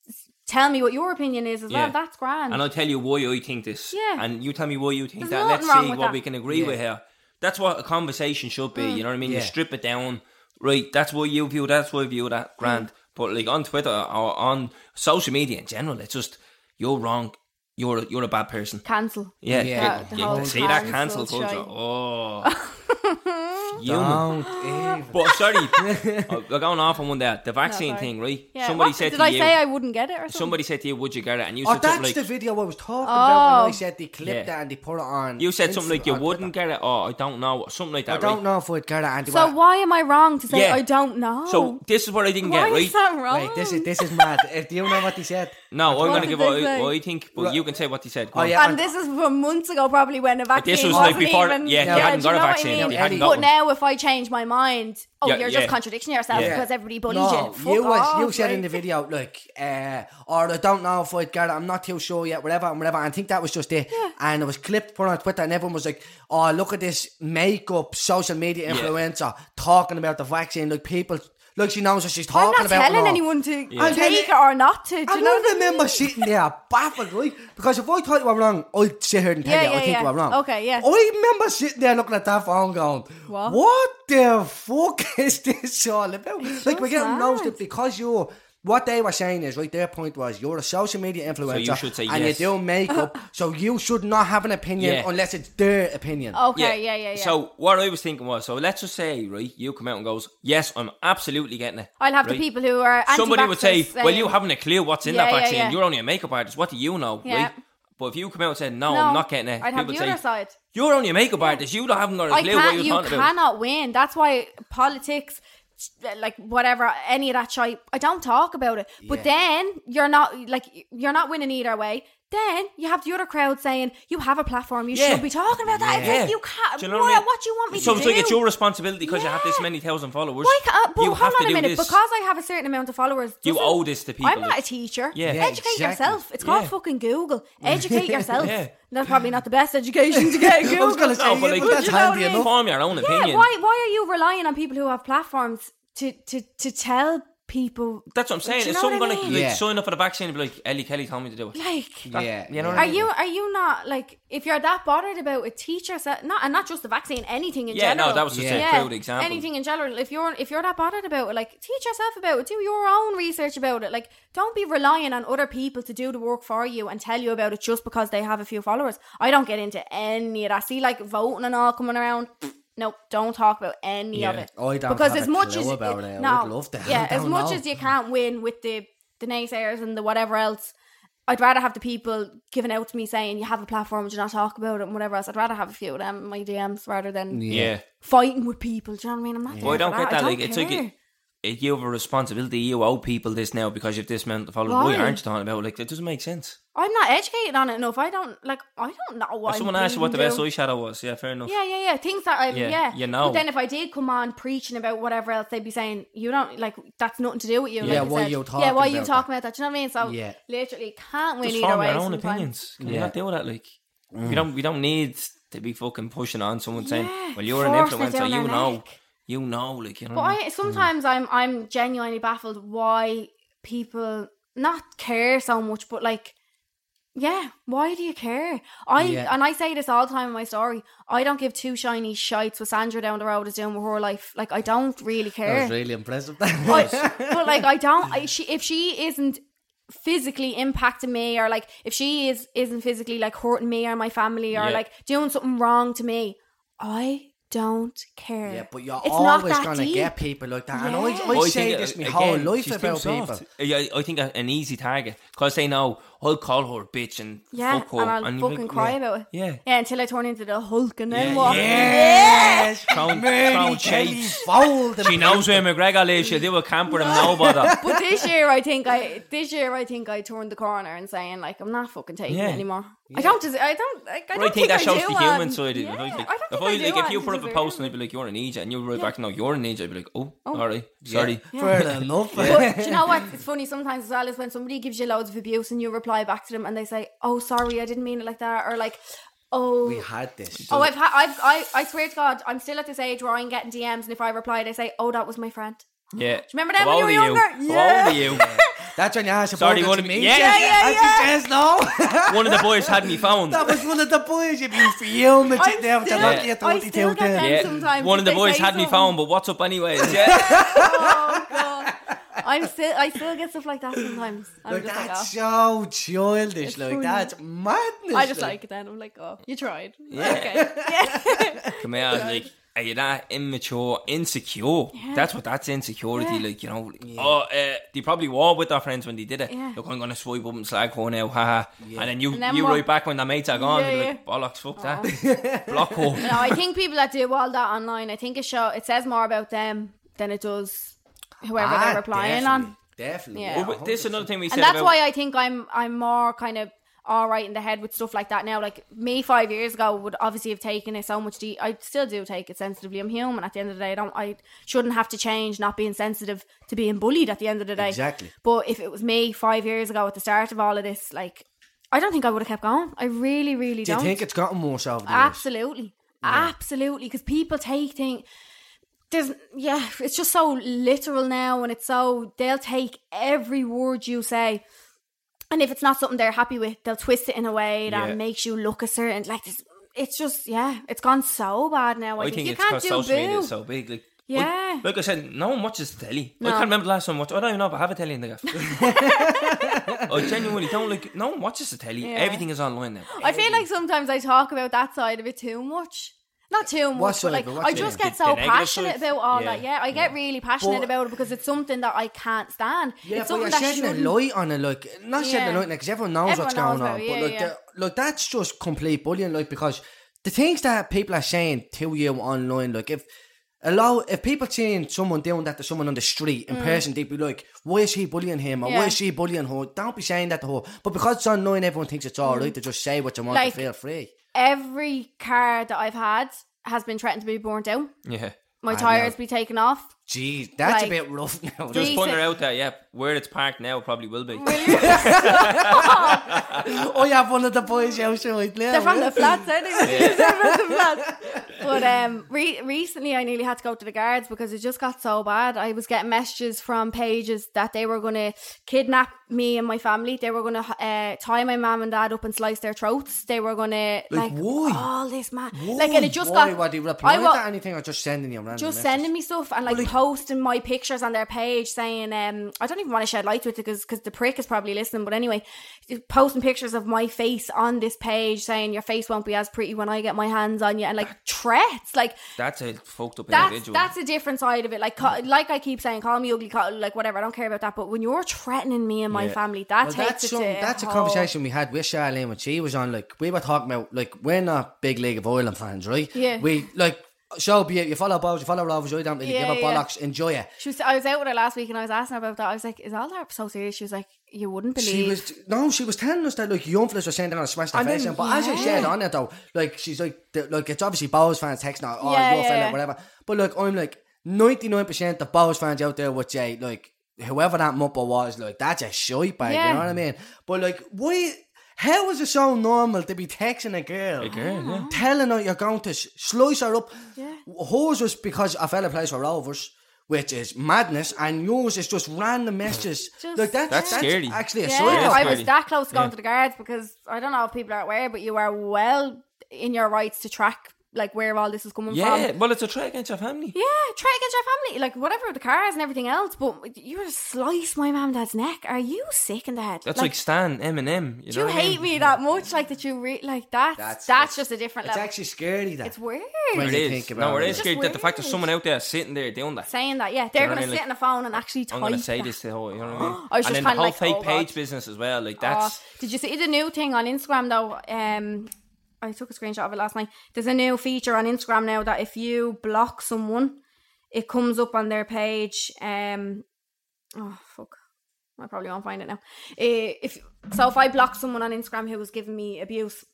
Speaker 5: s- tell me what your opinion is as
Speaker 1: Yeah.
Speaker 5: well that's grand
Speaker 1: and I'll tell you why I think this.
Speaker 5: Yeah.
Speaker 1: And you tell me why you think
Speaker 5: There's
Speaker 1: that.
Speaker 5: nothing
Speaker 1: Let's
Speaker 5: wrong
Speaker 1: see
Speaker 5: with
Speaker 1: what
Speaker 5: that. Mm.
Speaker 1: we can agree
Speaker 4: Yeah.
Speaker 1: with here. That's what a conversation should be. You know what I mean? You
Speaker 4: Yeah.
Speaker 1: strip it down. Right, that's what you view, that's what I view
Speaker 4: Mm.
Speaker 1: that. Grand. But like on Twitter or on social media in general, it's just you're wrong. You're a, you're a bad person.
Speaker 5: cancel
Speaker 1: Yeah,
Speaker 4: Yeah.
Speaker 1: you-
Speaker 5: The
Speaker 1: you
Speaker 5: whole
Speaker 1: see that
Speaker 5: cancel
Speaker 1: cancel culture.
Speaker 5: shite.
Speaker 1: Oh, human.
Speaker 4: Don't even.
Speaker 1: But sorry, I'm going off on one there. The vaccine
Speaker 5: sorry.
Speaker 1: thing, right?
Speaker 5: yeah
Speaker 1: Somebody
Speaker 5: what?
Speaker 1: said
Speaker 5: did
Speaker 1: to
Speaker 5: I
Speaker 1: you.
Speaker 5: say I wouldn't get it or something
Speaker 1: somebody said to you, "Would you get it?" And you
Speaker 4: Oh,
Speaker 1: said
Speaker 4: that's
Speaker 1: something like,
Speaker 4: the video I was talking about when I
Speaker 5: Oh.
Speaker 4: said they clipped
Speaker 1: Yeah.
Speaker 4: that and they put it on.
Speaker 1: You said something like you
Speaker 4: Instagram.
Speaker 1: wouldn't get it, or I don't know, something like that.
Speaker 4: I don't
Speaker 1: right?
Speaker 4: know if I'd get it. And they
Speaker 5: so
Speaker 4: went,
Speaker 5: why am I wrong to say
Speaker 1: Yeah.
Speaker 5: I don't know
Speaker 1: So this is what I didn't
Speaker 5: why
Speaker 1: get, right?
Speaker 5: is that wrong
Speaker 4: Wait, this is this is mad. Uh, Do you know what they said?
Speaker 1: No, I'm
Speaker 5: What
Speaker 1: gonna
Speaker 5: did
Speaker 1: give
Speaker 5: they
Speaker 1: what I,
Speaker 5: say?
Speaker 1: what I think, but
Speaker 4: Right.
Speaker 1: you can say what he said.
Speaker 4: Oh, yeah.
Speaker 5: and this is from months ago, probably when a vaccine
Speaker 1: this was, like,
Speaker 5: wasn't
Speaker 1: before-
Speaker 5: even.
Speaker 1: yeah, they hadn't
Speaker 5: do
Speaker 1: got
Speaker 5: you
Speaker 1: a
Speaker 5: know what I
Speaker 1: vaccine,
Speaker 5: mean?
Speaker 4: they hadn't
Speaker 5: but
Speaker 1: got one.
Speaker 5: now, if I change my mind, oh,
Speaker 1: Yeah,
Speaker 5: you're
Speaker 1: yeah.
Speaker 5: just contradicting yourself
Speaker 1: Yeah.
Speaker 5: because everybody bullies you.
Speaker 4: No,
Speaker 5: Fuck
Speaker 4: you was
Speaker 5: off,
Speaker 4: you said
Speaker 5: like-
Speaker 4: in the video like, uh, or I don't know if I'd get it. I'm not too sure yet. Whatever, and whatever. I think that was just it. And it was clipped, put on Twitter, and everyone was like, "Oh, look at this makeup social media
Speaker 1: Yeah.
Speaker 4: influencer talking about the vaccine." Like people, like she knows what she's
Speaker 5: I'm
Speaker 4: talking
Speaker 5: not
Speaker 4: about. and
Speaker 5: telling
Speaker 4: all.
Speaker 5: anyone to
Speaker 4: And then
Speaker 5: take
Speaker 4: it-
Speaker 5: it or not to. Do
Speaker 4: I
Speaker 5: you know what
Speaker 4: don't
Speaker 5: I mean?
Speaker 4: remember sitting there baffled, right? Because if I thought you were wrong, I'd sit here and tell
Speaker 5: Yeah,
Speaker 4: you I
Speaker 5: yeah,
Speaker 4: think you
Speaker 5: yeah.
Speaker 4: were wrong.
Speaker 5: Okay, yeah.
Speaker 4: I remember sitting there looking at that phone going,
Speaker 5: What?
Speaker 4: What, the fuck is this all about? like, we're getting
Speaker 5: mad.
Speaker 4: nosed up because you're. What they were saying is, right, their point was you're a social media influencer
Speaker 1: should say
Speaker 4: and
Speaker 1: yes.
Speaker 4: you do makeup, so you should not have an opinion
Speaker 1: Yeah.
Speaker 4: unless it's their opinion.
Speaker 5: Okay, yeah, yeah, yeah.
Speaker 1: So what I was thinking was, so let's just say, right, you come out and goes, "Yes, I'm absolutely getting it."
Speaker 5: I'll have
Speaker 1: right?
Speaker 5: the people who are
Speaker 1: Somebody would say,
Speaker 5: anti-vaccine
Speaker 1: "Well, you haven't a clue what's in
Speaker 5: Yeah,
Speaker 1: that
Speaker 5: yeah,
Speaker 1: vaccine.
Speaker 5: yeah.
Speaker 1: You're only a makeup artist. What do you know?"
Speaker 5: Yeah.
Speaker 1: Right? But if you come out and said, no,
Speaker 5: No,
Speaker 1: I'm not getting it,
Speaker 5: I'd have
Speaker 1: people
Speaker 5: the
Speaker 1: say,
Speaker 5: other side.
Speaker 1: you're only a makeup artist. You don't haven't got a
Speaker 5: I
Speaker 1: clue what
Speaker 5: can't.
Speaker 1: you're
Speaker 5: You
Speaker 1: talking about.
Speaker 5: cannot win. That's why politics, like whatever, any of that shit, I don't talk about it. But then you're not like you're not winning either way. Then you have the other crowd saying you have a platform. You
Speaker 1: Yeah.
Speaker 5: should be talking about that. It's
Speaker 1: Yeah.
Speaker 5: like you can't.
Speaker 1: Do you know
Speaker 5: what,
Speaker 1: what I mean?
Speaker 5: what do you want me
Speaker 1: so
Speaker 5: to
Speaker 1: it's
Speaker 5: do?
Speaker 1: like it's your responsibility because you have this
Speaker 5: Yeah.
Speaker 1: many thousand followers.
Speaker 5: Why can't, uh, but
Speaker 1: you
Speaker 5: hold
Speaker 1: have
Speaker 5: on
Speaker 1: to
Speaker 5: a
Speaker 1: do
Speaker 5: minute.
Speaker 1: this.
Speaker 5: Because I have a certain amount of followers,
Speaker 1: You
Speaker 5: doesn't-
Speaker 1: owe this to people,
Speaker 5: I'm not a
Speaker 1: like-
Speaker 5: teacher.
Speaker 1: Yeah. Yeah,
Speaker 5: Educate
Speaker 4: exactly.
Speaker 5: yourself. It's called
Speaker 1: Yeah.
Speaker 5: fucking Google. Educate yourself.
Speaker 1: Yeah.
Speaker 5: That's probably not the best education to get. at
Speaker 4: I was
Speaker 5: Google.
Speaker 4: gonna say,
Speaker 1: No, but
Speaker 4: yeah,
Speaker 1: like-
Speaker 4: but that's
Speaker 5: You know
Speaker 4: handy
Speaker 5: what I mean?
Speaker 4: enough.
Speaker 1: Form your own
Speaker 5: Yeah,
Speaker 1: opinion.
Speaker 5: why why are you relying on people who have platforms to to to tell people?
Speaker 1: That's what I'm saying.
Speaker 5: Do you
Speaker 1: If
Speaker 5: know
Speaker 1: someone
Speaker 5: what I
Speaker 1: gonna
Speaker 5: mean?
Speaker 1: like,
Speaker 4: Yeah.
Speaker 1: sign up for the vaccine and be like, Ellie Kelly told me to do it.
Speaker 5: Like,
Speaker 1: That-
Speaker 4: Yeah,
Speaker 1: You know what
Speaker 5: are
Speaker 1: I mean?
Speaker 5: you are you not like if you're that bothered about a teacher set not and not just the vaccine, anything in
Speaker 1: Yeah, no,
Speaker 5: general?
Speaker 1: that was just
Speaker 4: a
Speaker 1: crude example.
Speaker 5: Anything in general. If you're if you're that bothered about it, like teach yourself about it. Do your own research about it. Like, don't be relying on other people to do the work for you and tell you about it just because they have a few followers. I don't get into any of that. See, like voting and all coming around. Nope, don't talk about any of
Speaker 1: Yeah.
Speaker 5: it.
Speaker 4: I don't
Speaker 5: because
Speaker 4: have
Speaker 5: as
Speaker 4: a
Speaker 5: much
Speaker 4: clue
Speaker 5: as
Speaker 4: about it. I
Speaker 5: no,
Speaker 4: would love to. I
Speaker 5: yeah, as
Speaker 4: don't
Speaker 5: much
Speaker 4: know.
Speaker 5: as you can't win with the the naysayers and the whatever else. I'd rather have the people giving out to me saying you have a platform, do not talk about it and whatever else. I'd rather have a few of them in my DMs rather than
Speaker 1: Yeah.
Speaker 5: fighting with people. Do you know what I mean? I'm not. there
Speaker 1: Well, I don't
Speaker 5: for
Speaker 1: get that.
Speaker 5: I
Speaker 1: Like, it's like
Speaker 5: care.
Speaker 1: it, it, you have a responsibility. You owe people this now because you've this amount of followers.
Speaker 5: Why?
Speaker 1: Why aren't you talking about it? Like, that doesn't make sense.
Speaker 5: I'm not educated on it enough. I don't like. I don't know
Speaker 1: If
Speaker 5: what.
Speaker 1: someone
Speaker 5: I'm
Speaker 1: asked you what the
Speaker 5: reading
Speaker 1: best
Speaker 5: down.
Speaker 1: eyeshadow was, yeah, fair enough.
Speaker 5: Yeah, yeah, yeah. Things that I
Speaker 1: Yeah,
Speaker 5: yeah,
Speaker 1: you know.
Speaker 5: But then if I did come on preaching about whatever else, they'd be saying you don't like that's nothing to do with you.
Speaker 4: Yeah,
Speaker 5: like
Speaker 4: why
Speaker 5: said.
Speaker 4: you
Speaker 5: Yeah,
Speaker 4: talking
Speaker 5: why you
Speaker 4: about
Speaker 5: talking about that? Do you know what I mean? So
Speaker 4: Yeah.
Speaker 5: literally can't win
Speaker 1: Just
Speaker 5: either
Speaker 1: form
Speaker 5: way.
Speaker 1: your own
Speaker 5: sometimes. Mm.
Speaker 1: opinions. Can you
Speaker 4: Yeah.
Speaker 1: not do that? Like, we don't. We don't need to be fucking pushing on someone saying,
Speaker 5: Yeah,
Speaker 1: "Well, you're an
Speaker 5: force it
Speaker 1: influencer.
Speaker 5: down
Speaker 1: You
Speaker 5: our
Speaker 1: know,
Speaker 5: neck.
Speaker 1: you know." Like, you know.
Speaker 5: But
Speaker 1: what I mean?
Speaker 4: Mm.
Speaker 5: I sometimes I'm I'm genuinely baffled why people not care so much, but like, yeah, why do you care? I
Speaker 4: Yeah.
Speaker 5: and I say this all the time in my story. I don't give two shiny shites what Sandra down the road is doing with her life. Like I don't really
Speaker 4: That
Speaker 5: care.
Speaker 4: was really impressive.
Speaker 5: I- but like I don't. I, she if she isn't physically impacting me or like if she is isn't physically like hurting me or my family or
Speaker 1: Yeah.
Speaker 5: like doing something wrong to me, I don't care.
Speaker 4: yeah, but you're
Speaker 5: It's not
Speaker 4: always
Speaker 5: that
Speaker 4: gonna
Speaker 5: deep.
Speaker 4: get people like that, and
Speaker 5: Yeah.
Speaker 4: I, I,
Speaker 1: I
Speaker 4: say
Speaker 1: think, uh,
Speaker 4: this my
Speaker 1: again,
Speaker 4: whole life
Speaker 1: she's too
Speaker 4: about people.
Speaker 1: soft. I, I think a- an easy target because they know I'll call her a bitch and
Speaker 5: Yeah,
Speaker 1: fuck her
Speaker 5: and I'll
Speaker 1: and you're
Speaker 5: fucking
Speaker 1: like,
Speaker 5: cry
Speaker 1: yeah,
Speaker 5: about it.
Speaker 1: Yeah,
Speaker 5: Yeah, until I turn into the Hulk and then
Speaker 1: Yeah,
Speaker 5: what?
Speaker 4: Yes,
Speaker 1: Crown-
Speaker 4: Mary
Speaker 1: crown
Speaker 4: Kelly
Speaker 1: shapes.
Speaker 4: fold them
Speaker 1: she knows where McGregor lives. She'll do a camp with him, no bother.
Speaker 5: But this year, I think I this year I think I turned the corner and saying like I'm not fucking taking
Speaker 1: Yeah.
Speaker 5: it anymore. I don't. Des- I don't. Like, I
Speaker 1: But
Speaker 5: don't
Speaker 1: I think that
Speaker 5: I
Speaker 1: shows
Speaker 5: do
Speaker 1: the
Speaker 5: want-
Speaker 1: human side. of it.
Speaker 5: Yeah,
Speaker 1: If
Speaker 5: I
Speaker 1: I,
Speaker 5: don't
Speaker 1: like,
Speaker 5: think
Speaker 1: if
Speaker 5: I,
Speaker 1: I,
Speaker 5: do
Speaker 1: like, if
Speaker 5: want
Speaker 1: you put up a
Speaker 5: deserve
Speaker 1: post and
Speaker 5: it.
Speaker 1: I'd be like, "You're an idiot," and you write back, "No, you're an idiot," I'd be like, "Oh, all right, sorry."
Speaker 4: Fair enough.
Speaker 5: But do you know what? It's funny sometimes as well is when somebody gives you loads of abuse and you reply back to them and they say, "Oh, sorry, I didn't mean it like that," or like, "Oh,
Speaker 4: We had this.
Speaker 5: oh, I've had, I've, I, I swear to God, I'm still at this age where I'm getting DMs and if I reply, they say, "Oh, that was my friend."
Speaker 1: Yeah.
Speaker 5: remember them
Speaker 1: How
Speaker 5: when you
Speaker 1: old
Speaker 5: were
Speaker 1: are
Speaker 5: younger?
Speaker 1: How old are you?
Speaker 4: That's when you asked
Speaker 1: Sorry,
Speaker 4: about
Speaker 1: what
Speaker 4: to
Speaker 1: do
Speaker 4: me.
Speaker 1: you- Yeah,
Speaker 5: yeah,
Speaker 4: And
Speaker 5: yeah.
Speaker 4: she says no.
Speaker 1: One of the boys had me phone.
Speaker 4: that nou- was one of the boys you be filming
Speaker 5: I'm
Speaker 4: it there with the
Speaker 5: still-
Speaker 4: lucky at
Speaker 5: I
Speaker 4: 22
Speaker 5: still get
Speaker 4: then.
Speaker 5: them.
Speaker 1: yeah.
Speaker 5: sometimes
Speaker 1: One of
Speaker 5: if
Speaker 1: the
Speaker 5: they
Speaker 1: boys
Speaker 5: say
Speaker 1: had me
Speaker 5: something.
Speaker 1: phone, but what's up anyways? Yeah.
Speaker 5: Oh god. I'm still, I still get stuff like that sometimes. I'm
Speaker 4: Like,
Speaker 5: just like,
Speaker 4: that's so
Speaker 5: oh.
Speaker 4: childish.
Speaker 5: It's
Speaker 4: like,
Speaker 5: funny.
Speaker 4: that's madness.
Speaker 5: I just like it then. I'm like, oh, you tried.
Speaker 1: Yeah.
Speaker 5: Okay. Yeah.
Speaker 1: Come here, like. Are you that immature, insecure? That's what that's insecurity,
Speaker 5: Yeah.
Speaker 1: like you know. like, Oh, uh, they probably were with their friends when they did it.
Speaker 5: Yeah.
Speaker 1: Look, I'm gonna swipe up and slag her now, haha. And then you
Speaker 5: And then
Speaker 1: you
Speaker 5: what-
Speaker 1: write back when the mates are gone.
Speaker 5: Yeah,
Speaker 1: they'll be like, bollocks, fuck that, block her.
Speaker 5: No, I think people that do all that online, I think it show it says more about them than it does whoever
Speaker 4: Ah,
Speaker 5: they're replying on.
Speaker 4: Definitely.
Speaker 5: Yeah.
Speaker 4: Yeah.
Speaker 1: But this is another thing we said
Speaker 5: And that's
Speaker 1: about
Speaker 5: why I think I'm I'm more kind of all right in the head with stuff like that now. Like me five years ago would obviously have taken it so much deep. I still do take it sensitively. I'm human. At the end of the day, I don't. I shouldn't have to change not being sensitive to being bullied. At the end of the day,
Speaker 4: Exactly.
Speaker 5: But if it was me five years ago at the start of all of this, like I don't think I would have kept going. I really, really
Speaker 4: Do you
Speaker 5: don't.
Speaker 4: think it's gotten worse over
Speaker 5: Ah,
Speaker 4: the years?
Speaker 5: Absolutely. Absolutely. Because people take things. There's, yeah, it's just so literal now, and it's so they'll take every word you say, and if it's not something they're happy with, they'll twist it in a way that
Speaker 1: Yeah.
Speaker 5: makes you look a certain. Like this, it's just yeah, it's gone so bad now. I,
Speaker 1: I
Speaker 5: think,
Speaker 1: think
Speaker 5: you
Speaker 1: it's because
Speaker 5: can't do
Speaker 1: social media
Speaker 5: boo.
Speaker 1: is so big. Like,
Speaker 5: Yeah.
Speaker 1: Like, like I said, no one watches telly.
Speaker 5: No.
Speaker 1: I can't remember the last time I watched. I don't even know if I have a telly in the gaff. I genuinely don't like. No one watches the telly.
Speaker 5: Yeah.
Speaker 1: Everything is online now.
Speaker 5: I feel like sometimes I talk about that side of it too much. Not too much, but like
Speaker 4: Whatsoever,
Speaker 5: I just
Speaker 4: whatsoever.
Speaker 5: get so
Speaker 1: The negative
Speaker 5: passionate
Speaker 1: sides?
Speaker 5: about all
Speaker 1: Yeah.
Speaker 5: that. Yeah, I get really passionate
Speaker 4: But-
Speaker 5: about it because it's something that I can't stand.
Speaker 4: Yeah, but
Speaker 5: it's something
Speaker 4: you're
Speaker 5: that
Speaker 4: shedding a
Speaker 5: shouldn't.
Speaker 4: light on it, like not shedding a
Speaker 5: Yeah.
Speaker 4: light because everyone knows what's
Speaker 5: Everyone knows
Speaker 4: going
Speaker 5: about
Speaker 4: on.
Speaker 5: it,
Speaker 4: but
Speaker 5: yeah,
Speaker 4: like,
Speaker 5: yeah.
Speaker 4: the- like that's just complete bullying, like because the things that people are saying to you online, like if allow if people seeing someone doing that to someone on the street in person, they'd be like, "Why is he bullying him? Or
Speaker 5: Mm. Yeah.
Speaker 4: why is she bullying her?" Don't be saying that to her. But because it's online, everyone thinks it's all right to just say what you want
Speaker 5: Mm. Like-
Speaker 4: to feel free.
Speaker 5: Every car that I've had has been threatened to be burnt down.
Speaker 1: Yeah.
Speaker 5: My
Speaker 4: know.
Speaker 5: tires be taken off.
Speaker 4: Jeez, that's
Speaker 5: Like-
Speaker 4: a bit rough now.
Speaker 5: Just
Speaker 1: Just putting it out there, yeah. Where it's parked now probably will be.
Speaker 4: oh, you have one of the boys outside now.
Speaker 5: They're from
Speaker 4: yeah?
Speaker 5: the flats, anyway. They're from the flats. But um, re- recently, I nearly had to go to the guards because it just got so bad. I was getting messages from pages that they were going to kidnap me and my family. They were going to uh, tie my mum and dad up and slice their throats. They were going to like,
Speaker 4: why?
Speaker 5: all this man, like, and it just
Speaker 4: Why
Speaker 5: got.
Speaker 4: would they
Speaker 5: I
Speaker 4: reply
Speaker 5: wa-
Speaker 4: to anything or just sending you random
Speaker 5: just
Speaker 4: messages?
Speaker 5: sending me stuff and like, posting my pictures on their page saying um i don't even want to shed light with it because the prick is probably listening but anyway posting pictures of my face on this page saying your face won't be as pretty when i get my hands on you and like threats like
Speaker 1: That's a fucked up
Speaker 5: that's
Speaker 1: individual.
Speaker 5: that's a different side of it like ca- like i keep saying call me ugly call, like whatever i don't care about that but when you're threatening me and my
Speaker 1: Yeah.
Speaker 5: family that
Speaker 4: Well,
Speaker 5: takes
Speaker 4: that's
Speaker 5: it
Speaker 4: some,
Speaker 5: to
Speaker 4: that's a
Speaker 5: whole-
Speaker 4: conversation we had with Charlene when she was on. Like we were talking about, like we're not big League of Ireland fans, right?
Speaker 5: Yeah.
Speaker 4: We like so be it. You follow Bowes, you follow Rovers, you don't really
Speaker 5: Yeah,
Speaker 4: give a
Speaker 5: yeah.
Speaker 4: bollocks. Enjoy it.
Speaker 5: she was, i was out with her last week and i was asking her about that i was like is all that so serious she was like you wouldn't believe
Speaker 4: She was no, she was telling us that like young fellas were saying they're gonna smash their
Speaker 5: And
Speaker 4: face
Speaker 5: then-
Speaker 4: in. But as I
Speaker 5: yeah.
Speaker 4: said on it though, like she's like the, like it's obviously Bowes fans texting her, oh
Speaker 5: Yeah,
Speaker 4: your
Speaker 5: yeah,
Speaker 4: fella,
Speaker 5: yeah.
Speaker 4: whatever. But like I'm like ninety nine percent of Bowes fans out there would say like whoever that mupper was, like that's a shite bag,
Speaker 5: Yeah.
Speaker 4: you know what I mean? But like why how is it so normal to be texting a girl?
Speaker 1: a girl, yeah.
Speaker 4: telling her you're going to s- slice her up.
Speaker 5: Yeah.
Speaker 4: Hers was because a fella plays for Rovers, which is madness, and yours is just random messages.
Speaker 5: Just-
Speaker 4: like that's,
Speaker 1: That's scary.
Speaker 4: Actually, a
Speaker 5: Yeah,
Speaker 4: side
Speaker 1: Yeah,
Speaker 4: note.
Speaker 5: I
Speaker 1: Brady.
Speaker 5: was that close to going
Speaker 1: Yeah.
Speaker 5: to the guards because I don't know if people are aware, but you are well in your rights to track like where all this is coming
Speaker 1: Yeah,
Speaker 5: from.
Speaker 1: well, it's a try against your family.
Speaker 5: Yeah, try against your family, like whatever with the cars and everything else. But you were to slice my mum and dad's neck. Are you sick in the head?
Speaker 1: That's like, Stan, Eminem. You
Speaker 5: do
Speaker 1: know
Speaker 5: you
Speaker 1: what I
Speaker 5: hate
Speaker 1: mean?
Speaker 5: me that much? Like that you re- like that's that's,
Speaker 4: That's-
Speaker 5: just a different
Speaker 4: It's
Speaker 5: level.
Speaker 4: actually scary. That
Speaker 5: it's weird.
Speaker 4: Right.
Speaker 1: It
Speaker 4: you
Speaker 1: is.
Speaker 4: think about
Speaker 1: no, it
Speaker 4: it.
Speaker 1: is
Speaker 5: Just
Speaker 1: scary that the fact there's
Speaker 5: weird.
Speaker 1: someone out there sitting there doing that.
Speaker 5: Saying that, yeah, they're
Speaker 1: know what I
Speaker 5: gonna
Speaker 1: mean?
Speaker 5: sit
Speaker 1: Like,
Speaker 5: on the phone and actually type.
Speaker 1: I'm gonna say
Speaker 5: that.
Speaker 1: this to her, you know what I mean?
Speaker 5: I was just
Speaker 1: and then the
Speaker 5: kinda
Speaker 1: whole
Speaker 5: like,
Speaker 1: fake
Speaker 5: oh, God.
Speaker 1: page business as well. Like that's
Speaker 5: Oh, did you see the new thing on Instagram though? Um, I took a screenshot of it last night. There's a new feature on Instagram now that if you block someone, it comes up on their page. Um, oh fuck, I probably won't find it now. Eh, If so, if I block someone on Instagram who was giving me abuse,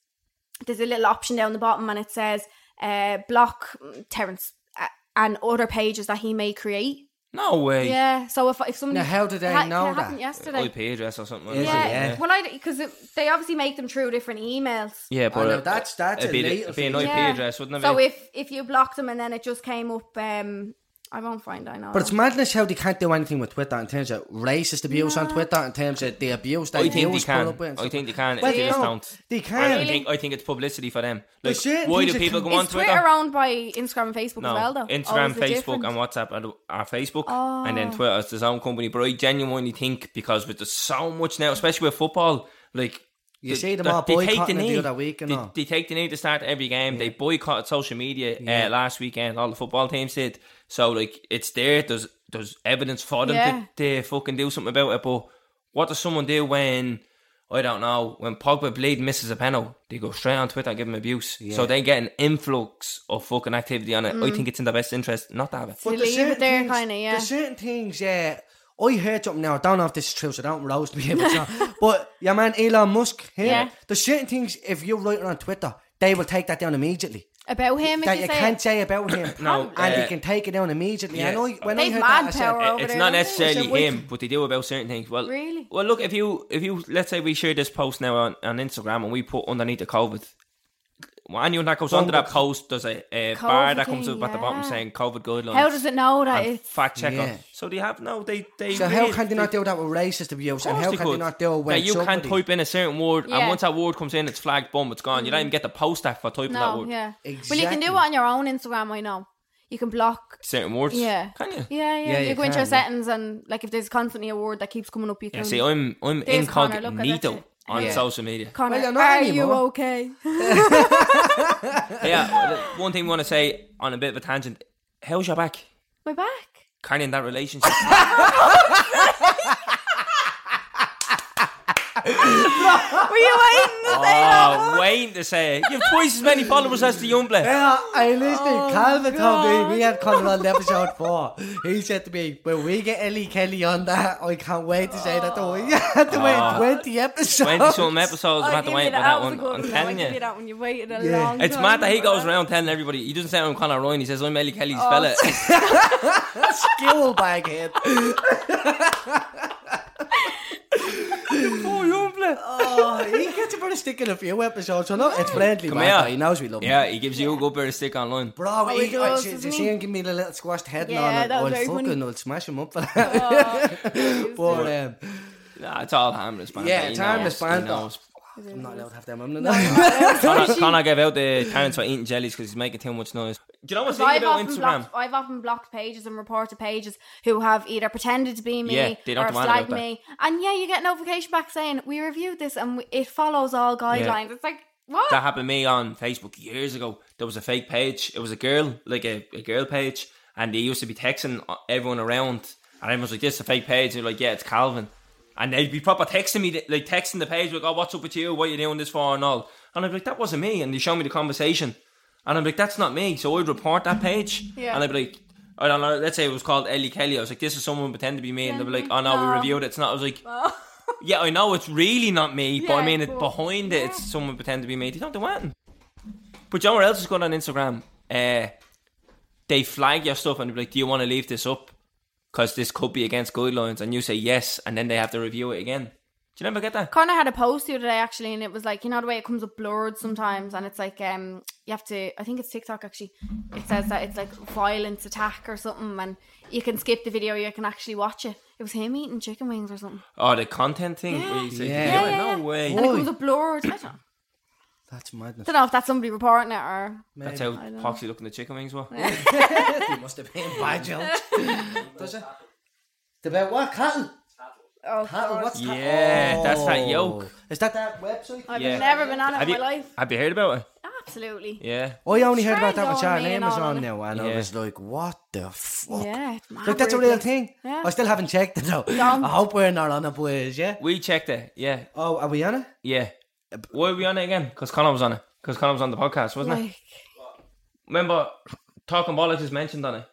Speaker 5: there's a little option down the bottom and it says uh, block Terence uh, and other pages that he may create.
Speaker 1: no way.
Speaker 5: Yeah. So if if somebody
Speaker 4: Now, how do they
Speaker 5: ha-
Speaker 4: know
Speaker 5: it happened
Speaker 4: that?
Speaker 5: yesterday?
Speaker 1: IP address or something. like
Speaker 5: Yeah,
Speaker 1: that.
Speaker 4: Yeah.
Speaker 5: well, I because they obviously make them through different emails.
Speaker 1: Yeah, but
Speaker 4: know,
Speaker 1: uh,
Speaker 4: that's- that's
Speaker 1: it'd be,
Speaker 4: illegal
Speaker 1: it'd be an
Speaker 4: thing.
Speaker 1: IP
Speaker 5: Yeah.
Speaker 1: address, wouldn't it?
Speaker 5: So
Speaker 1: be?
Speaker 5: if if you blocked them and then it just came up, um, I won't find. I know.
Speaker 4: but it's madness how they can't do anything with Twitter in terms of racist abuse on Twitter, in terms of the abuse
Speaker 1: I
Speaker 4: that
Speaker 1: Oh, think they
Speaker 4: use put up with.
Speaker 1: can.
Speaker 4: and
Speaker 1: I
Speaker 4: stuff.
Speaker 1: think they can.
Speaker 4: Well,
Speaker 1: if they
Speaker 4: they
Speaker 1: just
Speaker 4: don't.
Speaker 1: don't.
Speaker 4: They
Speaker 1: I
Speaker 4: can.
Speaker 1: think I think it's publicity for them.
Speaker 4: There's
Speaker 1: Like,
Speaker 4: certain
Speaker 1: why
Speaker 4: things
Speaker 1: do
Speaker 4: that
Speaker 1: people
Speaker 4: can-
Speaker 1: go on
Speaker 5: Is Twitter owned by Instagram and Facebook
Speaker 1: No,
Speaker 5: as well, though.
Speaker 1: Instagram,
Speaker 5: Or is it
Speaker 1: Facebook,
Speaker 5: different?
Speaker 1: and WhatsApp are, are Facebook, and
Speaker 5: Oh.
Speaker 1: then Twitter is his own company. But I genuinely think because with there's so much now, especially with football, like
Speaker 4: You
Speaker 1: the-
Speaker 4: see them
Speaker 1: the-
Speaker 4: all
Speaker 1: they take the
Speaker 4: boycotting it the
Speaker 1: knee.
Speaker 4: other week and
Speaker 1: they,
Speaker 4: all.
Speaker 1: they take the knee to start every game. They boycotted social media uh, last weekend. All the football teams did. So like it's there. There's there's evidence for them
Speaker 5: Yeah.
Speaker 1: to, to fucking do something about it. But what does someone do when? I don't know. When Pogba bleed misses a penalty, they go straight on Twitter and give him abuse. So they get an influx of fucking activity on it.
Speaker 5: Mm.
Speaker 1: I think it's in their best interest not to have it.
Speaker 5: To
Speaker 4: there's
Speaker 5: leave it
Speaker 4: certain
Speaker 5: there,
Speaker 4: things-
Speaker 5: kinda, yeah.
Speaker 4: There's certain things, yeah. I heard something now. I don't know if this is true, so don't roast me. If it's not. but your man Elon Musk, yeah,
Speaker 5: Yeah.
Speaker 4: There's certain things if you write it on Twitter, they will take that down immediately.
Speaker 5: about him.
Speaker 4: that
Speaker 5: if
Speaker 4: you,
Speaker 5: you say
Speaker 4: can't say about him,
Speaker 1: No,
Speaker 4: and
Speaker 1: uh,
Speaker 4: they can take it down immediately.
Speaker 1: yeah.
Speaker 4: And I, when I
Speaker 5: They've
Speaker 4: heard
Speaker 5: mad
Speaker 4: that, I said,
Speaker 5: power. over
Speaker 1: it's
Speaker 5: there,
Speaker 1: not
Speaker 5: isn't it?
Speaker 1: necessarily
Speaker 4: It's a
Speaker 1: him, but they do about certain things. Well,
Speaker 5: Really?
Speaker 1: Well, look if you if you let's say we share this post now on, on Instagram and we put underneath the COVID. Well, anyone that goes onto that post, there's a, a bar that comes up
Speaker 5: thing,
Speaker 1: at the bottom
Speaker 5: yeah.
Speaker 1: saying COVID guidelines.
Speaker 5: how does it know that
Speaker 1: and
Speaker 5: it's
Speaker 1: fact checker?
Speaker 4: Yeah.
Speaker 1: So they have no. They they.
Speaker 4: So how
Speaker 1: read-
Speaker 4: can they not do that with racist abuse?
Speaker 1: Of
Speaker 4: And
Speaker 1: course
Speaker 4: how can they
Speaker 1: could.
Speaker 4: not do it when
Speaker 1: That you
Speaker 4: somebody,
Speaker 1: can't type in a certain word,
Speaker 5: Yeah. Mm.
Speaker 1: and once that word comes in, it's flagged. Boom, it's gone. You don't even get the post act for typing that
Speaker 5: no?
Speaker 1: word.
Speaker 5: Yeah. Well, you can do
Speaker 4: Exactly.
Speaker 5: it on your own Instagram. I know. You can block.
Speaker 1: Certain words.
Speaker 5: Yeah.
Speaker 1: Can you?
Speaker 5: Yeah, yeah.
Speaker 4: Yeah,
Speaker 5: you
Speaker 4: you
Speaker 5: go into your
Speaker 4: can, yeah.
Speaker 5: settings and like if there's constantly a word that keeps coming up, you can.
Speaker 1: Yeah, see, I'm I'm
Speaker 5: There's Connor, look at
Speaker 1: incognito.
Speaker 5: it.
Speaker 1: on
Speaker 4: Yeah.
Speaker 1: social media.
Speaker 5: Connor,
Speaker 4: Well, you're not
Speaker 5: are you
Speaker 4: anymore.
Speaker 5: okay?
Speaker 1: yeah, one thing we want to say on a bit of a tangent. How's your back?
Speaker 5: My back.
Speaker 1: Carrying that relationship.
Speaker 5: Were you waiting to say that?
Speaker 1: oh, waiting to say it. You have twice as many followers as the young bloke.
Speaker 4: Yeah, I listening.
Speaker 1: Oh,
Speaker 4: Calvin told
Speaker 5: God.
Speaker 4: me we had Conor on episode four. He said to me, "When we get Ellie Kelly on that, I can't wait to say that." To you had to
Speaker 1: Ah.
Speaker 4: wait twenty episodes.
Speaker 1: Twenty some episodes. I've
Speaker 5: I'll
Speaker 1: had to
Speaker 5: give
Speaker 1: wait
Speaker 5: Oh, you
Speaker 1: for
Speaker 5: that,
Speaker 1: that
Speaker 5: was a
Speaker 1: one.
Speaker 5: good
Speaker 1: I'm
Speaker 5: one.
Speaker 1: telling
Speaker 5: I'll give you
Speaker 1: you.
Speaker 5: that one. You waited a
Speaker 4: Yeah.
Speaker 5: long
Speaker 1: It's
Speaker 5: time.
Speaker 1: mad that he
Speaker 5: for
Speaker 1: goes around telling everybody he doesn't say I'm Conor Ryan. He says I'm Ellie Kelly's
Speaker 5: Oh.
Speaker 1: fella.
Speaker 4: skill bag head.
Speaker 1: Poor young bloke.
Speaker 4: Oh, he gets a bit of stick in a few episodes. So no, it's friendly.
Speaker 1: Come
Speaker 4: man,
Speaker 1: here.
Speaker 4: though. He knows we love him.
Speaker 1: Yeah, he gives you a good bit of stick online.
Speaker 4: Bro,
Speaker 5: he
Speaker 4: he, I,
Speaker 5: does,
Speaker 4: see,
Speaker 5: doesn't
Speaker 4: see
Speaker 5: he?
Speaker 4: him give me the little squashed head
Speaker 5: Yeah,
Speaker 4: on it.
Speaker 5: that was
Speaker 4: I'll
Speaker 5: very funny.
Speaker 4: fucking I'll smash him up for that. but, um,
Speaker 1: Nah, it's all harmless banter.
Speaker 4: Yeah,
Speaker 1: he
Speaker 4: it's
Speaker 1: knows,
Speaker 4: harmless
Speaker 1: he
Speaker 4: banter.
Speaker 1: knows.
Speaker 4: I'm not allowed to have them. I'm not
Speaker 1: Connor, Connor gave out the parents for eating jellies because he's making too much noise. Do you know what's
Speaker 5: So I've
Speaker 1: thinking about
Speaker 5: often,
Speaker 1: Instagram?
Speaker 5: blocked, I've often blocked pages and reported pages who have either pretended to be me
Speaker 1: Yeah, they don't
Speaker 5: or
Speaker 1: demand about
Speaker 5: flagged
Speaker 1: that.
Speaker 5: me. And yeah, you get notification back saying, we reviewed this and we, it follows all guidelines. It's like, what?
Speaker 1: That happened to me on Facebook years ago. There was a fake page. It was a girl, like a, a girl page, and they used to be texting everyone around. And I was like, "This is a fake page." They're like, "Yeah, it's Calvin," and they'd be proper texting me, like texting the page, like, "Oh, what's up with you? What are you doing this for?" and all. And I'm like, "That wasn't me." And they show me the conversation, and I'm like, "That's not me." So I'd report that page,
Speaker 5: Yeah.
Speaker 1: and I'd be like. I don't know. Let's say it was called Ellie Kelly. I was like, "This is someone pretending to be me," and they'd be like, "Oh no, we
Speaker 5: No.
Speaker 1: reviewed it. It's not." I was like, yeah, I know it's really not me, but I
Speaker 5: Yeah,
Speaker 1: mean, it,
Speaker 5: but-
Speaker 1: behind it,
Speaker 5: yeah.
Speaker 1: it's someone pretending to be me. They don't do anything. But you know what else is good on Instagram? Uh, they flag your stuff and be like, "Do you want to leave this up? Because this could be against guidelines." And you say yes, and then they have to review it again. Do you never get that?
Speaker 5: Connor had a post the other day actually, and it was like you know the way it comes up blurred sometimes, and it's like um you have to I think it's TikTok actually. It says that it's like violence attack or something, and you can skip the video, you can actually watch it. It was him eating chicken wings or something,
Speaker 1: Oh, the content thing.
Speaker 5: Yeah.
Speaker 1: where you say,
Speaker 4: Yeah.
Speaker 1: "Do
Speaker 4: Yeah,
Speaker 1: it?"
Speaker 5: yeah,
Speaker 1: no
Speaker 5: yeah.
Speaker 1: way.
Speaker 5: and it
Speaker 4: Oi.
Speaker 5: comes up blurred. I don't,
Speaker 4: That's madness.
Speaker 5: don't know if that's somebody reporting it or
Speaker 1: That's how poxy looking the chicken wings were.
Speaker 4: He must have been by jokes. Does it? About what? Cattle?
Speaker 5: oh,
Speaker 4: Cattle? What's cattle?
Speaker 1: Yeah, that's that
Speaker 4: Oh.
Speaker 1: yoke.
Speaker 4: Is that that website?
Speaker 5: I've
Speaker 1: Yeah.
Speaker 5: never been on it
Speaker 1: Have
Speaker 5: in
Speaker 1: you,
Speaker 5: my life.
Speaker 1: have you heard about it?
Speaker 5: Absolutely.
Speaker 1: Yeah.
Speaker 4: I only heard
Speaker 5: Try
Speaker 4: about that when
Speaker 5: going
Speaker 4: Charlie
Speaker 5: in
Speaker 4: Name was
Speaker 5: on
Speaker 4: on
Speaker 5: it.
Speaker 4: now, and I
Speaker 1: Yeah.
Speaker 4: was like, what the fuck?
Speaker 5: Yeah, it's mad
Speaker 4: Like, that's a
Speaker 5: weird
Speaker 4: real
Speaker 5: place.
Speaker 4: thing.
Speaker 5: Yeah.
Speaker 4: I still haven't checked it though.
Speaker 5: Don't.
Speaker 4: I hope we're not on it, boys, yeah?
Speaker 1: We checked it. Yeah.
Speaker 4: Oh, are we on it?
Speaker 1: Yeah. Why are we on it again? Because Connor was on it. Because Connor was on the podcast, wasn't it?
Speaker 5: Like,
Speaker 1: remember talking bollocks is mentioned on it,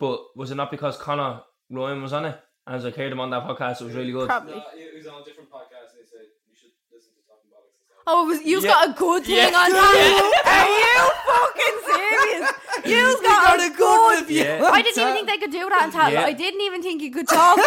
Speaker 1: but was it not because Connor Ryan was on it? And as I heard him on that podcast, it was really good.
Speaker 5: probably.
Speaker 6: It was on a different podcast, and they said you should listen to Talking Bollocks.
Speaker 5: Oh, it was, you've
Speaker 1: Yeah.
Speaker 5: got a good thing
Speaker 1: Yeah.
Speaker 5: on that. Are you fucking serious? You've got, a, good.
Speaker 1: Yeah.
Speaker 5: I didn't even think they could do that in Tatler.
Speaker 1: Yeah.
Speaker 5: I didn't even think you could talk good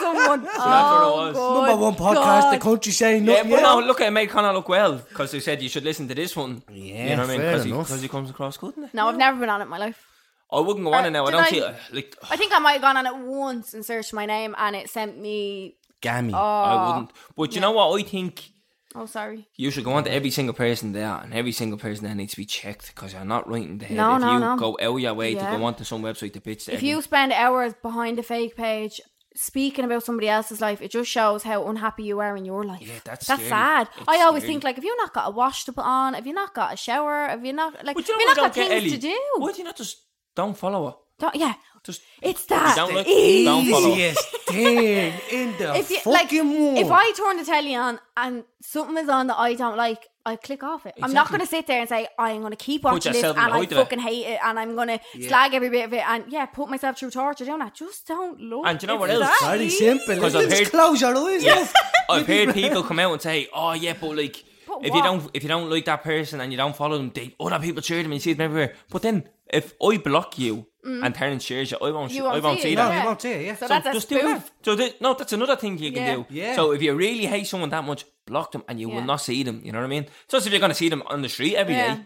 Speaker 5: someone. oh,
Speaker 1: it was.
Speaker 5: good
Speaker 4: Number one podcast the
Speaker 5: God.
Speaker 4: country saying
Speaker 1: Yeah,
Speaker 4: nothing.
Speaker 1: but no, look, it made Connor look well because they said you should listen to this one.
Speaker 4: Yeah,
Speaker 1: you know what I mean?
Speaker 4: fair
Speaker 1: he,
Speaker 4: enough.
Speaker 1: 'cause he comes across good. doesn't he?
Speaker 5: no, I've never been on it in my life.
Speaker 1: I wouldn't go on
Speaker 5: Uh,
Speaker 1: it now. I
Speaker 5: did
Speaker 1: don't
Speaker 5: I-
Speaker 1: see it. Like
Speaker 5: I think I might have gone on it once and searched my name, and it sent me.
Speaker 4: Gammy.
Speaker 1: I wouldn't. But you know what? I think
Speaker 5: Oh, sorry.
Speaker 1: you should go on to every single person there, and every single person there needs to be checked because you're not right in the head.
Speaker 5: No,
Speaker 1: if
Speaker 5: no,
Speaker 1: you
Speaker 5: no.
Speaker 1: go out your way
Speaker 5: Yeah.
Speaker 1: to go onto some website to bitch to
Speaker 5: If you spend hours behind a fake page speaking about somebody else's life, it just shows how unhappy you are in your life.
Speaker 1: Yeah, that's
Speaker 5: that's
Speaker 1: scary.
Speaker 5: sad.
Speaker 1: It's
Speaker 5: I always
Speaker 1: scary.
Speaker 5: think like, have you not got a wash to put on? Have you not got a shower? Have you not like?
Speaker 1: But
Speaker 5: Have
Speaker 1: you know
Speaker 5: you
Speaker 1: what
Speaker 5: not
Speaker 1: I
Speaker 5: got
Speaker 1: don't get,
Speaker 5: things to
Speaker 1: Ellie?
Speaker 5: do?
Speaker 1: Why do you not just don't follow her?
Speaker 5: Don't, yeah,
Speaker 1: Just
Speaker 5: it's that
Speaker 1: don't look-
Speaker 5: easy.
Speaker 1: don't follow.
Speaker 4: Easiest thing in the
Speaker 5: if you,
Speaker 4: fucking
Speaker 5: like,
Speaker 4: world.
Speaker 5: if I turn the telly on and something is on that I don't like, I click off it. I'm not
Speaker 1: Exactly.
Speaker 5: going to sit there and say I'm going to keep watching this
Speaker 1: yourself
Speaker 5: and
Speaker 1: in the
Speaker 5: I
Speaker 1: light of it.
Speaker 5: fucking hate it and I'm going to slag every bit of it and yeah, put myself through torture doing that. Just don't look.
Speaker 1: And do you know what
Speaker 5: It's
Speaker 1: else?
Speaker 5: that
Speaker 4: Very
Speaker 5: easy.
Speaker 4: simple.
Speaker 1: 'Cause
Speaker 4: Just
Speaker 1: I've heard-
Speaker 4: close your eyes. love.
Speaker 1: I've heard people come out and say, "Oh yeah, but like
Speaker 5: But
Speaker 1: if you
Speaker 5: what?
Speaker 1: don't if you don't like that person and you don't follow them, they other people cheer them and you see them everywhere." But then if I block you and turn and cheers you, I won't.
Speaker 5: You
Speaker 1: I
Speaker 5: won't
Speaker 1: won't
Speaker 5: see
Speaker 1: see
Speaker 5: it,
Speaker 1: that.
Speaker 4: No, you won't see it, yeah.
Speaker 5: So
Speaker 4: So
Speaker 5: that's a
Speaker 1: Just do
Speaker 5: spoof.
Speaker 1: that. So th- no, that's another thing you can
Speaker 5: Yeah.
Speaker 1: do.
Speaker 4: Yeah.
Speaker 1: So if you really hate someone that much, block them and you
Speaker 5: Yeah.
Speaker 1: will not see them. You know what I mean? So as if you're going to see them on the street every day.
Speaker 4: eh?
Speaker 5: Yeah.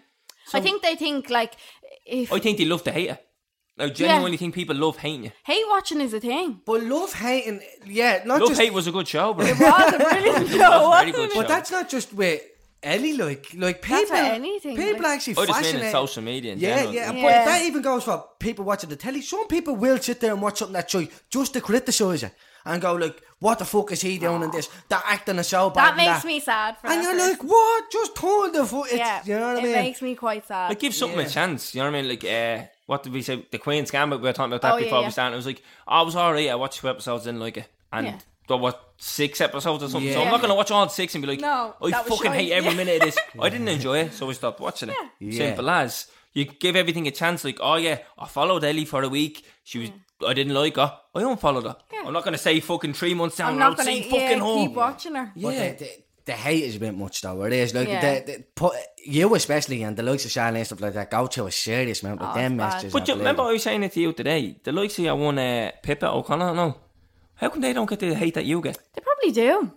Speaker 5: I think they think like if
Speaker 1: I think they love to hate you. I genuinely think people love hating you.
Speaker 5: hate watching is a thing.
Speaker 4: But love hating, yeah, not
Speaker 1: Love
Speaker 4: just.
Speaker 1: hate was a good show, bro.
Speaker 5: God, it really no,
Speaker 1: very good
Speaker 5: wasn't
Speaker 1: show.
Speaker 5: it?
Speaker 4: but that's not just with Ellie, like, like people.
Speaker 5: That's with anything,
Speaker 4: People
Speaker 5: like-
Speaker 4: actually
Speaker 1: I just mean in
Speaker 4: fascinated.
Speaker 1: social media. In
Speaker 4: yeah,
Speaker 1: general.
Speaker 4: yeah,
Speaker 5: Yeah.
Speaker 4: but that even goes for people watching the telly. Some people will sit there and watch something that's shite just to criticise it. and go like, "What the fuck is he doing in this? That acting is so bad."
Speaker 5: That
Speaker 4: and
Speaker 5: makes me sad. For
Speaker 4: And
Speaker 5: that
Speaker 4: you're
Speaker 5: person.
Speaker 4: like, "What? Just told the fuck."
Speaker 5: yeah,
Speaker 4: You know what I
Speaker 5: it
Speaker 4: mean?
Speaker 5: makes me quite sad.
Speaker 1: Like give something
Speaker 4: Yeah.
Speaker 1: a chance. You know what I mean? Like uh, what did we say? The Queen's Gambit. We were talking about that
Speaker 5: Oh, yeah,
Speaker 1: before
Speaker 5: yeah.
Speaker 1: we started. It was like I was alright. I watched two episodes, didn't like it, and
Speaker 5: Yeah.
Speaker 1: what, what six episodes or something. So
Speaker 4: Yeah.
Speaker 1: I'm not gonna watch all six and be like,
Speaker 5: No,
Speaker 1: I
Speaker 5: that was
Speaker 1: fucking hate
Speaker 5: shite.
Speaker 1: every
Speaker 5: Yeah.
Speaker 1: minute of this. I didn't enjoy it, so I stopped watching it.
Speaker 4: Yeah.
Speaker 1: Simple as. You give everything a chance. Like oh yeah, I followed Ellie for a week. She was. I didn't like her. I unfollowed her.
Speaker 5: Yeah.
Speaker 1: I'm not gonna say fucking three months down
Speaker 5: I'm
Speaker 1: the
Speaker 5: not
Speaker 1: road.
Speaker 5: gonna
Speaker 1: See
Speaker 5: yeah,
Speaker 1: fucking
Speaker 5: keep
Speaker 1: home.
Speaker 5: watching her.
Speaker 4: But
Speaker 1: Yeah.
Speaker 4: the, the, the hate is a bit much though. It is like
Speaker 5: Yeah.
Speaker 4: the, the, put, you especially and the likes of Charlie and stuff like that go to a serious amount with
Speaker 5: Oh,
Speaker 4: them
Speaker 5: it's bad.
Speaker 4: messages. I
Speaker 1: But you,
Speaker 4: believe.
Speaker 1: remember I was saying it to you today. The likes of your one uh, Pippa O'Connor. No, how come they don't get the hate that you get?
Speaker 5: They probably do.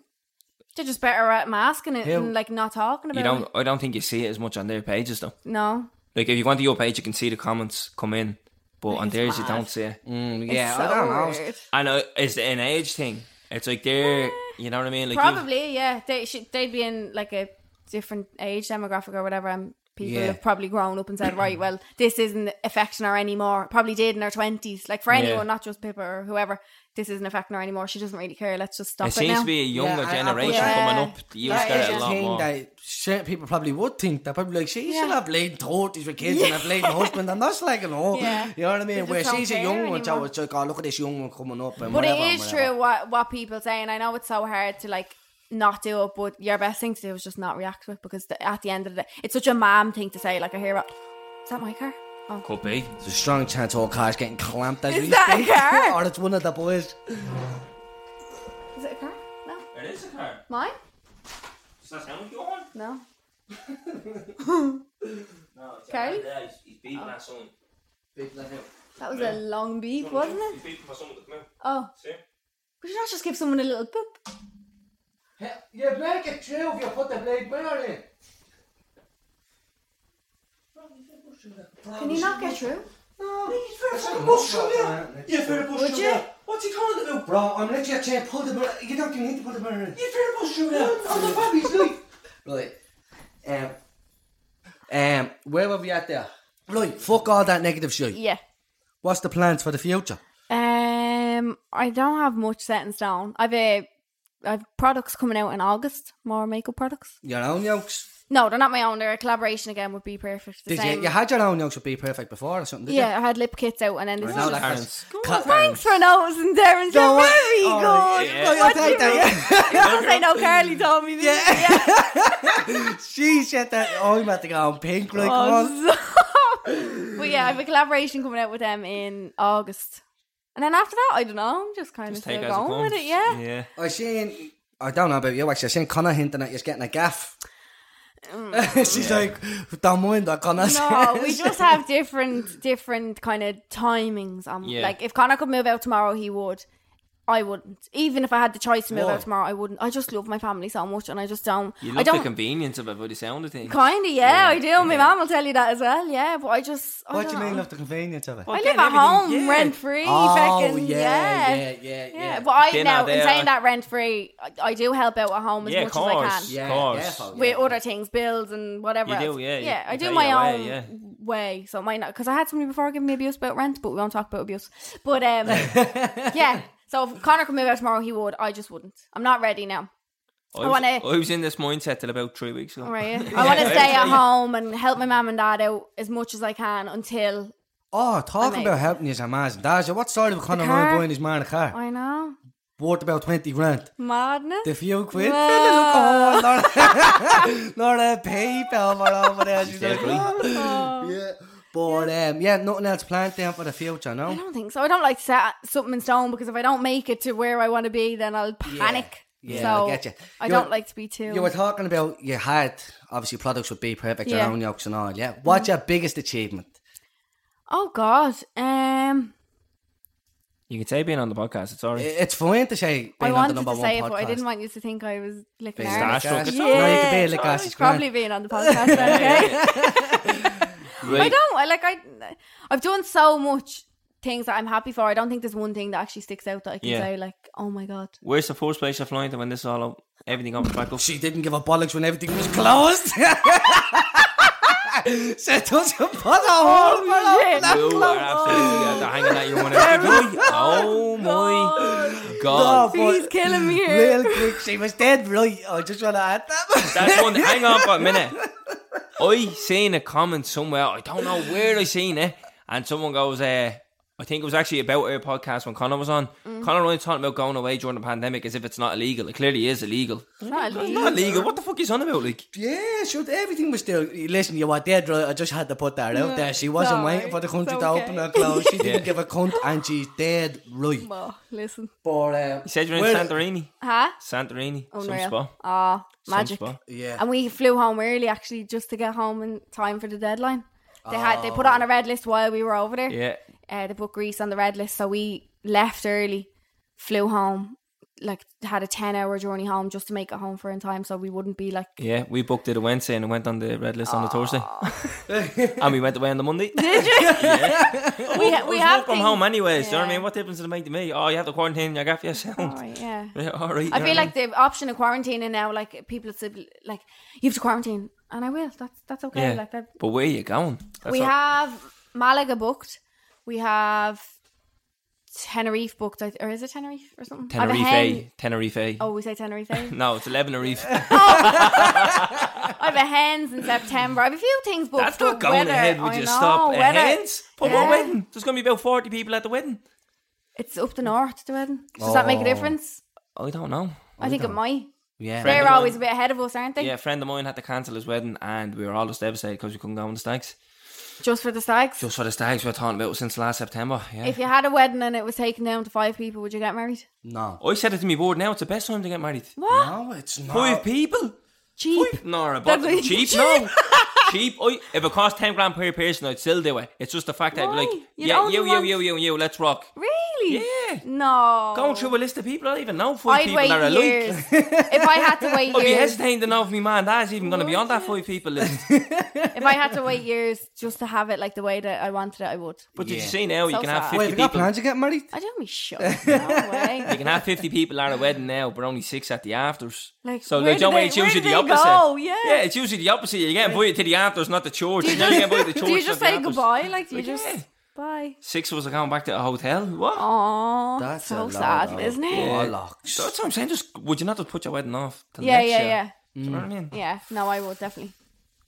Speaker 5: They're just better at masking it
Speaker 4: Who?
Speaker 5: and like not talking about
Speaker 1: You don't.
Speaker 5: it.
Speaker 1: I don't think you see it as much on their pages though.
Speaker 5: No,
Speaker 1: Like if you go onto your page, you can see the comments come in, but on
Speaker 5: It's
Speaker 1: theirs you
Speaker 5: mad.
Speaker 1: don't see. it.
Speaker 4: Mm,
Speaker 5: yeah,
Speaker 4: yeah,
Speaker 5: so
Speaker 4: I don't know.
Speaker 5: weird.
Speaker 1: I know it's an age thing. It's like they're. You know what I mean? Like you-
Speaker 5: Probably, yeah. They should, they'd be in like a different age demographic or whatever, and people
Speaker 4: Yeah.
Speaker 5: have probably grown up and said, right, well, this isn't affecting her anymore. Probably did in her twenties. Like for
Speaker 1: Yeah.
Speaker 5: anyone, not just Pippa or whoever, this isn't affecting her anymore. She doesn't really care. Let's just stop
Speaker 1: it
Speaker 5: it,
Speaker 1: seems
Speaker 5: now.
Speaker 1: to be a younger
Speaker 4: Yeah, I- I-
Speaker 1: generation
Speaker 5: yeah.
Speaker 1: coming up. You
Speaker 4: That
Speaker 1: get
Speaker 4: is
Speaker 1: it a
Speaker 4: the
Speaker 1: lot
Speaker 4: thing
Speaker 1: more.
Speaker 4: that certain people probably would think. They're probably like, she's
Speaker 5: Yeah.
Speaker 4: still a bleeding tortoise with kids and
Speaker 5: Yeah.
Speaker 4: a bleeding husband, and that's like, you know,
Speaker 5: Yeah.
Speaker 4: you know what I
Speaker 5: They
Speaker 4: mean?
Speaker 5: just
Speaker 4: Where
Speaker 5: don't
Speaker 4: she's a
Speaker 5: care
Speaker 4: young one, so
Speaker 5: anymore.
Speaker 4: it's like, oh, look at this young one coming up. And
Speaker 5: But
Speaker 4: whatever,
Speaker 5: it
Speaker 4: and
Speaker 5: is
Speaker 4: whatever.
Speaker 5: true what what people say, and I know it's so hard to like not do it, but your best thing to do is just not react to it because the, at the end of the day, it's such a mom thing to say. Like I hear, it, is that my car? Oh,
Speaker 1: Could be.
Speaker 4: There's a strong chance all cars getting clamped as
Speaker 5: Is
Speaker 4: we
Speaker 5: that a
Speaker 4: speak.
Speaker 5: car?
Speaker 4: or it's one of the boys.
Speaker 5: is it a car? No,
Speaker 1: It is a car.
Speaker 5: mine?
Speaker 1: Does that sound like your one?
Speaker 5: No.
Speaker 1: No. it's
Speaker 5: Carly?
Speaker 1: a- yeah, He's, he's
Speaker 5: Oh.
Speaker 1: beeping at someone.
Speaker 5: That was a long beep, wasn't it?
Speaker 1: beeping for someone to come out.
Speaker 5: Oh,
Speaker 1: See?
Speaker 5: we should not just give someone a little boop.
Speaker 4: You break it through if you put the blade mirror in.
Speaker 5: Can you not get through?
Speaker 4: You fair push
Speaker 5: Would you?
Speaker 4: What's he calling about? Bro, I'm literally at saying pull the mirror. You don't even need to pull the mirror in. You fair push through that. On the baby's life. Right. Um, um, where were we at there? Right, fuck all that negative shit.
Speaker 5: Yeah.
Speaker 4: What's the plans for the future?
Speaker 5: Um, I don't have much set in stone. I've a, I've products coming out in August. More makeup products.
Speaker 4: Your own yolks?
Speaker 5: No, they're not my own. They're a collaboration again. Would be perfect. The
Speaker 4: Did
Speaker 5: same.
Speaker 4: you, you had your own yolks would be perfect before or something? Did
Speaker 5: yeah, I had lip kits out, and then
Speaker 4: You?
Speaker 5: this.
Speaker 4: Now
Speaker 5: is-
Speaker 4: that
Speaker 1: Clarence.
Speaker 4: has-
Speaker 5: Well,
Speaker 4: Clarence.
Speaker 5: Thanks for noticing, Darren. You're
Speaker 4: Don't worry.
Speaker 5: very
Speaker 4: Oh,
Speaker 5: good.
Speaker 1: yeah.
Speaker 4: Right, I'll
Speaker 5: What
Speaker 4: take
Speaker 5: do you
Speaker 4: that,
Speaker 5: mean?
Speaker 4: yeah.
Speaker 5: I say no, Carly told me this. Yeah.
Speaker 4: She said that. Oh, I'm about to go on pink. Like, come on.
Speaker 5: Oh, so- but yeah, I have a collaboration coming out with them in August. And then after that, I don't know, I'm just kind
Speaker 1: Just
Speaker 5: of
Speaker 1: take it
Speaker 5: still
Speaker 1: as it
Speaker 5: going with
Speaker 1: comes.
Speaker 5: it, yeah.
Speaker 1: Yeah.
Speaker 4: I seen. I don't know about you. Actually, I seen Connor hinting at you getting a gaff. She's like, don't mind that Connor.
Speaker 5: Mm. No, we
Speaker 4: says."
Speaker 5: just have different different kind of timings on
Speaker 1: Yeah.
Speaker 5: like if Connor could move out tomorrow he would. I wouldn't. Even if I had the choice to move
Speaker 4: Why?
Speaker 5: out tomorrow, I wouldn't. I just love my family so much and I just don't
Speaker 1: You
Speaker 5: I
Speaker 1: love the
Speaker 5: don't
Speaker 1: convenience of it, by the sound of things.
Speaker 5: kind of yeah, I do. My mum will tell you that as well. Yeah, but I just I
Speaker 4: What do
Speaker 5: don't
Speaker 4: you mean,
Speaker 5: know.
Speaker 4: love the convenience of it?
Speaker 5: I live
Speaker 1: Again,
Speaker 5: at
Speaker 1: everything-
Speaker 5: home,
Speaker 1: yeah.
Speaker 5: rent free.
Speaker 4: Oh,
Speaker 5: fucking,
Speaker 4: yeah,
Speaker 5: yeah.
Speaker 4: yeah, yeah,
Speaker 5: Yeah,
Speaker 4: yeah.
Speaker 5: but I
Speaker 1: Dinner
Speaker 5: now in
Speaker 1: there.
Speaker 5: saying that rent free, I, I do help out at home as
Speaker 1: Yeah,
Speaker 5: much
Speaker 1: of course.
Speaker 5: as I can.
Speaker 1: Yeah,
Speaker 4: Yeah,
Speaker 1: of course.
Speaker 4: yeah, fuck yeah.
Speaker 5: With other things, bills and whatever.
Speaker 1: You do,
Speaker 5: else.
Speaker 1: yeah, you-
Speaker 5: yeah. I
Speaker 1: you
Speaker 5: do
Speaker 1: pay
Speaker 5: my
Speaker 1: your way,
Speaker 5: own
Speaker 1: yeah.
Speaker 5: way, so it might not because I had somebody before giving me abuse about rent, but we won't talk about abuse. But um, yeah. So if Connor could move out tomorrow, he would. I just wouldn't. I'm not ready now.
Speaker 1: I was,
Speaker 5: wanna-
Speaker 1: I was in this mindset till about three weeks ago.
Speaker 5: All right. I want to stay at home and help my mum and dad out as much as I can until
Speaker 4: Oh,
Speaker 5: I
Speaker 4: talking
Speaker 5: mean-
Speaker 4: about helping his mans and dads. What story of Connor
Speaker 5: car?
Speaker 4: Ryan buying his man a car?
Speaker 5: I know
Speaker 4: Worth about 20 grand.
Speaker 5: madness.
Speaker 4: The few quid.
Speaker 5: Wow.
Speaker 4: Fella, look, oh, not, a- not a PayPal or over there. She's
Speaker 1: dead
Speaker 4: like,
Speaker 1: right.
Speaker 4: "Oh." yeah. But, um, yeah, nothing else planned then for the future, no?
Speaker 5: I don't think so. I don't like to set something in stone because if I don't make it to where I want to be, then I'll panic.
Speaker 4: Yeah,
Speaker 5: so
Speaker 4: I get you.
Speaker 5: I
Speaker 4: You're-
Speaker 5: don't like to be too.
Speaker 4: You were talking about you had obviously products would be perfect, your
Speaker 5: Yeah.
Speaker 4: own yolks and all. Yeah. What's your biggest achievement?
Speaker 5: oh God, um,
Speaker 1: You can say being on the podcast. It's
Speaker 4: I-
Speaker 1: alright.
Speaker 4: It's fine to say
Speaker 5: I
Speaker 4: being on the
Speaker 5: wanted
Speaker 4: number
Speaker 5: to
Speaker 4: one
Speaker 5: say it,
Speaker 4: podcast.
Speaker 5: but I didn't want you to think I was licking
Speaker 4: Being
Speaker 5: Irish.
Speaker 1: Starstruck.
Speaker 4: starstruck.
Speaker 1: It's
Speaker 5: Yeah,
Speaker 1: all
Speaker 4: No, you can be a lick
Speaker 5: sorry,
Speaker 4: ass, it's grand.
Speaker 5: probably being on the podcast. then, okay,
Speaker 1: Right.
Speaker 5: I don't. I like. I I've done so much things that I'm happy for. I don't think there's one thing that actually sticks out that I can
Speaker 1: Yeah.
Speaker 5: say like, oh my God.
Speaker 1: Where's the first place you're flying to when this is all up? Everything comes back up.
Speaker 4: She didn't give a bollocks when everything was closed. Said doesn't bother her,
Speaker 5: Oh,
Speaker 4: but
Speaker 5: shit.
Speaker 1: You are absolutely out there hanging out your one every day. Oh my.
Speaker 5: God.
Speaker 1: God.
Speaker 4: No, but
Speaker 5: He's killing me here.
Speaker 4: Real quick, she was dead right. I just want to add that.
Speaker 1: That's one. Hang on for a minute. I seen a comment somewhere. I don't know where I seen it, and someone goes, uh, "I think it was actually about our podcast when Connor was on.
Speaker 5: Mm-hmm.
Speaker 1: Connor Ryan talking about going away during the pandemic as if it's not illegal. It clearly is illegal. It's
Speaker 5: Not
Speaker 1: not illegal. What the fuck is on about? Like,
Speaker 4: yeah, sure. Everything was still. Listen, you were dead right. I just had to put that out there. She wasn't
Speaker 5: sorry.
Speaker 4: waiting for the
Speaker 5: It's
Speaker 4: country to
Speaker 5: okay.
Speaker 4: open or close. She didn't
Speaker 1: Yeah.
Speaker 4: give a cunt, and she's dead right.
Speaker 5: Well, listen.
Speaker 4: But um,
Speaker 1: he said you're in
Speaker 4: where-
Speaker 1: Santorini.
Speaker 5: Huh?
Speaker 1: Santorini. Some
Speaker 5: Unreal.
Speaker 1: spot.
Speaker 5: Oh, Ah, magic.
Speaker 1: Some spot.
Speaker 4: Yeah.
Speaker 5: And we flew home early actually just to get home in time for the deadline. They had they put it on a red list while we were over there.
Speaker 1: Yeah.
Speaker 5: Uh, they put Greece on the red list, so we left early, flew home, like had a ten hour journey home just to make it home for in time, so we wouldn't be like.
Speaker 1: Yeah, we booked it a Wednesday and it went on the red list on the Thursday. and we went away on the Monday. Did you?
Speaker 5: We,
Speaker 1: I
Speaker 5: we
Speaker 1: was
Speaker 5: have
Speaker 1: work from home
Speaker 5: things-
Speaker 1: anyways. Do you know what I
Speaker 5: Yeah.
Speaker 1: mean? What difference did it make to me? Oh, you have to quarantine your gaff yourself.
Speaker 5: Alright, yeah.
Speaker 1: Yeah, all right.
Speaker 5: I feel like the option of quarantining now, like people have said, like you have to quarantine, and I will. That's that's okay.
Speaker 1: yeah.
Speaker 5: Like that,
Speaker 1: But where are you going? That's
Speaker 5: we
Speaker 1: all-
Speaker 5: have Malaga booked. We have Tenerife booked, I th- or is it Tenerife or something? I have a
Speaker 1: Tenerife.
Speaker 5: hen-
Speaker 1: Tenerife.
Speaker 5: Oh, we say Tenerife. eh?
Speaker 1: No, it's eleven Tenerife.
Speaker 5: I have a hens in September. I have a few things booked.
Speaker 1: That's not
Speaker 5: but
Speaker 1: going
Speaker 5: whether-
Speaker 1: ahead. Would
Speaker 5: I
Speaker 1: you
Speaker 5: know,
Speaker 1: stop?
Speaker 5: whether-
Speaker 1: Hands? But what
Speaker 5: Yeah.
Speaker 1: wedding? There's going to be about forty people at the wedding.
Speaker 5: It's up the north, the wedding. Does that
Speaker 1: Oh,
Speaker 5: make a difference?
Speaker 1: I don't know.
Speaker 5: I, think it might.
Speaker 1: Yeah,
Speaker 5: They're
Speaker 1: Friend of
Speaker 5: always a
Speaker 1: mine-
Speaker 5: bit ahead of us, aren't they?
Speaker 1: Yeah, a friend of mine had to cancel his wedding, and we were all just devastated because we couldn't go on the stags.
Speaker 5: Just for the stags.
Speaker 1: Just for the stags we're talking about since last September. Yeah.
Speaker 5: If you had a wedding and it was taken down to five people, would you get married?
Speaker 4: No.
Speaker 1: I said it to me board now. It's the best time to get married.
Speaker 5: What?
Speaker 4: No, it's not.
Speaker 1: Five people.
Speaker 5: Cheap.
Speaker 1: Five? No, a
Speaker 5: That's
Speaker 1: bottle.
Speaker 5: what-
Speaker 1: cheap.
Speaker 5: Cheap.
Speaker 1: No, cheap. I, if it cost ten grand per person, I'd still do it. It's just the fact that I'd be like,
Speaker 5: Why? You'd
Speaker 1: yeah,
Speaker 5: only
Speaker 1: you, you,
Speaker 5: want-
Speaker 1: you, you, you, let's rock.
Speaker 5: Really?
Speaker 1: Yeah.
Speaker 5: No.
Speaker 1: Going through a list of people, I don't even know 5
Speaker 5: I'd
Speaker 1: people
Speaker 5: wait
Speaker 1: that are like.
Speaker 5: years. if I had to wait
Speaker 1: I'd be
Speaker 5: years,
Speaker 1: hesitating to know if my man dad's even going to be on that five people list.
Speaker 5: if I had to wait years just to have it like the way that I wanted it, I would.
Speaker 1: But did you
Speaker 4: Yeah.
Speaker 1: see now you
Speaker 5: So
Speaker 1: can have
Speaker 5: sad.
Speaker 1: fifty
Speaker 4: Wait, have you got
Speaker 1: people?
Speaker 4: plans to get married?
Speaker 5: I don't be shut. up. No way.
Speaker 1: You can have fifty people at a wedding now, but only six at the afters.
Speaker 5: Like,
Speaker 1: so
Speaker 5: where
Speaker 1: like, don't
Speaker 5: do they-
Speaker 1: it's
Speaker 5: where
Speaker 1: usually
Speaker 5: do
Speaker 1: the
Speaker 5: they
Speaker 1: opposite.
Speaker 5: go? Yeah.
Speaker 1: it's usually the opposite. You get invited to the afters, not the church.
Speaker 5: Do you
Speaker 1: and then you get invited to
Speaker 5: just,
Speaker 1: church.
Speaker 5: do you
Speaker 1: not
Speaker 5: just
Speaker 1: the
Speaker 5: say
Speaker 1: afters.
Speaker 5: goodbye? Like, do you
Speaker 1: Like,
Speaker 5: just
Speaker 1: yeah.
Speaker 5: bye?
Speaker 1: Six of us are going back to a hotel. What?
Speaker 5: Oh,
Speaker 4: That's a
Speaker 5: so
Speaker 4: lot,
Speaker 5: sad,
Speaker 4: though.
Speaker 5: isn't it?
Speaker 1: Yeah.
Speaker 5: Yeah,
Speaker 4: Bollocks.
Speaker 1: So that's what I'm saying. Just would you not just put your wedding off? Till
Speaker 5: yeah,
Speaker 1: next
Speaker 5: yeah,
Speaker 1: year?
Speaker 5: yeah,
Speaker 1: Do you know what I mean?
Speaker 5: No, I would definitely.
Speaker 1: Mm.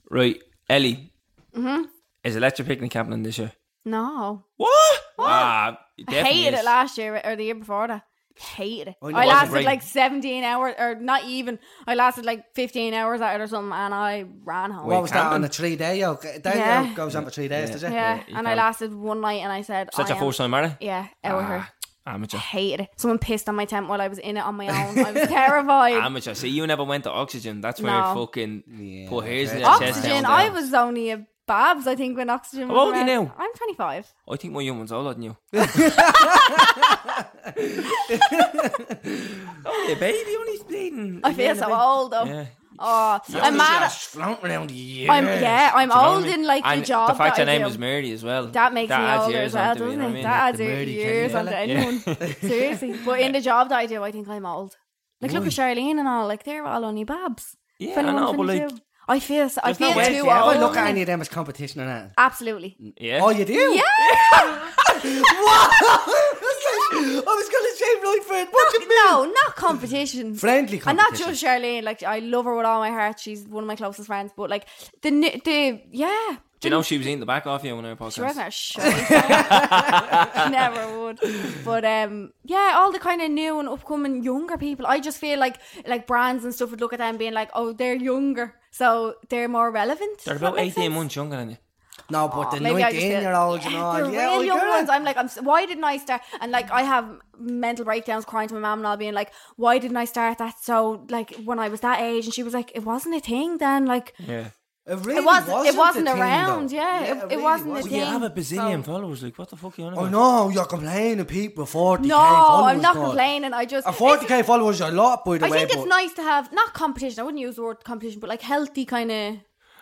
Speaker 1: Right, Ellie. Mm-hmm. Is electric picnic happening this year?
Speaker 5: No,
Speaker 1: What? Ah, it
Speaker 5: I
Speaker 1: definitely
Speaker 5: hated
Speaker 1: is.
Speaker 5: it last year or the year before that. Hated it.
Speaker 4: Well, Oh, you
Speaker 5: I
Speaker 4: wasn't
Speaker 5: lasted
Speaker 1: right.
Speaker 5: like 17 hours, or not even. I lasted like 15 hours at it or something, and I ran home.
Speaker 1: Wait,
Speaker 4: What was that
Speaker 1: Camden?
Speaker 4: on a three day? Yo, that
Speaker 5: Yeah.
Speaker 4: yo goes on for three days, does it?
Speaker 5: yeah,
Speaker 1: you
Speaker 5: and I
Speaker 1: can't-
Speaker 5: lasted one night, and I said,
Speaker 1: Such
Speaker 5: I
Speaker 1: a
Speaker 5: am-
Speaker 1: first time married.
Speaker 5: Yeah, out
Speaker 1: Ah.
Speaker 5: with her.
Speaker 4: Ah,
Speaker 1: Amateur.
Speaker 5: Hated it. Someone pissed on my tent while I was in it on my own. I was terrified.
Speaker 1: Amateur. See, you never went to oxygen. That's where
Speaker 5: No.
Speaker 1: fucking put hairs in
Speaker 4: okay.
Speaker 1: your chest.
Speaker 5: oxygen.
Speaker 1: down
Speaker 5: I
Speaker 1: there.
Speaker 5: was only a Babs, I think, when oxygen.
Speaker 1: How
Speaker 5: was
Speaker 1: old are you
Speaker 5: around.
Speaker 1: now?
Speaker 5: I'm 25.
Speaker 1: I think my young one's older than you.
Speaker 4: Oh,
Speaker 1: Only a baby, only bleeding.
Speaker 5: I feel so old though.
Speaker 1: Yeah.
Speaker 5: Oh, I'm mad. at-
Speaker 4: Flouting around you.
Speaker 5: I'm yeah. I'm
Speaker 1: Do you know what I
Speaker 5: old
Speaker 1: mean?
Speaker 5: in like
Speaker 1: and
Speaker 5: the job.
Speaker 1: The fact
Speaker 5: that
Speaker 1: your
Speaker 5: I
Speaker 1: name
Speaker 5: do.
Speaker 1: was Mary as well.
Speaker 5: That makes me
Speaker 1: adds
Speaker 5: older
Speaker 1: years
Speaker 5: as well,
Speaker 1: onto it,
Speaker 5: doesn't
Speaker 1: you know what I
Speaker 5: it?
Speaker 1: mean?
Speaker 5: That adds
Speaker 4: The Murdy
Speaker 5: years
Speaker 4: Kelly
Speaker 5: onto anyone. Seriously. But in the job that I do, I think I'm old. Like, look at Charlene and all. Like, they're all only babs.
Speaker 1: Yeah, I
Speaker 5: 21,
Speaker 1: know, but, like,
Speaker 5: 22. I feel, so, I
Speaker 1: there's no
Speaker 5: feel
Speaker 1: way
Speaker 5: too
Speaker 1: to
Speaker 5: old.
Speaker 1: ever
Speaker 4: I look at any of them as competition or that.
Speaker 5: Absolutely.
Speaker 1: Yeah.
Speaker 4: Oh, you do?
Speaker 5: Yeah.
Speaker 4: I was going to say right friend. What you mean?
Speaker 5: No, not competition.
Speaker 4: Friendly
Speaker 5: And not
Speaker 4: competition.
Speaker 5: just Charlene. Like I love her with all my heart. She's one of my closest friends. But like the ni- the yeah.
Speaker 1: Do you know she was eating the back off you on our podcast?
Speaker 5: She wasn't a shy. she never would. But um, yeah, all the kind of new and upcoming younger people. I just feel like like brands and stuff would look at them being like, oh, they're younger, so they're more relevant.
Speaker 1: They're
Speaker 5: Does that
Speaker 1: about
Speaker 5: make
Speaker 1: 18
Speaker 5: sense?
Speaker 1: months younger than you.
Speaker 4: No, but the
Speaker 5: Maybe I just
Speaker 4: 19
Speaker 5: feel-
Speaker 4: year olds and
Speaker 5: Yeah,
Speaker 4: all.
Speaker 5: the
Speaker 4: Yeah,
Speaker 5: real
Speaker 4: I
Speaker 5: young
Speaker 4: get it.
Speaker 5: ones. I'm like, I'm. s- Why didn't I start? And like, I have mental breakdowns, crying to my mom and all, being like, "Why didn't I start that?" So like, when I was that age, and she was like, "It wasn't a thing then." Like,
Speaker 1: Yeah.
Speaker 4: It, really
Speaker 5: it wasn't. It wasn't
Speaker 4: a thing,
Speaker 5: around.
Speaker 4: though.
Speaker 5: yeah, it, it,
Speaker 4: really
Speaker 5: wasn't a
Speaker 4: was.
Speaker 5: thing.
Speaker 1: You have a bazillion
Speaker 5: So-
Speaker 1: followers. Like, what the fuck are you on
Speaker 4: Oh
Speaker 1: about?
Speaker 4: no, you're complaining, people. 40k
Speaker 5: No,
Speaker 4: followers.
Speaker 5: I'm not
Speaker 4: God.
Speaker 5: complaining. I just
Speaker 4: A 40k followers is a lot, by the
Speaker 5: I
Speaker 4: way.
Speaker 5: think it's
Speaker 4: but
Speaker 5: nice to have not competition. I wouldn't use the word competition, but like healthy kind of.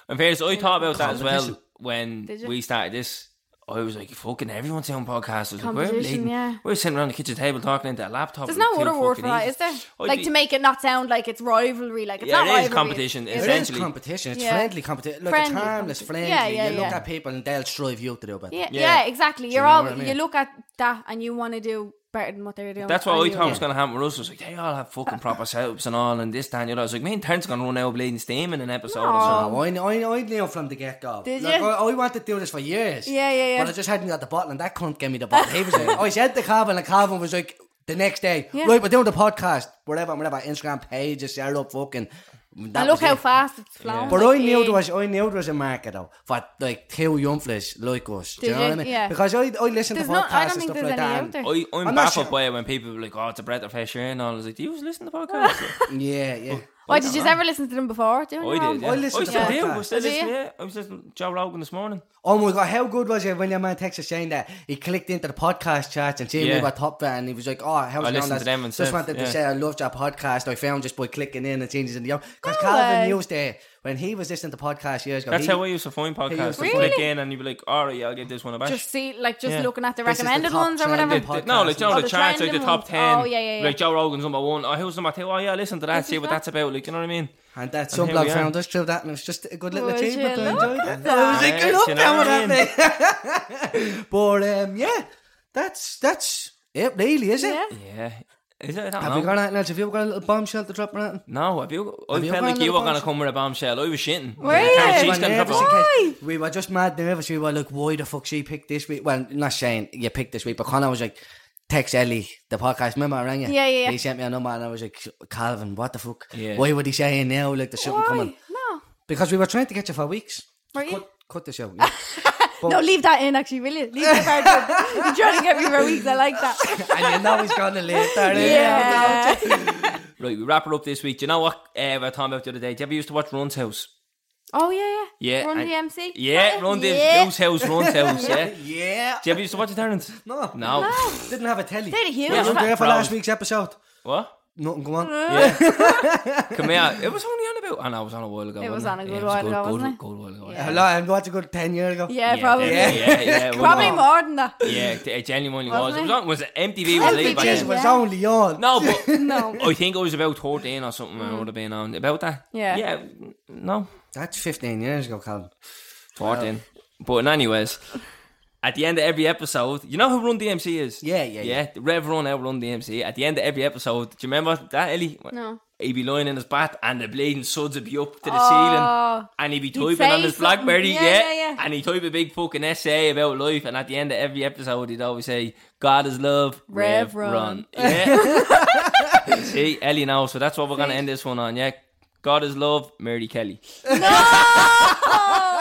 Speaker 1: In fairness, I thought about that as well
Speaker 4: Competition.
Speaker 1: when
Speaker 5: Did you?
Speaker 1: we started this. I was like, fucking everyone's on podcasts. I was like, we're
Speaker 5: Competition,
Speaker 1: bleeding.
Speaker 5: yeah.
Speaker 1: We're sitting around the kitchen table talking into a laptop.
Speaker 5: There's
Speaker 1: with
Speaker 5: no
Speaker 1: two
Speaker 5: other word
Speaker 1: fucking
Speaker 5: for that,
Speaker 1: easels.
Speaker 5: is there?
Speaker 1: I'd
Speaker 5: like
Speaker 1: be-
Speaker 5: to make it not sound like it's rivalry. Like it's
Speaker 1: Yeah,
Speaker 5: not
Speaker 1: it is
Speaker 5: rivalry.
Speaker 1: competition,
Speaker 5: It's-
Speaker 1: it's
Speaker 4: It is
Speaker 1: essentially.
Speaker 4: competition. It's
Speaker 5: Yeah.
Speaker 4: friendly competition. Look,
Speaker 5: Friendly
Speaker 4: it's harmless,
Speaker 5: competition.
Speaker 4: friendly.
Speaker 5: Yeah, yeah,
Speaker 4: you look
Speaker 5: yeah.
Speaker 4: at people and they'll strive you to do better.
Speaker 5: Yeah,
Speaker 1: Yeah.
Speaker 5: yeah, exactly. You're
Speaker 4: know
Speaker 5: all
Speaker 4: what I mean?
Speaker 5: you look at that and you want to do better than what they were doing.
Speaker 1: That's what I
Speaker 5: anyway.
Speaker 1: thought was going to happen with us. I was like, they all have fucking proper setups and all, and this, that, and the other. I was like, me and Terence going to run out of bleeding steam in an episode or
Speaker 5: No.
Speaker 1: something.
Speaker 4: Oh, I, I, I knew from the get go.
Speaker 5: Did
Speaker 4: like,
Speaker 5: you?
Speaker 4: I, I wanted to do this for years.
Speaker 5: Yeah, yeah, yeah.
Speaker 4: But I just hadn't got the bottle, and that cunt gave me the bottle. He was like, I said to Calvin, and Calvin was like, the next day,
Speaker 5: Yeah.
Speaker 4: right, we're doing the podcast, whatever, whatever, Instagram page, just set up fucking. That
Speaker 5: And
Speaker 4: was
Speaker 5: look how
Speaker 4: it.
Speaker 5: fast it's flown.
Speaker 4: But I
Speaker 5: like,
Speaker 4: knew there
Speaker 5: yeah.
Speaker 4: was I knew there was a market though for like two young fellas like us. Do you
Speaker 5: Did
Speaker 4: know what I
Speaker 5: you?
Speaker 4: mean?
Speaker 5: Yeah.
Speaker 4: Because I I listen
Speaker 5: There's
Speaker 4: to podcasts
Speaker 5: not. I
Speaker 4: and
Speaker 5: don't think
Speaker 4: stuff
Speaker 5: there's
Speaker 4: like
Speaker 5: any
Speaker 4: that.
Speaker 5: out there.
Speaker 1: I, I'm,
Speaker 4: I'm not
Speaker 1: baffled
Speaker 4: sure.
Speaker 1: by it when people are like, oh, it's a breath of fresh air and all. I was like, do you listen to podcasts?
Speaker 4: and- yeah, yeah.
Speaker 5: Why did you ever listen to them before? Doing your
Speaker 1: I
Speaker 5: own?
Speaker 1: did. Yeah.
Speaker 4: I listen to
Speaker 1: still do.
Speaker 4: podcasts.
Speaker 1: I still
Speaker 5: Do you?
Speaker 1: listen, yeah. I was listening to Joe Rogan this morning.
Speaker 4: Oh my god, how good was it when your man texted saying that he clicked into the podcast charts and seen
Speaker 1: Yeah.
Speaker 4: we were top fan and he was like, Oh, how's
Speaker 1: I
Speaker 4: it
Speaker 1: listened
Speaker 4: going?
Speaker 1: to them and
Speaker 4: Just
Speaker 1: stuff,
Speaker 4: wanted
Speaker 1: yeah.
Speaker 4: to say I loved your podcast. I found just by clicking in and changes in the because
Speaker 5: No
Speaker 4: Calvin
Speaker 5: way.
Speaker 4: used to when he was listening to podcasts years ago.
Speaker 1: That's
Speaker 4: he,
Speaker 1: how I used to find podcasts.
Speaker 4: used to
Speaker 1: You'd
Speaker 5: Really?
Speaker 1: click in and you'd be like, all right, yeah, I'll give this one a bash.
Speaker 5: Just see, like, just
Speaker 1: Yeah.
Speaker 5: looking at the
Speaker 4: This is the
Speaker 5: recommended
Speaker 4: top
Speaker 5: ones or
Speaker 4: trending
Speaker 5: whatever.
Speaker 4: pod-
Speaker 1: The- no, like
Speaker 4: podcasts.
Speaker 1: Joe,
Speaker 4: Oh,
Speaker 1: the,
Speaker 5: the
Speaker 1: charts, like the
Speaker 5: trending
Speaker 1: top
Speaker 5: ones.
Speaker 1: ten.
Speaker 5: Oh, yeah, yeah, yeah.
Speaker 1: Like Joe Rogan's number one. Oh, who's number two? Oh, yeah, listen to that.
Speaker 5: This
Speaker 1: See
Speaker 5: is
Speaker 1: what
Speaker 5: that.
Speaker 1: that's about. Like, you know what I mean?
Speaker 4: and that
Speaker 1: And
Speaker 4: some
Speaker 1: here
Speaker 4: bloke
Speaker 1: we are.
Speaker 4: found us through that and it was just a good little
Speaker 5: Would
Speaker 4: achievement.
Speaker 5: you
Speaker 4: I
Speaker 5: look
Speaker 4: enjoyed
Speaker 5: at
Speaker 4: that. I was
Speaker 1: that?
Speaker 4: like,
Speaker 1: Yeah,
Speaker 4: good up
Speaker 1: you know
Speaker 4: down with
Speaker 1: what I
Speaker 4: that mate. But um, yeah, that's that's it really, is it?
Speaker 5: Yeah.
Speaker 1: Yeah. Is it? I don't
Speaker 4: Have
Speaker 1: know.
Speaker 4: you got anything else? Have you got a little bombshell to drop around?
Speaker 1: no, have you? I
Speaker 4: Have you
Speaker 1: felt
Speaker 4: got
Speaker 1: like you
Speaker 4: another
Speaker 1: were going to
Speaker 4: bombshell?
Speaker 1: come with a bombshell. I was shitting.
Speaker 5: Were
Speaker 1: Yeah, Terence,
Speaker 5: you? Yeah,
Speaker 1: she's
Speaker 4: Well,
Speaker 1: gonna
Speaker 4: nervous
Speaker 1: drop it.
Speaker 4: in
Speaker 5: Why?
Speaker 4: case- We were just mad nervous. We were like, why the fuck she picked this week? Well, not saying you picked this week, but Connor was like, text Ellie, the podcast. Remember I rang you?
Speaker 5: Yeah, yeah, yeah.
Speaker 4: He sent me a number and I was like, Calvin, what the fuck?
Speaker 1: Yeah.
Speaker 4: Why would he say now? Like, there's something
Speaker 5: Why?
Speaker 4: coming.
Speaker 5: No.
Speaker 4: Because we were trying to get you for weeks.
Speaker 5: Were you?
Speaker 4: Cut, cut the show. yeah.
Speaker 5: No, leave that in. Actually, will you? Leave that part in. You're trying to get me for weeks. I like that.
Speaker 4: and you know he's going to leave that in.
Speaker 5: Yeah.
Speaker 1: Right, we wrap it up this week. Do you know what uh, we were talking about the other day? Do you ever used to watch Run's House?
Speaker 5: Oh yeah, yeah.
Speaker 1: Yeah.
Speaker 5: Run
Speaker 1: and-
Speaker 5: DMC.
Speaker 1: Yeah, Run
Speaker 5: Yeah.
Speaker 1: DMC's House, Run's House, yeah. Do
Speaker 4: Yeah.
Speaker 1: you ever used to watch it, Terence?
Speaker 4: No.
Speaker 1: No.
Speaker 5: No.
Speaker 4: Didn't have a telly.
Speaker 5: They're huge.
Speaker 1: Yeah,
Speaker 4: Wasn't there for
Speaker 1: Proud.
Speaker 4: last week's episode.
Speaker 1: What?
Speaker 4: Nothing go on.
Speaker 1: Come here. It was only on about. I know, it was on a while ago.
Speaker 5: It was
Speaker 1: wasn't
Speaker 5: on a
Speaker 1: Yeah,
Speaker 5: good
Speaker 1: it was
Speaker 5: while ago,
Speaker 1: good,
Speaker 5: wasn't it?
Speaker 1: good, good while ago.
Speaker 5: Yeah.
Speaker 4: Hello, and what's a good 10 years ago?
Speaker 5: Yeah, probably.
Speaker 1: Yeah, yeah, yeah.
Speaker 5: Probably
Speaker 1: Well,
Speaker 5: more than that.
Speaker 1: Yeah, it it genuinely was. It
Speaker 5: Wasn't
Speaker 1: was
Speaker 5: it?
Speaker 1: on, was it MTV was
Speaker 5: LPG.
Speaker 1: late back
Speaker 4: This
Speaker 1: then.
Speaker 4: was
Speaker 5: Yeah.
Speaker 4: only on.
Speaker 1: No, but
Speaker 5: No.
Speaker 1: I think I was about 14 or something when I would have been on. About that?
Speaker 5: Mm. Yeah.
Speaker 1: Yeah, n- no,
Speaker 4: That's 15 years ago, Calvin.
Speaker 1: 14. But, anyways, at the end of every episode, you know who Run DMC is?
Speaker 4: Yeah, yeah, yeah.
Speaker 1: Yeah, the Rev Run out Run DMC. At the end of every episode, do you remember that, Ellie?
Speaker 5: No.
Speaker 1: He'd be lying in his bath and the bleeding suds would be up to the
Speaker 5: Oh.
Speaker 1: ceiling. And he'd be
Speaker 5: He'd
Speaker 1: typing
Speaker 5: say
Speaker 1: on his
Speaker 5: something.
Speaker 1: Blackberry,
Speaker 5: Yeah,
Speaker 1: yeah,
Speaker 5: yeah, yeah.
Speaker 1: And he'd type a big fucking essay about life. And at the end of every episode, he'd always say, God is love, Rev,
Speaker 5: Rev Run."
Speaker 1: Run. Yeah. See, Ellie knows. So that's what we're going to end this one on, yeah? God is love, Mary Kelly. No!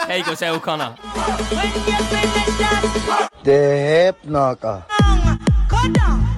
Speaker 1: Take us out, Connor.
Speaker 2: When you finish that
Speaker 3: The hip knocker.
Speaker 2: song, go down.